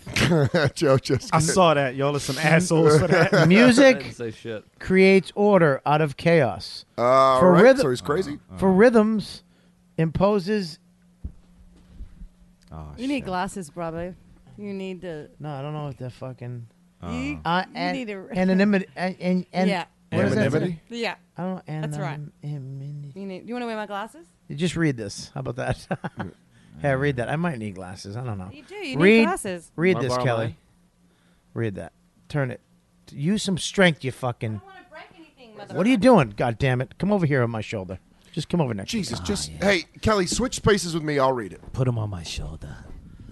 Joe just. I saw that. Y'all are some assholes for that. I Music didn't say shit. creates order out of chaos. All For right, rhythm- so he's crazy. For rhythms, imposes. You need glasses, brother. You need to. No, I don't know what that fucking. you, Uh, you an, need to. anonymity. And, and, and, Yeah. what does that say? Anonymity? yeah. I don't. That's right. anonymity. You need. You want to wear my glasses? Just read this. How about that? yeah, read that. I might need glasses. I don't know. You do. You need read, glasses. Read Wanna this, borrow Kelly. mine? Read that. Turn it. Use some strength, you fucking. I don't want to break anything, mother. What are you doing? God damn it! Come over here on my shoulder. Just come over next. to me. Jesus, just hey Kelly, switch spaces with me. I'll read it. Put him on my shoulder.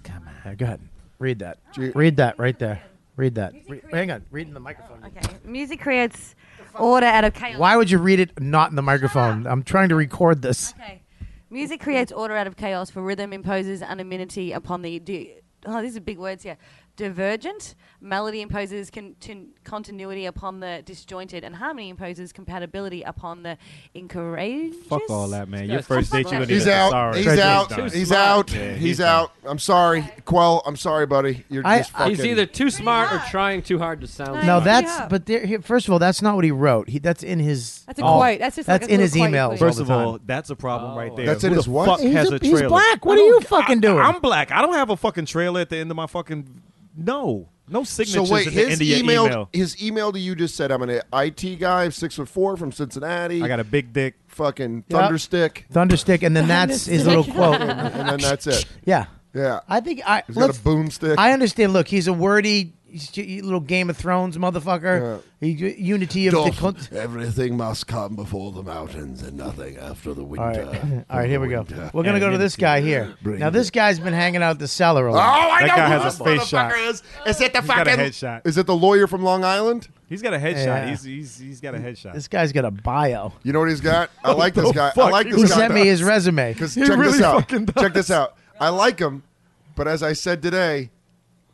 Come on. All right, go ahead. Read that. you- Read that right there. Read that. Re- hang on. Read in the microphone. Okay. Music creates order out of chaos. Why would you read it not in the microphone? I'm trying to record this. Okay. Music creates order out of chaos, for rhythm imposes anonymity upon the. Do, oh, these are big words here. divergent. Melody imposes con- tin- continuity upon the disjointed, and harmony imposes compatibility upon the incourageous. Fuck all that, man. Your Yes. first date, you're gonna He's need a out. thesaurus. He's Treasury's out. done. He's out. Yeah, He's done. out. I'm sorry, Quell. I'm sorry, buddy. You're I- just I- fucking. He's either too smart or trying too hard to sound. No, smart. that's but there, here, first of all, that's not what he wrote. He that's in his. That's a all- quote. That's just like that's a in little his quote he emails. put Oh, all First of the time. all, that's a problem right there. That's in Who his the what? Fuck He's has a- a he's trailer? black. What I are don't- you fucking I- doing? I'm black. I don't have a fucking trailer at the end of my fucking. No, no So signatures wait, at the his end of your email, email. his email to you just said, "I'm an IT guy, six foot four from Cincinnati. I got a big dick, fucking Yep. thunderstick, Thunderstick, and then that's his little quote. and, and then that's it. Yeah. Yeah, I think I. He's got a let's- boomstick. I understand. Look, he's a wordy he's j- you little Game of Thrones motherfucker. He- unity of the. Dolph, con- everything must come before the mountains and nothing after the all winter. right, all right, here we go. Winter. We're gonna go to this guy here. Bring Now, this guy's been hanging out at the cellar a Oh, lot. I know who this motherfucker is. Is it the He's got a fucking headshot. Is it the lawyer from Long Island? He's got a headshot. Yeah. He's- he's got a headshot. This guy's got a bio. You know what he's got? I like this guy. I Oh, fuck? like He this guy. sent me his resume. Because He check this really out. fucking Check this out. I like him, but as I said today,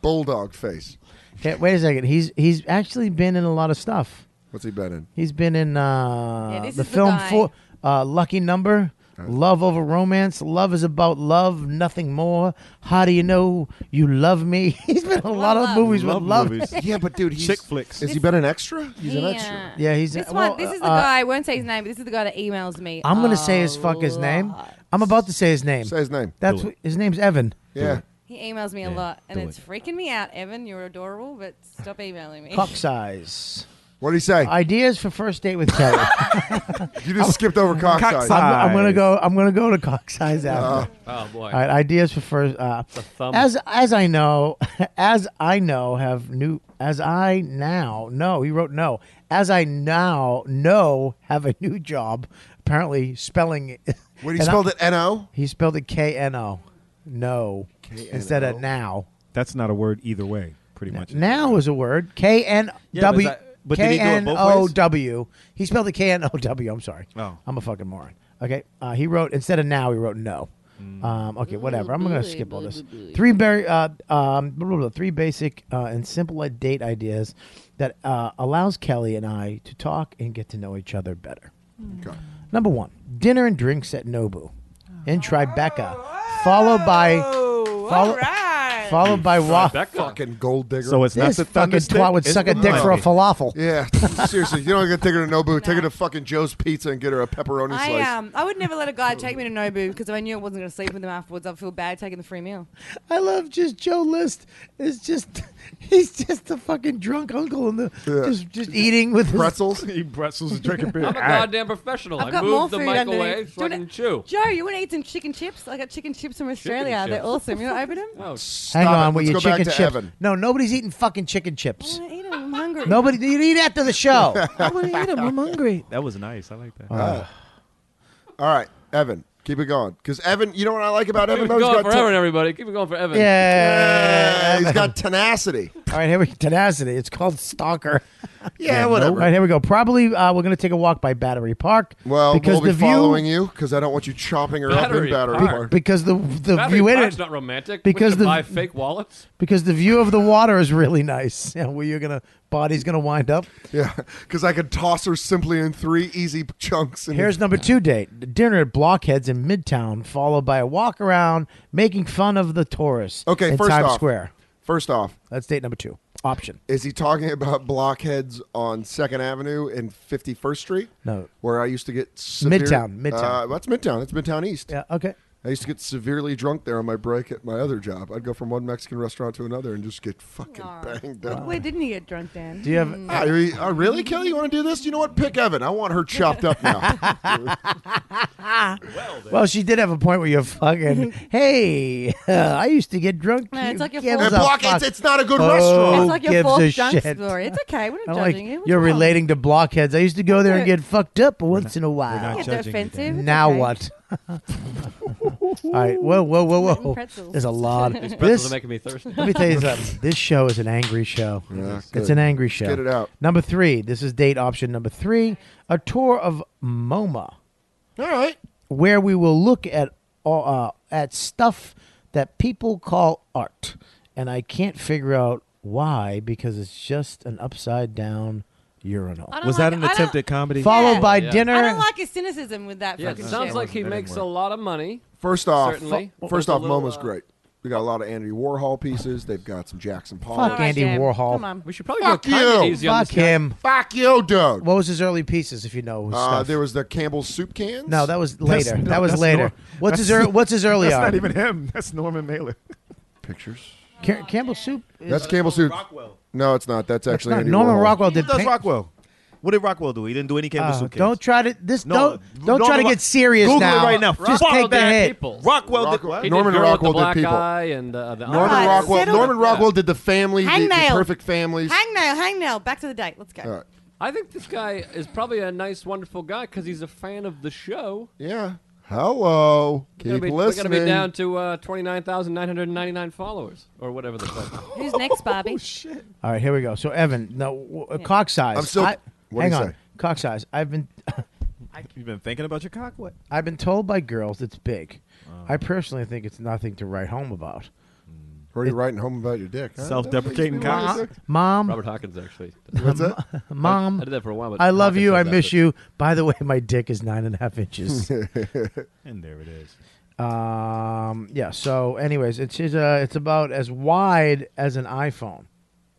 bulldog face. Okay, wait a second. He's he's actually been in a lot of stuff. What's he been in? He's been in uh, Yeah, this the is the film guy. for uh, Lucky Number, Love Over Romance, Love is About Love, Nothing More. How do you know you love me? He's been in a lot of movies with love. yeah, but dude, he's, chick flicks. Has he been an extra? He's an Yeah. extra. Yeah, he's This well, one, this is the uh, guy. I won't say his name, but this is the guy that emails me. I'm Uh, gonna say his fuck his name. I'm about to say his name. Say his name. That's Do what, his name's Evan. Yeah. He emails me a Yeah, lot, and do it's freaking me out. Evan, you're adorable, but stop emailing me. Cock size. What did he say? Ideas for first date with Kelly. You just skipped over cock I'm- size. I'm, I'm gonna go. I'm gonna go to cock size after. Oh, boy. All right, ideas for first. Uh, thumb. as as I know, as I know, have new. As I now know, he wrote no. As I now know, have a new job. Apparently, spelling. What he and I- spelled it N O. He spelled it K N O. No, instead of now. That's not a word either way. Pretty much. Now is a word. K N Yeah, but is W. that- but did he K do it N both O ways? W. He spelled it K N O W. I'm sorry. Oh. I'm a fucking moron. Okay. Uh, he wrote instead of now. He wrote no. Mm. Um, okay, whatever. I'm gonna skip all this. Three very uh, um, blah, blah, blah, three basic uh, and simple date ideas that uh, allows Kelly and I to talk and get to know each other better. Okay. Number one, dinner and drinks at Nobu in Tribeca, followed by Oh, follow, followed by wa- Fucking gold digger. So it's not This the fucking thunderstick, twat would it's suck a the dick for a money. falafel. Yeah, seriously, you don't get to take her to Nobu. Take her to fucking Joe's Pizza and get her a pepperoni I slice. um, I would never let a guy take me to Nobu because if I knew I wasn't going to sleep with him afterwards, I'd feel bad taking the free meal. I love just Joe List. It's just he's just a fucking drunk uncle in the Yeah. just just eating with his- pretzels. Eating pretzels and drinking Oh beer. I'm a goddamn professional. I've I got more moved the food microwave underneath. so I can chew. Joe, you want to eat some chicken chips? I got chicken chips from Australia. They're chips. awesome. You want to open them? Oh, Hang Stop on it. with Let's your go back chicken to chips. Evan. No, nobody's eating fucking chicken chips. I eat 'em. I'm hungry. Nobody. You eat after the show. I want to eat them. I'm hungry. That was nice. I like that. All right, Evan, keep it going. Because Evan, you know what I like about Keep Evan? it though? He's going got forever, ten- everybody. Keep it going forever. yeah. Yeah, he's got tenacity. All right, here we tenacity. It's called Stalker. Yeah, All whatever. right, here we go. Probably uh, we're gonna take a walk by Battery Park. Well, because we'll be the view following you because I don't want you chopping her up Battery in battery Park. park. because the the Battery view in Park's it- not romantic. We because should the buy fake wallets. because the view of the water is really nice. Yeah, where you're gonna body's gonna wind up. Yeah, because I could toss her simply in three easy chunks. And Here's number two date: dinner at Blockheads in Midtown, followed by a walk around making fun of the tourists. okay. in first Times off, Square. First off, That's date number two option. is he talking about blockheads on Second Avenue and Fifty First Street? No. where I used to get severe- Midtown, Midtown. Uh, that's Midtown. That's Midtown East. Yeah. Okay. I used to get severely drunk there on my break at my other job. I'd go from one Mexican restaurant to another and just get fucking banged up. Where didn't he get drunk, Dan? Do you have? Ah, re- ah, really, Kelly? You want to do this? You know what? Pick Evan. I want her chopped up now. Well, she did have a point where you're fucking. hey, I used to get drunk. No, it's Who like your gives fourth- a And Blockheads, fuck? Oh. it's not a good Who restaurant. It's like your gives fourth a drunk shit? story. It's okay. We're I not like judging you. What's you're wrong? relating to blockheads. I used to go there and Okay. get fucked up once in a while. It's offensive. It's Now okay. what? All right. Whoa, whoa, whoa, Smitten whoa. pretzels. There's a lot. These pretzels this, are making me thirsty. Let me tell you something. This show is an angry show. Yeah, it's good. an angry show. Get it out. Number three. This is date option number three. A tour of MoMA, All right. where we will look at uh, at stuff that people call art and I can't figure out why because it's just an upside down urinal. I don't Was that like- an I don't- attempt at comedy? Followed Yeah. by Yeah. dinner. I don't like his cynicism with that. Yeah, fucking it sounds shit. like he makes a lot of money. First off, certainly. fu- first With a off, little, MoMA's uh, great. We got a lot of Andy Warhol pieces. They've got some Jackson Pollock. Fuck Andy Warhol. We should probably Fuck you. Fuck him. Fuck you, dude. What was his early pieces, if you know? his Uh, stuff? there was the Campbell's soup cans. No, that was later. That's- no, that was that's later. Nor- what's his that's- ear- What's his early That's on? not even him. That's Norman Mailer. Pictures. Ca- Campbell Soup. is- That's Campbell soup. No, it's not. That's actually not- Andy Norman Warhol. Rockwell did Who does paint- Rockwell? What did Rockwell do? He didn't do any Campbell Oh, soup cans. don't try to this. No, don't don't try to Norman Rock- get serious Google now. it right now. Just Follow take the that, hit. people. Rockwell did- He did Norman Girl with the Rockwell black did people. Eye and uh, the Norman Alright, Rockwell. settle Norman it. Rockwell did the family, the, the Hangnail. perfect families. Uh, Hangnail, hangnail. Back to the date. Let's go. All right. I think this guy is probably a nice, wonderful guy because he's a fan of the show. Yeah. Hello. We're Keep gonna be, we're listening. gonna be down to uh, twenty nine thousand nine hundred ninety nine followers or whatever the fuck. Who's next, Barbie? oh, shit. All right, here we go. So Evan, no w- uh, cock size. I'm still- I- what'd hang he on, say? cock size. I've been You've been thinking about your cock? What? I've been told by girls it's big. I personally think it's nothing to write home about. Already writing home about your dick. huh? Self-deprecating That makes me cock. wanna- Mom. Robert Hawkins actually. What's that? Mom, I did that for a while, but I love Hawkins you. I says that, miss but- you. By the way, my dick is nine and a half inches. And there it is. um, yeah. So, anyways, it's it's, uh, it's about as wide as an iPhone.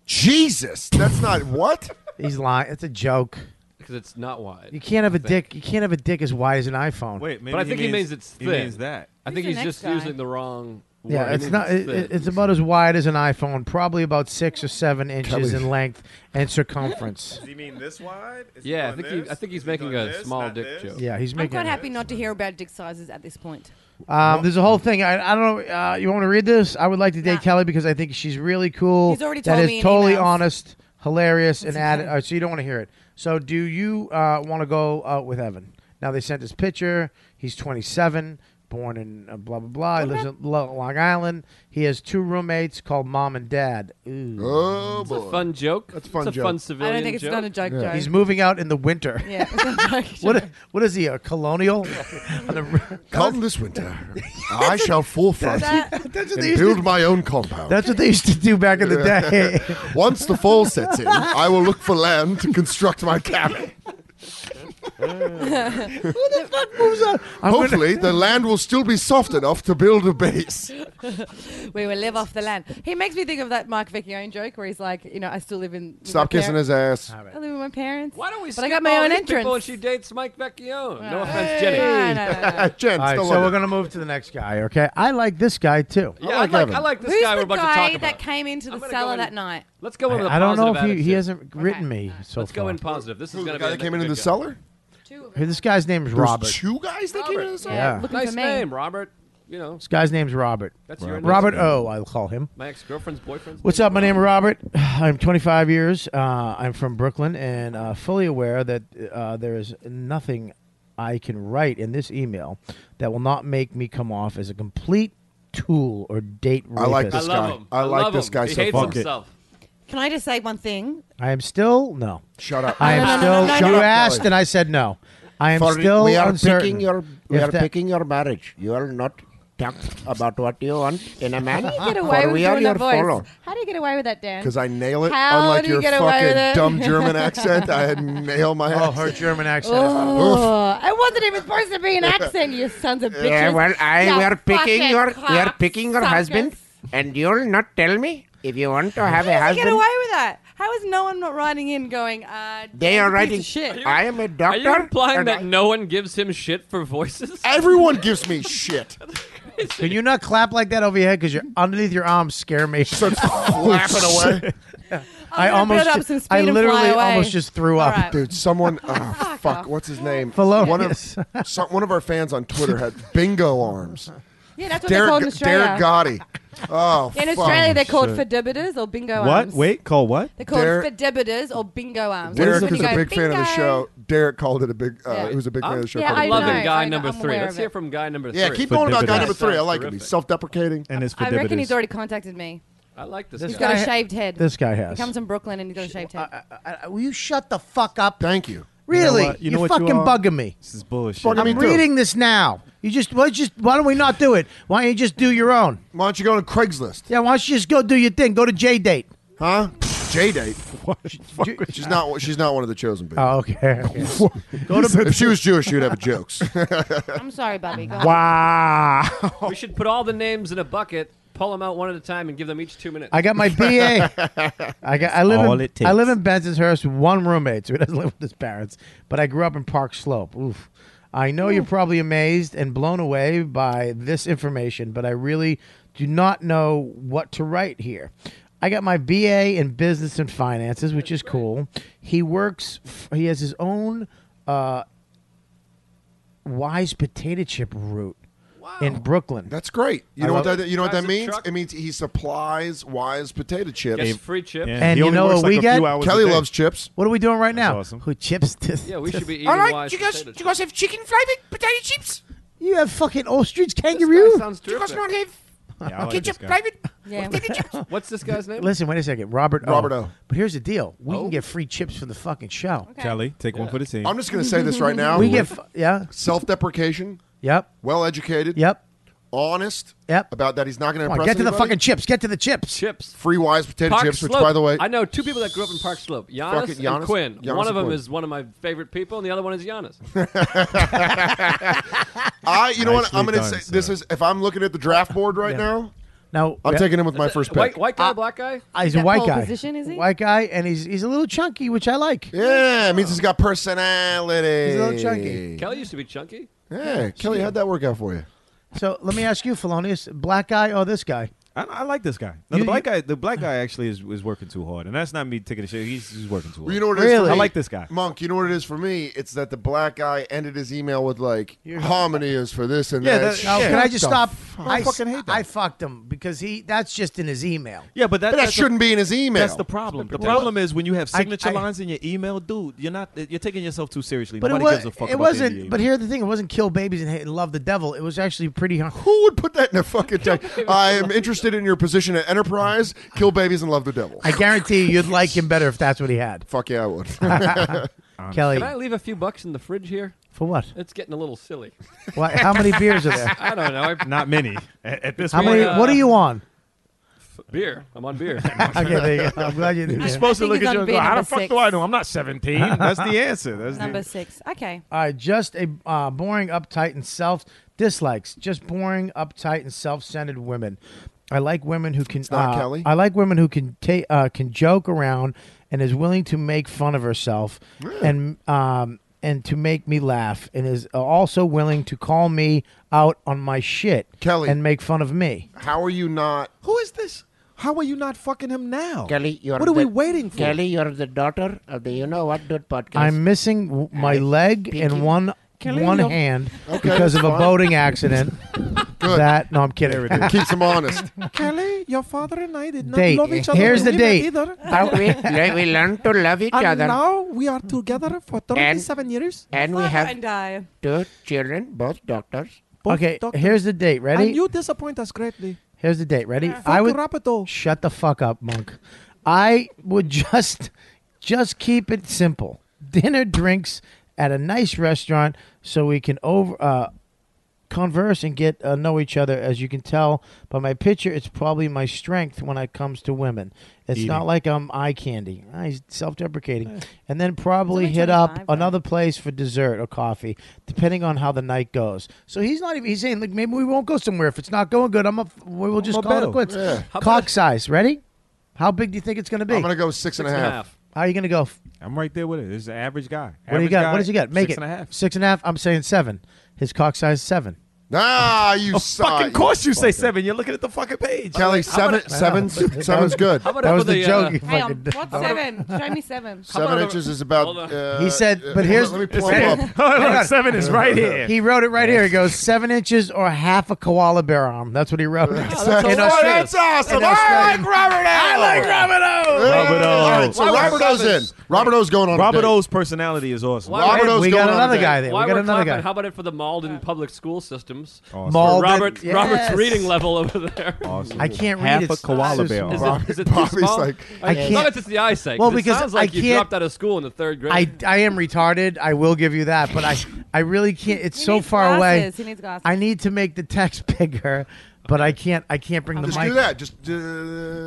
Jesus, that's not what. He's lying. It's a joke. Because it's not wide. You can't have I a think. dick. You can't have a dick as wide as an iPhone. but I think he means, it's he thin. means that. I think Who's he's the just next guy? using the wrong. Word. Yeah, He it's means not. It, thin. it- it's about as wide as an iPhone, probably about six or seven inches Kelly. in length and circumference. Does he mean this wide? Is Yeah, I think he, I think he's making a small dick joke. Yeah, he's I'm making. quite happy not to hear about dick sizes at this point. Um, there's a whole thing. I, I don't know. Uh, you want to read this? I would like to date Kelly because I think she's really cool. He's already That told is me in totally emails. honest, hilarious, and added. Uh, so you don't want to hear it. So do you uh, want to go out with Evan? Now they sent his picture. He's 27, born in uh, blah blah blah. He lives in Lo- Long Island. He has two roommates called Mom and Dad. Ooh. Oh It's a fun joke. That's a fun It's a joke. fun civilian I don't think it's not a joke, joke. He's moving out in the winter. Yeah, it's not a joke. What what is he? A colonial? On the- Come this winter, I shall forefront That- that's what and they used build to- my own compound. That's what they used to do back in the day. Once the fall sets in, I will look for land to construct my cabin. Who the fuck moves out? I'm gonna- Hopefully, the land will still be soft enough to build a base. we will live off the land. He makes me think of that Mark Vecchione joke where he's like, you know, I still live in. with Stop my kissing parents. his ass. I live with my parents. Why don't we? But I skip got my all own these People and entrance. she dates Mike Vecchione. No Right. offense, Jenny. No, no, no, no. Jen, All right, still so love we're it. gonna move to the next guy. Okay, I like this guy too. Yeah, I like, I like, this Who's guy we're the about guy to talk that about. came into the gonna go cellar in- that night? Let's go in with a I don't know positive if he, he attitude. hasn't written me so Let's far. go in positive. This is Who, the going to guy be that a came good into the guy. cellar? Hey, this guy's name's There's Robert. two guys that came into the cellar? Yeah. Looking Nice for me. name, Robert. You know, This guy's name's Robert. That's your Robert. Robert O. I'll call him. my ex-girlfriend's boyfriend's. What's name up? My is name is Robert. Robert. I'm 25 years. Uh, I'm from Brooklyn and uh, fully aware that uh, there is nothing I can write in this email that will not make me come off as a complete tool or date I rapist. like this I love guy. him. I like love this him. guy He so hates far. himself. Can I just say one thing? I am still no. Shut up. I am no, no, still. no, no, you no, no. asked and I said no. I am For- still we are uncertain. picking your we if are that- picking your marriage. You are not talk about what you want in a man. Uh-huh. How do you get away for with we are doing your that voice? follow. How do you get away with that, Dan? Because I nail it, How unlike do you your get away with fucking it? dumb German accent. I nail my Oh, accent. her German accent. Oh, it wasn't even supposed to be an accent, you sons of bitches. Yeah, well, I You we are picking fucking your we are cock picking your suckers. husband, and you'll not tell me if you want to have a How did you husband. get away with that? How is no one not writing in going, uh, They Dan's are a piece writing. of shit? I am a Are doctor. you implying and that I- no one gives him shit for voices? Everyone gives me shit. Can you not clap like that over your head? Because you're underneath your arms scare me. Flapping away. I gonna almost, build up ju- some speed I and fly literally away. almost just threw All up. right. Dude, someone, oh, fuck, what's his name? Felonious. One of, some, one of our fans on Twitter had bingo arms. Yeah, that's what they call Derek, in Australia. Derek Gotti. Oh, in fuck. Australia, they're called shit. fidibiters or bingo What? arms. Wait, call what? They're called Derek- fidibiters or bingo arms. That's Derek when is you a go, big fan of the "Bingo." show. Derek called it a big. Uh, Yeah. He was a big fan of the show. Yeah, called it I a know. bingo. Loving guy I'm number three. aware Let's of hear it. from guy number Yeah, three. keep going about guy number Fidibitous. three. I like him. He's Terrific. self-deprecating. And it's for I reckon he's already contacted me. I like this This He's guy. got guy- a shaved head. This guy He has. comes from Brooklyn and he's got a shaved head. Uh, will you shut the fuck up? Thank you. Really? You know what- you know what you fucking are? bugging me. This is bullshit. I'm reading this now. You just why just why don't we not do it? Why don't you just do your own? Why don't you go to Craigslist? Yeah, why don't you just go do your thing? Go to J Date. Huh? J date. She's not. She's not one of the chosen people. Oh, okay. Go to- if she was Jewish, she would have jokes. I'm sorry, Bubby. Go wow. we should put all the names in a bucket, pull them out one at a time, and give them each two minutes. I got my BA. I got. I live. All in, it I takes. live in Bensonhurst with one roommate, so he doesn't live with his parents. But I grew up in Park Slope. Oof. I know you're probably amazed and blown away by this information, but I really do not know what to write here. I got my BA in business and finances, which is cool. He works. f- He has his own uh, Wise potato chip route in Brooklyn. That's great. You know I what love- that? You know what that Drives a means? truck. It means he supplies Wise potato chips. Gets free chips. Yeah, And you know what we get? Kelly loves chips. What are we doing right now? Who chips? This, Yeah, we should be eating All right, wise do you guys, potato do you guys have chicken flavored potato chips? You have fucking ostrich kangaroo. sounds Do you guys not terrific. have Yeah, I like ketchup this guy. flavored? Yeah. potato chips? What's this guy's name? Listen, wait a second, Robert. O. Robert O. But here's the deal: we Oh. can get free chips for the fucking show. Kelly, take one for the team. I'm just going to say this right now. We get f- yeah. Self-deprecation. Yep. Well educated. Yep. Honest. Yep. About that, he's not going to Come on, impress get to the anybody. fucking chips. Get to the chips. Chips. free Wise potato Park chips, which Slope. by the way, I know two people that grew up in Park Slope, Giannis, Fuck it, Giannis- and Quinn. Giannis one of and them Quinn. is one of my favorite people, and the other one is Giannis. I you know what I'm Nicely going to say. done, This is if I'm looking at the draft board right Yeah. now. Now I'm taking him with my first pick. White, white guy, black guy. Ah, he's a white guy. White guy, and he's he's a little chunky, which I like. Yeah, it means he's got personality. He's a little chunky. Kelly used to be chunky. Yeah, Kelly, how'd that work out for you? So let me ask you, Felonious, black guy or this guy? I, I like this guy. No, You- the black guy, the black guy actually is, is working too hard, and that's not me taking a shit. He's, he's working too hard. Well, you know what it is for I me? like this guy. Monk, you know what it is for me? It's that the black guy ended his email with like harmony is for this and Yeah, that. that- Now, yeah. Can I just Oh, The stop? fuck? I fucking hate that. I fucked him because he. That's just in his email. Yeah, but that, But that that's shouldn't the, be in his email. That's the problem. The Well, problem is when you have I- signature I- lines in your email, dude. You're not. You're taking yourself too seriously. But it, Nobody was, gives a fuck it about wasn't. The NBA. but here the thing: it wasn't kill babies and, hate and love the devil. It was actually pretty. Who would put that in a fucking text? I am interested in your position at Enterprise. Kill babies and love the devil. I guarantee you'd like him better if that's what he had. Fuck yeah, I would. Kelly, Can I leave a few bucks in the fridge here? for what? It's getting a little silly. Why, how many beers are there? I don't know. I, not many at, at this. How point. many? uh, what are you on? beer. I'm on beer. Okay, there you go. I'm glad you did. I- that. I think he's on beer number six. I'm not 17. That's the answer. That's the- Number six. Okay. All right, just a uh, boring, uptight, and self dislikes. Just boring, uptight, and self-centered women. I like women who can. not uh, Kelly. I like women who can take uh, can joke around and is willing to make fun of herself and um and to make me laugh and is also willing to call me out on my shit, Kelly. and make fun of me. How are you not? Who is this? How are you not fucking him now? Kelly, you're What are we the- waiting for? Kelly, you're the daughter of the You Know What Dude podcast. I'm missing w- my leg Pinky. and one Kelly, one no. hand Okay, because of a fine. boating accident. Good. That no, I'm kidding. Keeps them honest. Kelly, your father and I did not Date. love each other. Here's the we met date. Either. But we, le- we learn to love each and other, now we are together for 37 years. and we have And I. two children, both doctors. Both okay, doctors. here's the date. Ready? And you disappoint us greatly. Here's the date. Ready? Fuck I would Rapido. shut the fuck up, monk. I would just just keep it simple. Dinner, drinks at a nice restaurant, so we can over uh, converse and get uh, know each other. As you can tell by my picture, it's probably my strength when it comes to women. It's not like I'm eye candy. Ah, he's self-deprecating, and then probably only hit up 25, though. another place for dessert or coffee, depending on how the night goes. So he's not even. He's saying like maybe we won't go somewhere if it's not going good. I'm a. We will just a call it bell. quits. Yeah. How about Cock size. Ready? How big do you think it's going to be? I'm gonna go six and a half. How are you going to go? F- I'm right there with it. This is an average guy. What do you Average got? guy, what does he got? Make six it and a half. six and a half. I'm saying seven. His cock size is seven. Ah, you suck. Fucking course you say seven. You're looking at the fucking page. Kelly, seven, seven's, seven's good. How about That over was the the, joke. uh, you Hey, fucking um, did. what's seven? Show me seven. Seven about inches over- is about. Hold on. uh, He said, uh, but here's- let me pull him up. Seven is right here. He wrote it right here. He goes seven inches or half a koala bear arm. That's what he wrote. Oh, that's all right. That's awesome. And I like Australian. Robert O. I like Robert O. Robert O. All right, so Why Robert O's in. Robert O's going on. a Robert date. O's personality is awesome. Why- Robert O's we going got on a another date. guy there. Why we got we're another guy. clapping, How about it for the Malden public school system? Adams. Awesome. For Malden- Robert, Yes. Robert's reading level over there. Awesome. I can't read. Half it's- a koala it's- bear. Is it, is it too small? I As can't. long as it's the eyesight. Well, 'cause it because sounds like I you can't, dropped out of school in the third grade. I, I am retarded. I will give you that, but I I really can't. It's so far away. glasses. He needs glasses. I need to make the text bigger, but I can't. I can't bring the Just mic. do that. Just uh,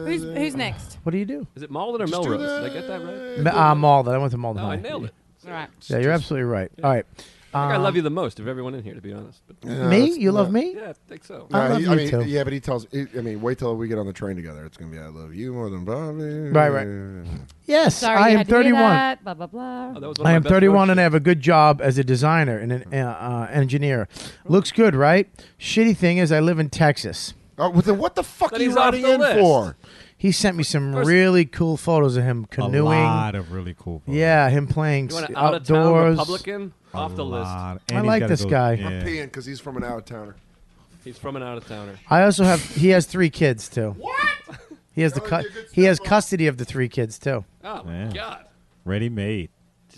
Who's who's next? What do you do? Is it Malden or Just do Melrose? Did I get that right? Ma- Uh, Malden. I went to Malden. No, I High. Oh, nailed it. All right. Yeah, you're absolutely right. All right. I think I Um, love you the most of everyone in here, to be honest. But Me? You love me? Yeah, I think so. I love he- you mean, too. Yeah, but he tells. he- I mean, wait till we get on the train together. It's gonna be I love you more than Bobby. Right, right. Yes, Sorry, I you am had to hear 31. that, blah blah blah. that was I am 31 and I have a good job as a designer and an uh, uh, engineer. Looks good, right? Shitty thing is, I live in Texas. Oh, well, then what the fuck Then are you he's off writing the in list. for? He sent me some really cool photos of him canoeing. lot of really cool photos. Yeah, him playing You want an s- out-of-town outdoors. Republican? Off the lot. list. I like this guy. I'm peeing because he's from an out of towner. He's from an out-of-towner. I also have. He has three kids too. What? He has the cu- he has custody of the three kids too. Oh, my God. Ready made.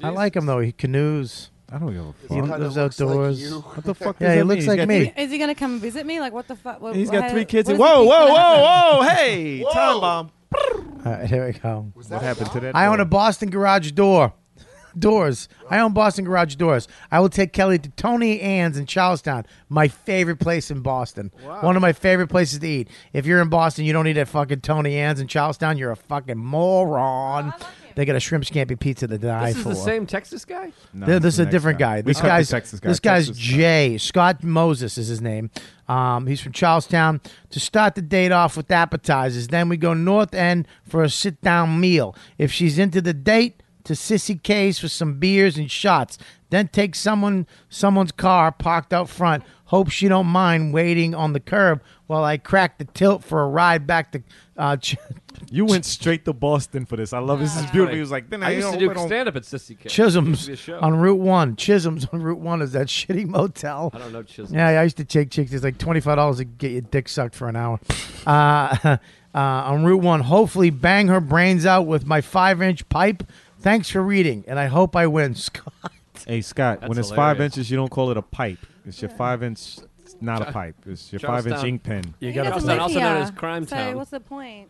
I like him though. He canoes. I don't give a He fuck. lives Kinda looks like outdoors. you. What the fuck Yeah, does he that looks mean? He's like got me. Is he gonna come visit me? Like what the fuck? What, He's how- got three kids. what Whoa, does whoa, he think whoa, gonna happen? whoa! Hey, time bomb. All right, here we go. What happened to that? I own dog? a Boston garage door. Doors. I own Boston garage doors. I will take Kelly to Tony Ann's in Charlestown, my favorite place in Boston. One of my favorite places to eat. If you're in Boston, you don't eat at fucking Tony Ann's in Charlestown. You're a fucking moron. They got a shrimp scampi pizza to die This is for. the same Texas guy? Th- this is a different guy. This guy's this guy's Jay Scott Moses is his name. Um, he's from Charlestown. To start the date off with appetizers, then we go North End for a sit down meal. If she's into the date, to Sissy K's for some beers and shots. Then take someone someone's car parked out front. Hope she don't mind waiting on the curb while I crack the tilt for a ride back to. Uh, Ch- You went straight to Boston for this. I love this. This is beautiful. He was like, then I, I used to hope I do don't- stand-up at Sissy K. Chisholm's Used to be a show. on Route One. Chisholm's on Route One is that shitty motel. I don't know Chisholm's. Yeah, I used to take chicks. It's like twenty five dollars to get your dick sucked for an hour. Uh, uh, on Route One, hopefully bang her brains out with my five inch pipe. Thanks for reading, and I hope I win. Scott. Hey Scott, That's when it's five hilarious. inches, you don't call it a pipe. It's your five inch. It's not a Char- pipe. It's your five inch Charlestown. ink pen. You He gotta- doesn't Charlestown, live also known here. as Crime so Town. what's the point?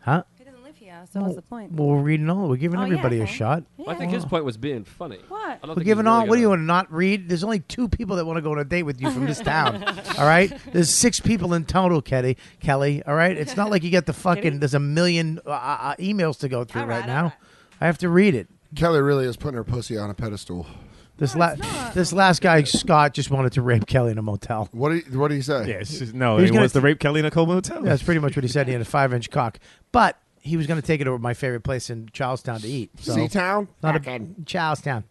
Huh? He doesn't live here, so what's the point? Well, we're reading all. We're giving Oh, yeah, everybody a okay. shot. Well, I think his point was being funny. What? I don't We're think giving he's really all. What do you gonna- want to not read? There's only two people that want to go on a date with you from this town. all right. There's six people in total, Kelly. Kelly. All right. It's not like you get the fucking. There's a million uh, uh, emails to go through right, now. I have to read it. Kelly really is putting her pussy on a pedestal. This la- this last guy Scott just wanted to rape Kelly in a motel. What did he, what did he say? Yeah, it's just, no, He's it gonna- was the rape Kelly in a coma hotel. That's pretty much what he said. He had a five inch cock, but he was going to take it over to my favorite place in Charlestown to eat. So. Seatown? Not a Charlestown.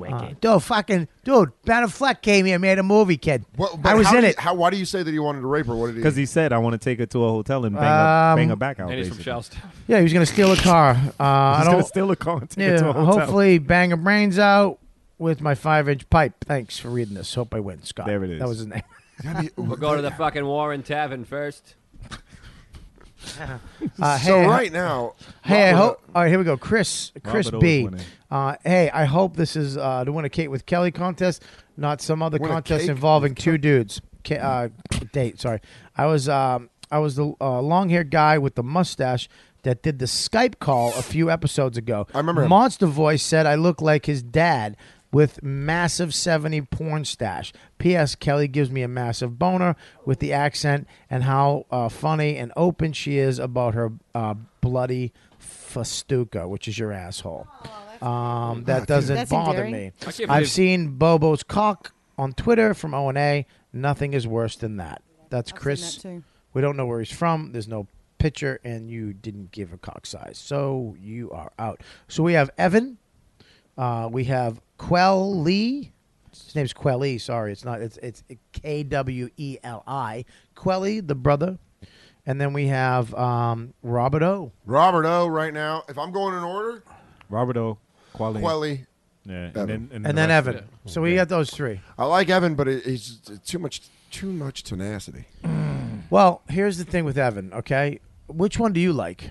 Uh, dude, fucking dude, Ben Affleck came here, made a movie, kid. What, I but was how in did- it. How? Why do you say that he wanted to rape her? What did he? Because he said, "I want to take her to a hotel and bang, Um, her, bang her back out." And he's from basically. Charlestown. Yeah, he was going to steal a car. Uh, I He's don't gonna steal a car and take yeah, it to a hotel. hopefully bang her brains out with my five inch pipe. Thanks for reading this. Hope I win, Scott. There it is. That was his name. We'll go to the fucking Warren Tavern first. Uh, so hey, I- right now, Hey, I Robert- hope. All right, here we go. Chris, Chris Robert B. always winning. Uh, hey, I hope this is uh, the win a cake with Kelly contest, not some other Win a contest cake involving two dudes. Ca- uh, date. Sorry, I was um, I was the uh, long haired guy with the mustache that did the Skype call a few episodes ago. I remember him. Monster Voice said I look like his dad. With massive seventy porn stash. P.S. Kelly gives me a massive boner with the accent and how uh, funny and open she is about her uh, bloody Fastuca, which is your asshole. um, Ah, that doesn't Oh, That's bother endearing. me. I can't I've believe- seen Bobo's cock on Twitter from O and A. Nothing is worse than that. That's Chris. that too. We don't know where he's from. There's no picture, and you didn't give a cock size, so you are out. So we have Evan. Uh, we have Quell Lee. His name's Quelly. Sorry, it's not. It's it's K W E L I. Quelly, the brother. And then we have um, Robert O. Robert O. Right now, if I'm going in order, Robert O. Quali. Quelly. Yeah, and Evan. then and, and, the then rest- Evan. So we got those three. I like Evan, but it, he's too much, too much tenacity. Well, here's the thing with Evan. Okay, which one do you like?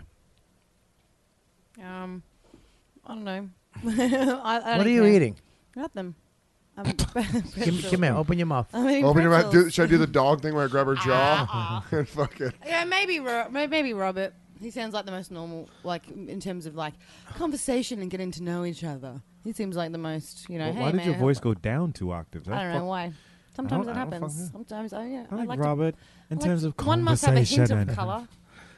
Um, I don't know. I, I what don't are you care. eating? Nothing. I I'm pretzel. Come here, open your mouth. I'm eating Open your mouth. Do, pretzels. should I do the dog thing where I grab her jaw and fuck it? Yeah, maybe Ro- may- maybe Robert. He sounds like the most normal, like in terms of like conversation and getting to know each other. He seems like the most, you know. Why- hey, why did man, your voice go down two octaves? I don't know fuck- why. Sometimes it happens. Sometimes, oh yeah. I like, to- Robert, in I like terms of one must have a hint conversation of and- color.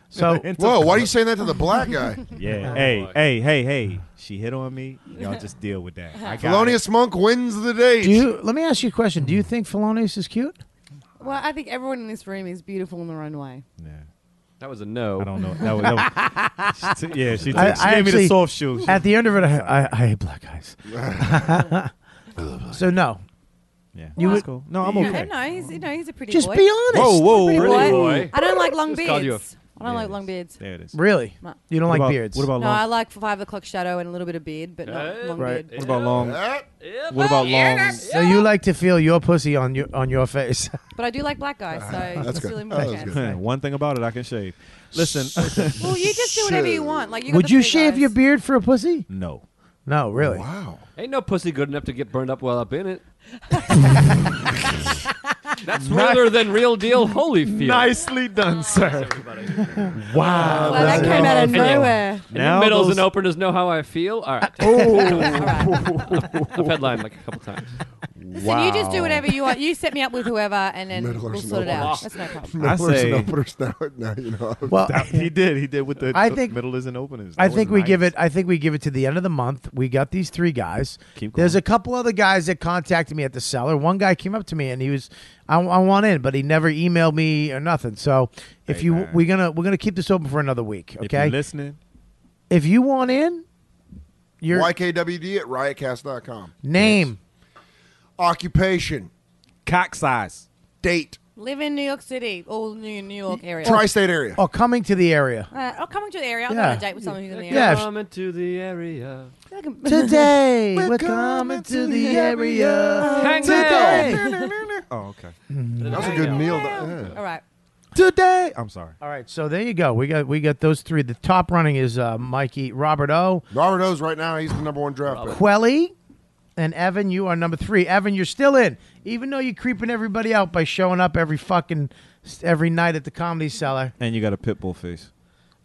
So- Whoa, why are you saying that to the black guy? Oh Yeah. hey, hey, hey, hey. She hit on me. Y'all just deal with that. I got Thelonious Monk wins the date. Do you, let me ask you a question. Do you think Felonious is cute? Well, I think everyone in this room is beautiful in their own way. That was a no. I don't know. That was, that was, she t- yeah, she, t- I- she I gave me the actually- soft shoe. At the end of it, I, I, I hate black guys. so no. Yeah. You Well, would, cool. No, I'm you know, okay. Oh, No, he's you know, he's a pretty Just boy. be honest. Whoa, whoa, Pretty pretty boy. boy. I don't like long Just beards. called you I don't like long beards. There it is. Really? No. You don't What like about- beards? what about No, I like five o'clock shadow and a little bit of beard, but not long Right. beard. What about long? So you like to feel your pussy on your on your face? But I do like black guys, so That's it's good. still important. One thing about it, I can shave. Listen. Well, you just do whatever you want. Like you. got Would the you big shave eyes. your beard for a pussy? No. No, really. Wow. Ain't no pussy good enough to get burned up while up in it. That's realer than real deal Holyfield. Nicely done, sir. Wow. Well, that came out of nowhere. And Now the middles those- and openers know how I feel. All right. I've headlined like a couple times. Listen, you just do whatever you want. You set me up with whoever, and then we'll and sort it out. openers. That's no problem. Middlers say- and openers now, now you know. Well, he did. He did with the I think middle is an openers. I think we give it. I think we give it to the end of the month. We got these three guys. Keep There's a couple other guys that contacted me at the cellar. One guy came up to me and he was, I, I want in, but he never emailed me or nothing. So if Hey, you, man. we're gonna we're gonna keep this open for another week. If Okay. you're listening, If you want in, your YKWD at riotcast.com. name. Occupation. Cock size. Date. Live in New York City, all New New York area. Tri-state area. Or coming to the area. Uh, oh, coming to the area. I'll go Yeah. on a date with someone who's in the Yeah. area. Coming to the area. Today we're coming to the area. Hang Today. Oh, okay. That was a good meal. though. Yeah. All right. Today. I'm sorry. All right, so there you go. We got we got those three. The top running is uh, Mikey, Robert O, Robert O's right now. He's the number one draft pick. Quelly, and Evan. You are number three. Evan, you're still in, even though you're creeping everybody out by showing up every fucking every night at the comedy cellar. And you got a pit bull face.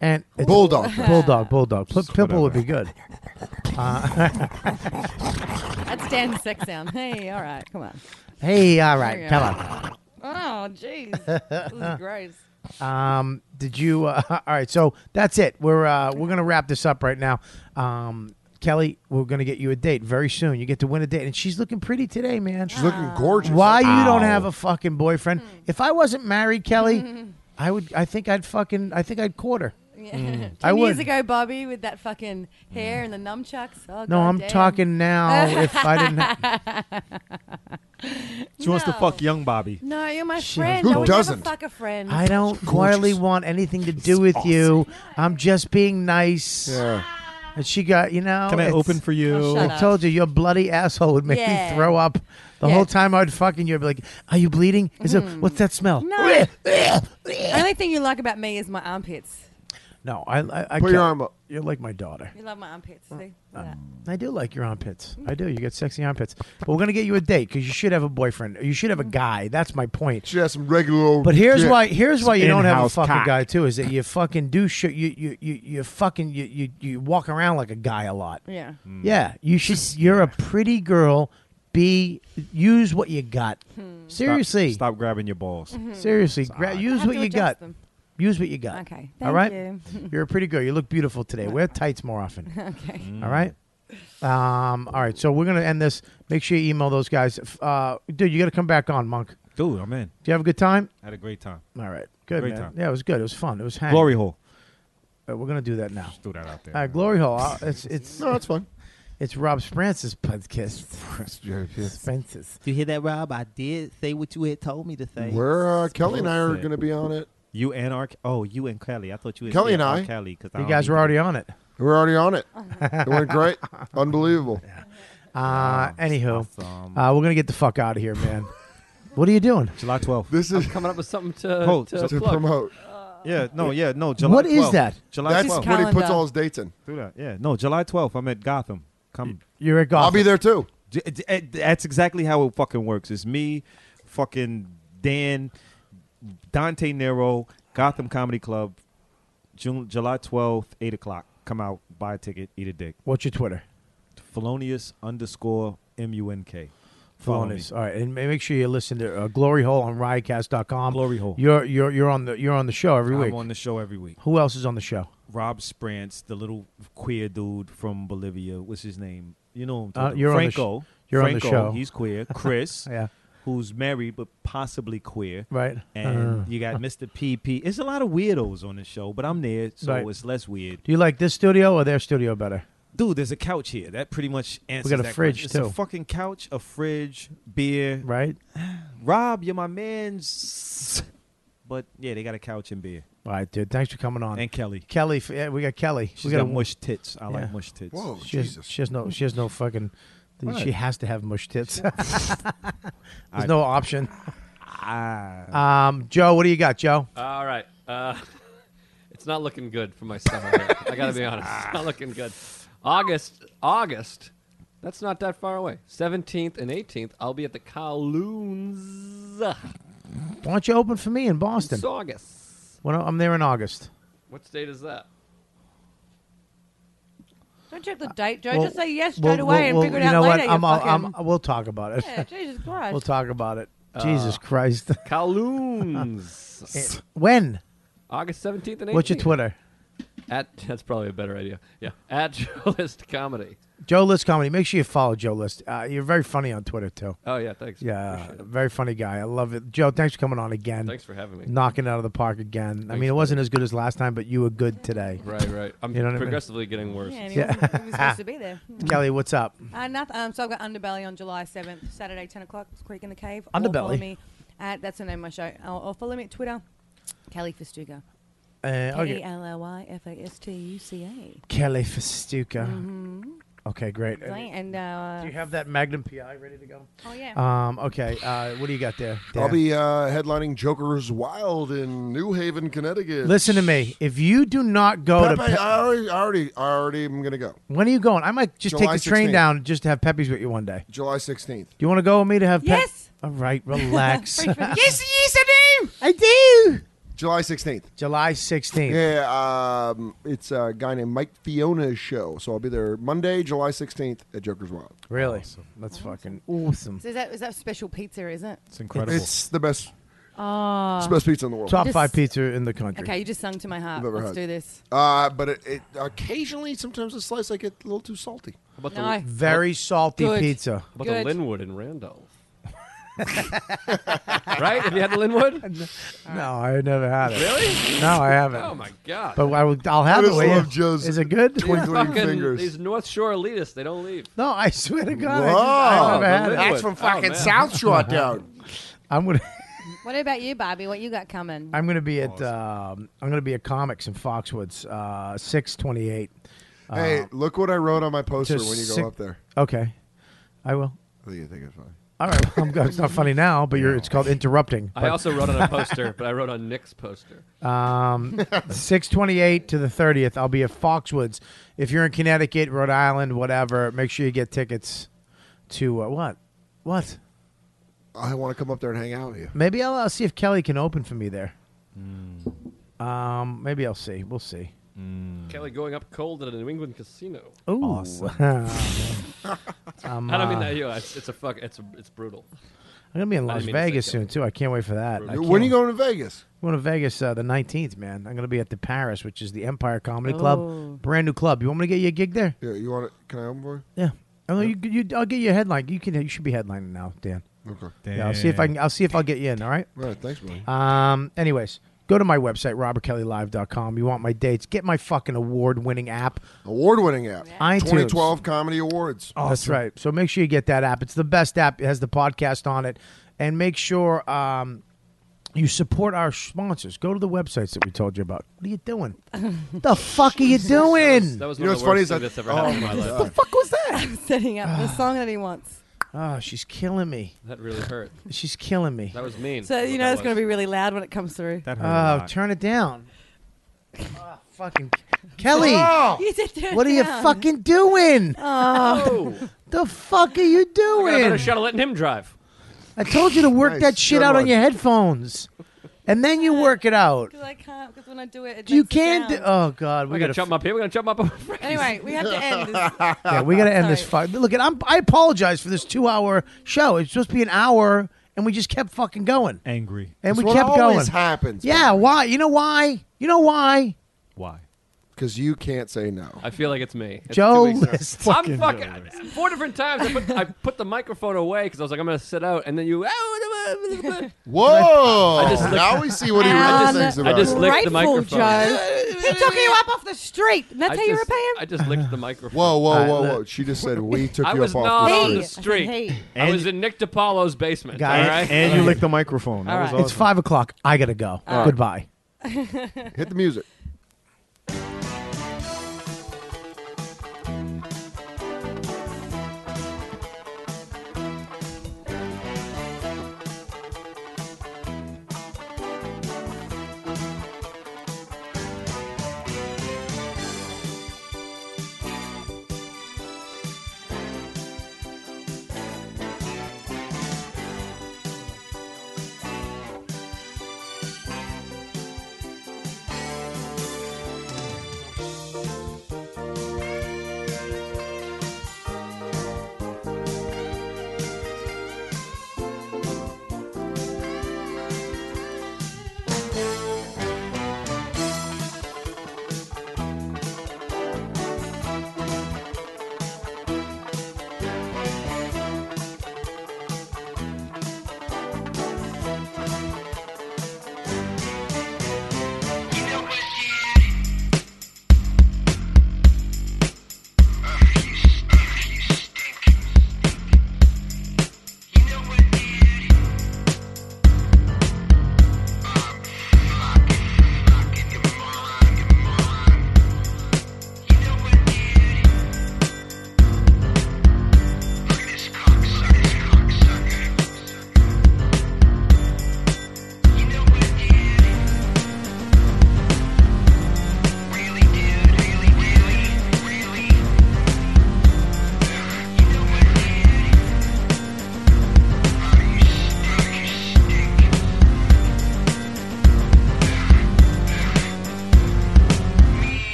And it's- Bulldog. bulldog, bulldog. Pip, Pipple would be good. Uh, That's Dan's sex sound. Hey, all right, come on. hey, all right, There come you on. Oh, jeez, this is gross. Um, did you? Uh, all right, so that's it. We're uh, we're gonna wrap this up right now. Um, Kelly, we're gonna get you a date very soon. You get to win a date, and she's looking pretty today, man. She's looking gorgeous. Why you don't Ow. have a fucking boyfriend? Hmm. If I wasn't married, Kelly, I would. I think I'd fucking. I think I'd court her. Yeah. Ten Mm. I years would. ago, Bobby, with that fucking hair and the nunchucks. Oh, No, I'm goddamn. talking now. if I didn't, ha- She wants to No. fuck young Bobby. No, you're my She- friend. Who I would doesn't? Never fuck a friend. I don't really want anything to do with you. I'm just being nice. Yeah. And she got, you know. Can I it's- open for you? Oh, shut I up. told you your bloody asshole would make me Yeah. throw up. The Yeah. Mm-hmm. whole time I'd fucking you, I'd be like, "Are you bleeding? Is it? What's that smell?" No. the only thing you like about me is my armpits. No, I, I, I Put your can't- arm up. You're like my daughter. You love my armpits. Mm. See? Look at I do like your armpits. I do. You got sexy armpits. But we're gonna get you a date because you should have a boyfriend. You should have a guy. That's my point. She has some regular old. But here's dick. why. Here's why you don't have a In-house fucking cock. guy too. Is that you fucking do shit. You you you you fucking you, you you walk around like a guy a lot. that. Yeah. Mm. Yeah. You should. You're a pretty girl. Be use what you got. Hmm. Stop- Seriously. Stop grabbing your balls. Mm-hmm. Seriously. Gra- I use Hmm. have what to you adjust got. them. Use what you got. Okay. All Thank right. you. You're a pretty girl. You look beautiful today. Wear tights more often. Okay. All right. Um, all right. So we're gonna end this. Make sure you email those guys. F- Uh, dude, you got to come back on, Monk. Do Dude, I'm in. you have a good time? Had a great time. All right. Good Great man. time. Yeah, it was good. It was fun. It was hang. Glory hole. Uh, we're gonna do that now. Just threw that out there. All right, glory hole. Uh, It's it's No, that's fine. it's Rob Sprance's podcast. Sprance's. Do you hear that, Rob? I did say what you had told me to say. We're uh, Kelly and I are Bullshit. going to be on it. You and R. Oh, you and Kelly. I thought you. Had Kelly said and R. I. Kelly, because You guys were already on it. We're already on it. it went great. Unbelievable. Uh, anywho, awesome. uh, we're gonna get the fuck out of here, man. what are you doing? July 12th. This is Coming up with something to, Oh, to so- to plug. promote. Yeah. No. Yeah. No. July. What is 12th. that? July That's 12th. when he puts calendar. all his dates in. Do that. Yeah. No. July 12th. I'm at Gotham. Come. You're at golf. I'll be there too. J- d- eh, That's exactly how it fucking works. It's me, fucking Dan, Dante Nero, Gotham Comedy Club, June, July twelfth, eight o'clock. Come out, buy a ticket, eat a dick. What's your Twitter? Felonious underscore M U N K. Follow me. Bonus. All right, and ma- make sure you listen to uh, Glory Hole on Riotcast.com. Glory Hole. You're you're you're on the you're on the show every I'm week. on the show every week. Who else is on the show? Rob Sprance, the little queer dude from Bolivia. What's his name? You know him. Uh, you're on the sh- Franco. you're on the Franco, show. He's queer. Chris. Yeah. Who's married but possibly queer. Right. And Uh. you got Mr. PP. It's a lot of weirdos on the show, but I'm there, so Right. it's less weird. Do you like this studio or their studio better? Dude, there's a couch here. That pretty much answers. got a that fridge, question. too. It's a fucking couch, a fridge, beer. Right. Rob, you're my man's. But yeah, they got a couch and beer. All right, dude. Thanks for coming on. And Kelly. Kelly, f- yeah, we got Kelly. She's we got a- mush tits. I like mush tits. Whoa, she has- Jesus. she has no. She has no fucking. What? She has to have mush tits. There's I- no option. Ah. Um, Joe, what do you got, Joe? All right. Uh, it's not looking good for my stomach. I got to be honest. It's not looking good. August, August. That's not that far away. 17th and 18th, I'll be at the Kowloons. Why don't you open for me in Boston? It's August. When I- I'm there in August. What state is that? Don't check the date, Joe. Well, just say yes well, straight away well, and well, figure it you out know later. What? you I'm, I'm- fucking- we'll talk about it. Yeah, Jesus Christ. We'll talk about it. Uh, Jesus Christ. Kowloons. when? August 17th and 18th. What's your Twitter? At, that's probably a better idea. Yeah. At Journalist Comedy. Joe List Comedy. Make sure you follow Joe List. Uh, you're very funny on Twitter too. Oh, yeah, thanks. Yeah, very funny guy. I love it. Joe, thanks for coming on again. Thanks for having me. Knocking it out of the park again. I mean, it wasn't as good as last time, but you were good today. Right, right. I'm You know what I mean? progressively getting worse. Yeah, and he wasn't- he was supposed to be there. Kelly, what's up? Uh, nothing. Um, so I've got Underbelly on July 7th, Saturday, 10 o'clock, it's Creek in the Cave. Or follow Underbelly? me at, that's the name of my show. Or, or follow me at Twitter, Kelly Festuca. Uh, okay, K-E-L-L-Y-F-A-S-T-U-C-A. Kelly Festuca. Mhm. Okay, great. Right, and, uh, do you have that Magnum PI ready to go? Oh, yeah. Um, okay, uh, what do you got there? I'll Dan? be uh, headlining Joker's Wild in New Haven, Connecticut. Listen to me. If you do not go to Pepe, uh, Pe- I already, I already, I already am gonna go. when are you going? I might just July take the train 16th. down just to have Pepe's with you one day. July sixteenth. Do you want to go with me to have? Pe- Yes. All right, relax. yes, I I do. do. July sixteenth. July sixteenth. Yeah, um, it's a guy named Mike Fiona's show, so I'll be there Monday, July sixteenth at Joker's Wild. Really? That's fucking awesome. So is that, is that special pizza, is it? It's It's the best. Oh. It's the best pizza in the world. Top Just- five pizza in the country. Okay, you just sung to my heart. I've ever Let's had. do this. Uh, but it, it occasionally, sometimes a slice I get a little too salty. about No. Very salty Good. pizza. How about Good. the Linwood in Randolph? right? Have you had the Linwood? No, I never had it. Really? No, I haven't. Oh, my God. But I will, I'll have it. I just will love you? Joe's Is it good? Fucking These North Shore elitists, they don't leave. No, I swear to Oh, God, I, Wow. just, I never had That's it. from fucking South Shore down. I'm gonna, What about you, Bobby? What you got coming? I'm gonna be at, um, I'm gonna be at Comics in Foxwoods, uh, six twenty eight. Hey, Uh, look what I wrote on my poster when you go up there. Okay, I will. I think you think it's funny. All right, well, I'm glad it's not funny now, but you're, it's called interrupting. I But- also wrote on a poster, but I wrote on Nick's poster. Um, 628 to the 30th. I'll be at Foxwoods. If you're in Connecticut, Rhode Island, whatever, make sure you get tickets to uh, what? What? I want to come up there and hang out with you. Maybe I'll, I'll see if Kelly can open for me there. Um, maybe I'll see. We'll see. Kelly going up cold at a New England casino. Ooh. I I'm, don't mean uh, that you. know, It's, it's a fuck. It's it's brutal. I'm gonna be in I Las didn't mean to say Vegas soon too. I can't wait for that. I When are can't- you going to Vegas? I'm going to Vegas uh, the 19th, man. I'm gonna be at the Paris, which is the Empire Comedy Oh. Club, brand new club. You want me to get you a gig there? Yeah, you want to? Can I open for you? Yeah. Oh, you, you, I'll get you a headline. You can. You should be headlining now, Dan. Okay. Yeah, I'll see if I can. I'll see if I'll get you in. All right. All right, thanks, buddy. Um. Anyways, go to my website robertkellylive.com. You want my dates? Get my fucking award-winning app. Award-winning app. iTunes. 2012 Comedy Awards. That's right. So make sure you get that app. It's the best app. It has the podcast on it, and make sure um, you support our sponsors. Go to the websites that we told you about. What are you doing? the fuck are you doing? That was You one know of what's the funny worst is thing that- that's ever oh happened in my my life. God. fuck was that? I'm setting up the song that he wants. Oh, she's killing me. That really hurt. She's killing me. That was mean. So you know it's going to be really loud when it comes through. Oh, turn it down. Oh, fucking Kelly. Oh. You said turn what are it you down. fucking doing? Oh. The fuck are you I got a better doing? shot of letting him drive. I told you to work Nice. that shit Good out on one. your headphones, and then you work it out. Because I can't. Because when I do it, it You makes it can't. sound. Do- oh God, We're we gonna gotta. jump up here. We're gonna jump up. Anyway, we have to end. This. yeah, we gotta end this fight. Look, and I'm, I apologize for this two-hour show. It's supposed to be an hour, and we just kept fucking going. Angry, and It's we what kept always going. happens, Yeah, why? You know why? You know why? Why? Because you can't say no. I feel like it's me. It's Joe two weeks in a row. List. I'm fucking four different times. I put, I put the microphone away because I was like, I'm gonna sit out, and then you. "Oh, Whoa! I just licked- now we see what he I really just- thinks I about. just it. licked the microphone. he took you up off the street. That's I how you just- repay him. I just licked the microphone. Whoa, whoa, I whoa, li- whoa! She just said we took I you was up off not the street. on the street. I said, I was in Nick DiPaolo's basement. Guys, all right? and you licked the microphone. That was It's awesome. five o'clock. I gotta go. All right. Goodbye. Hit the music.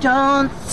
Don't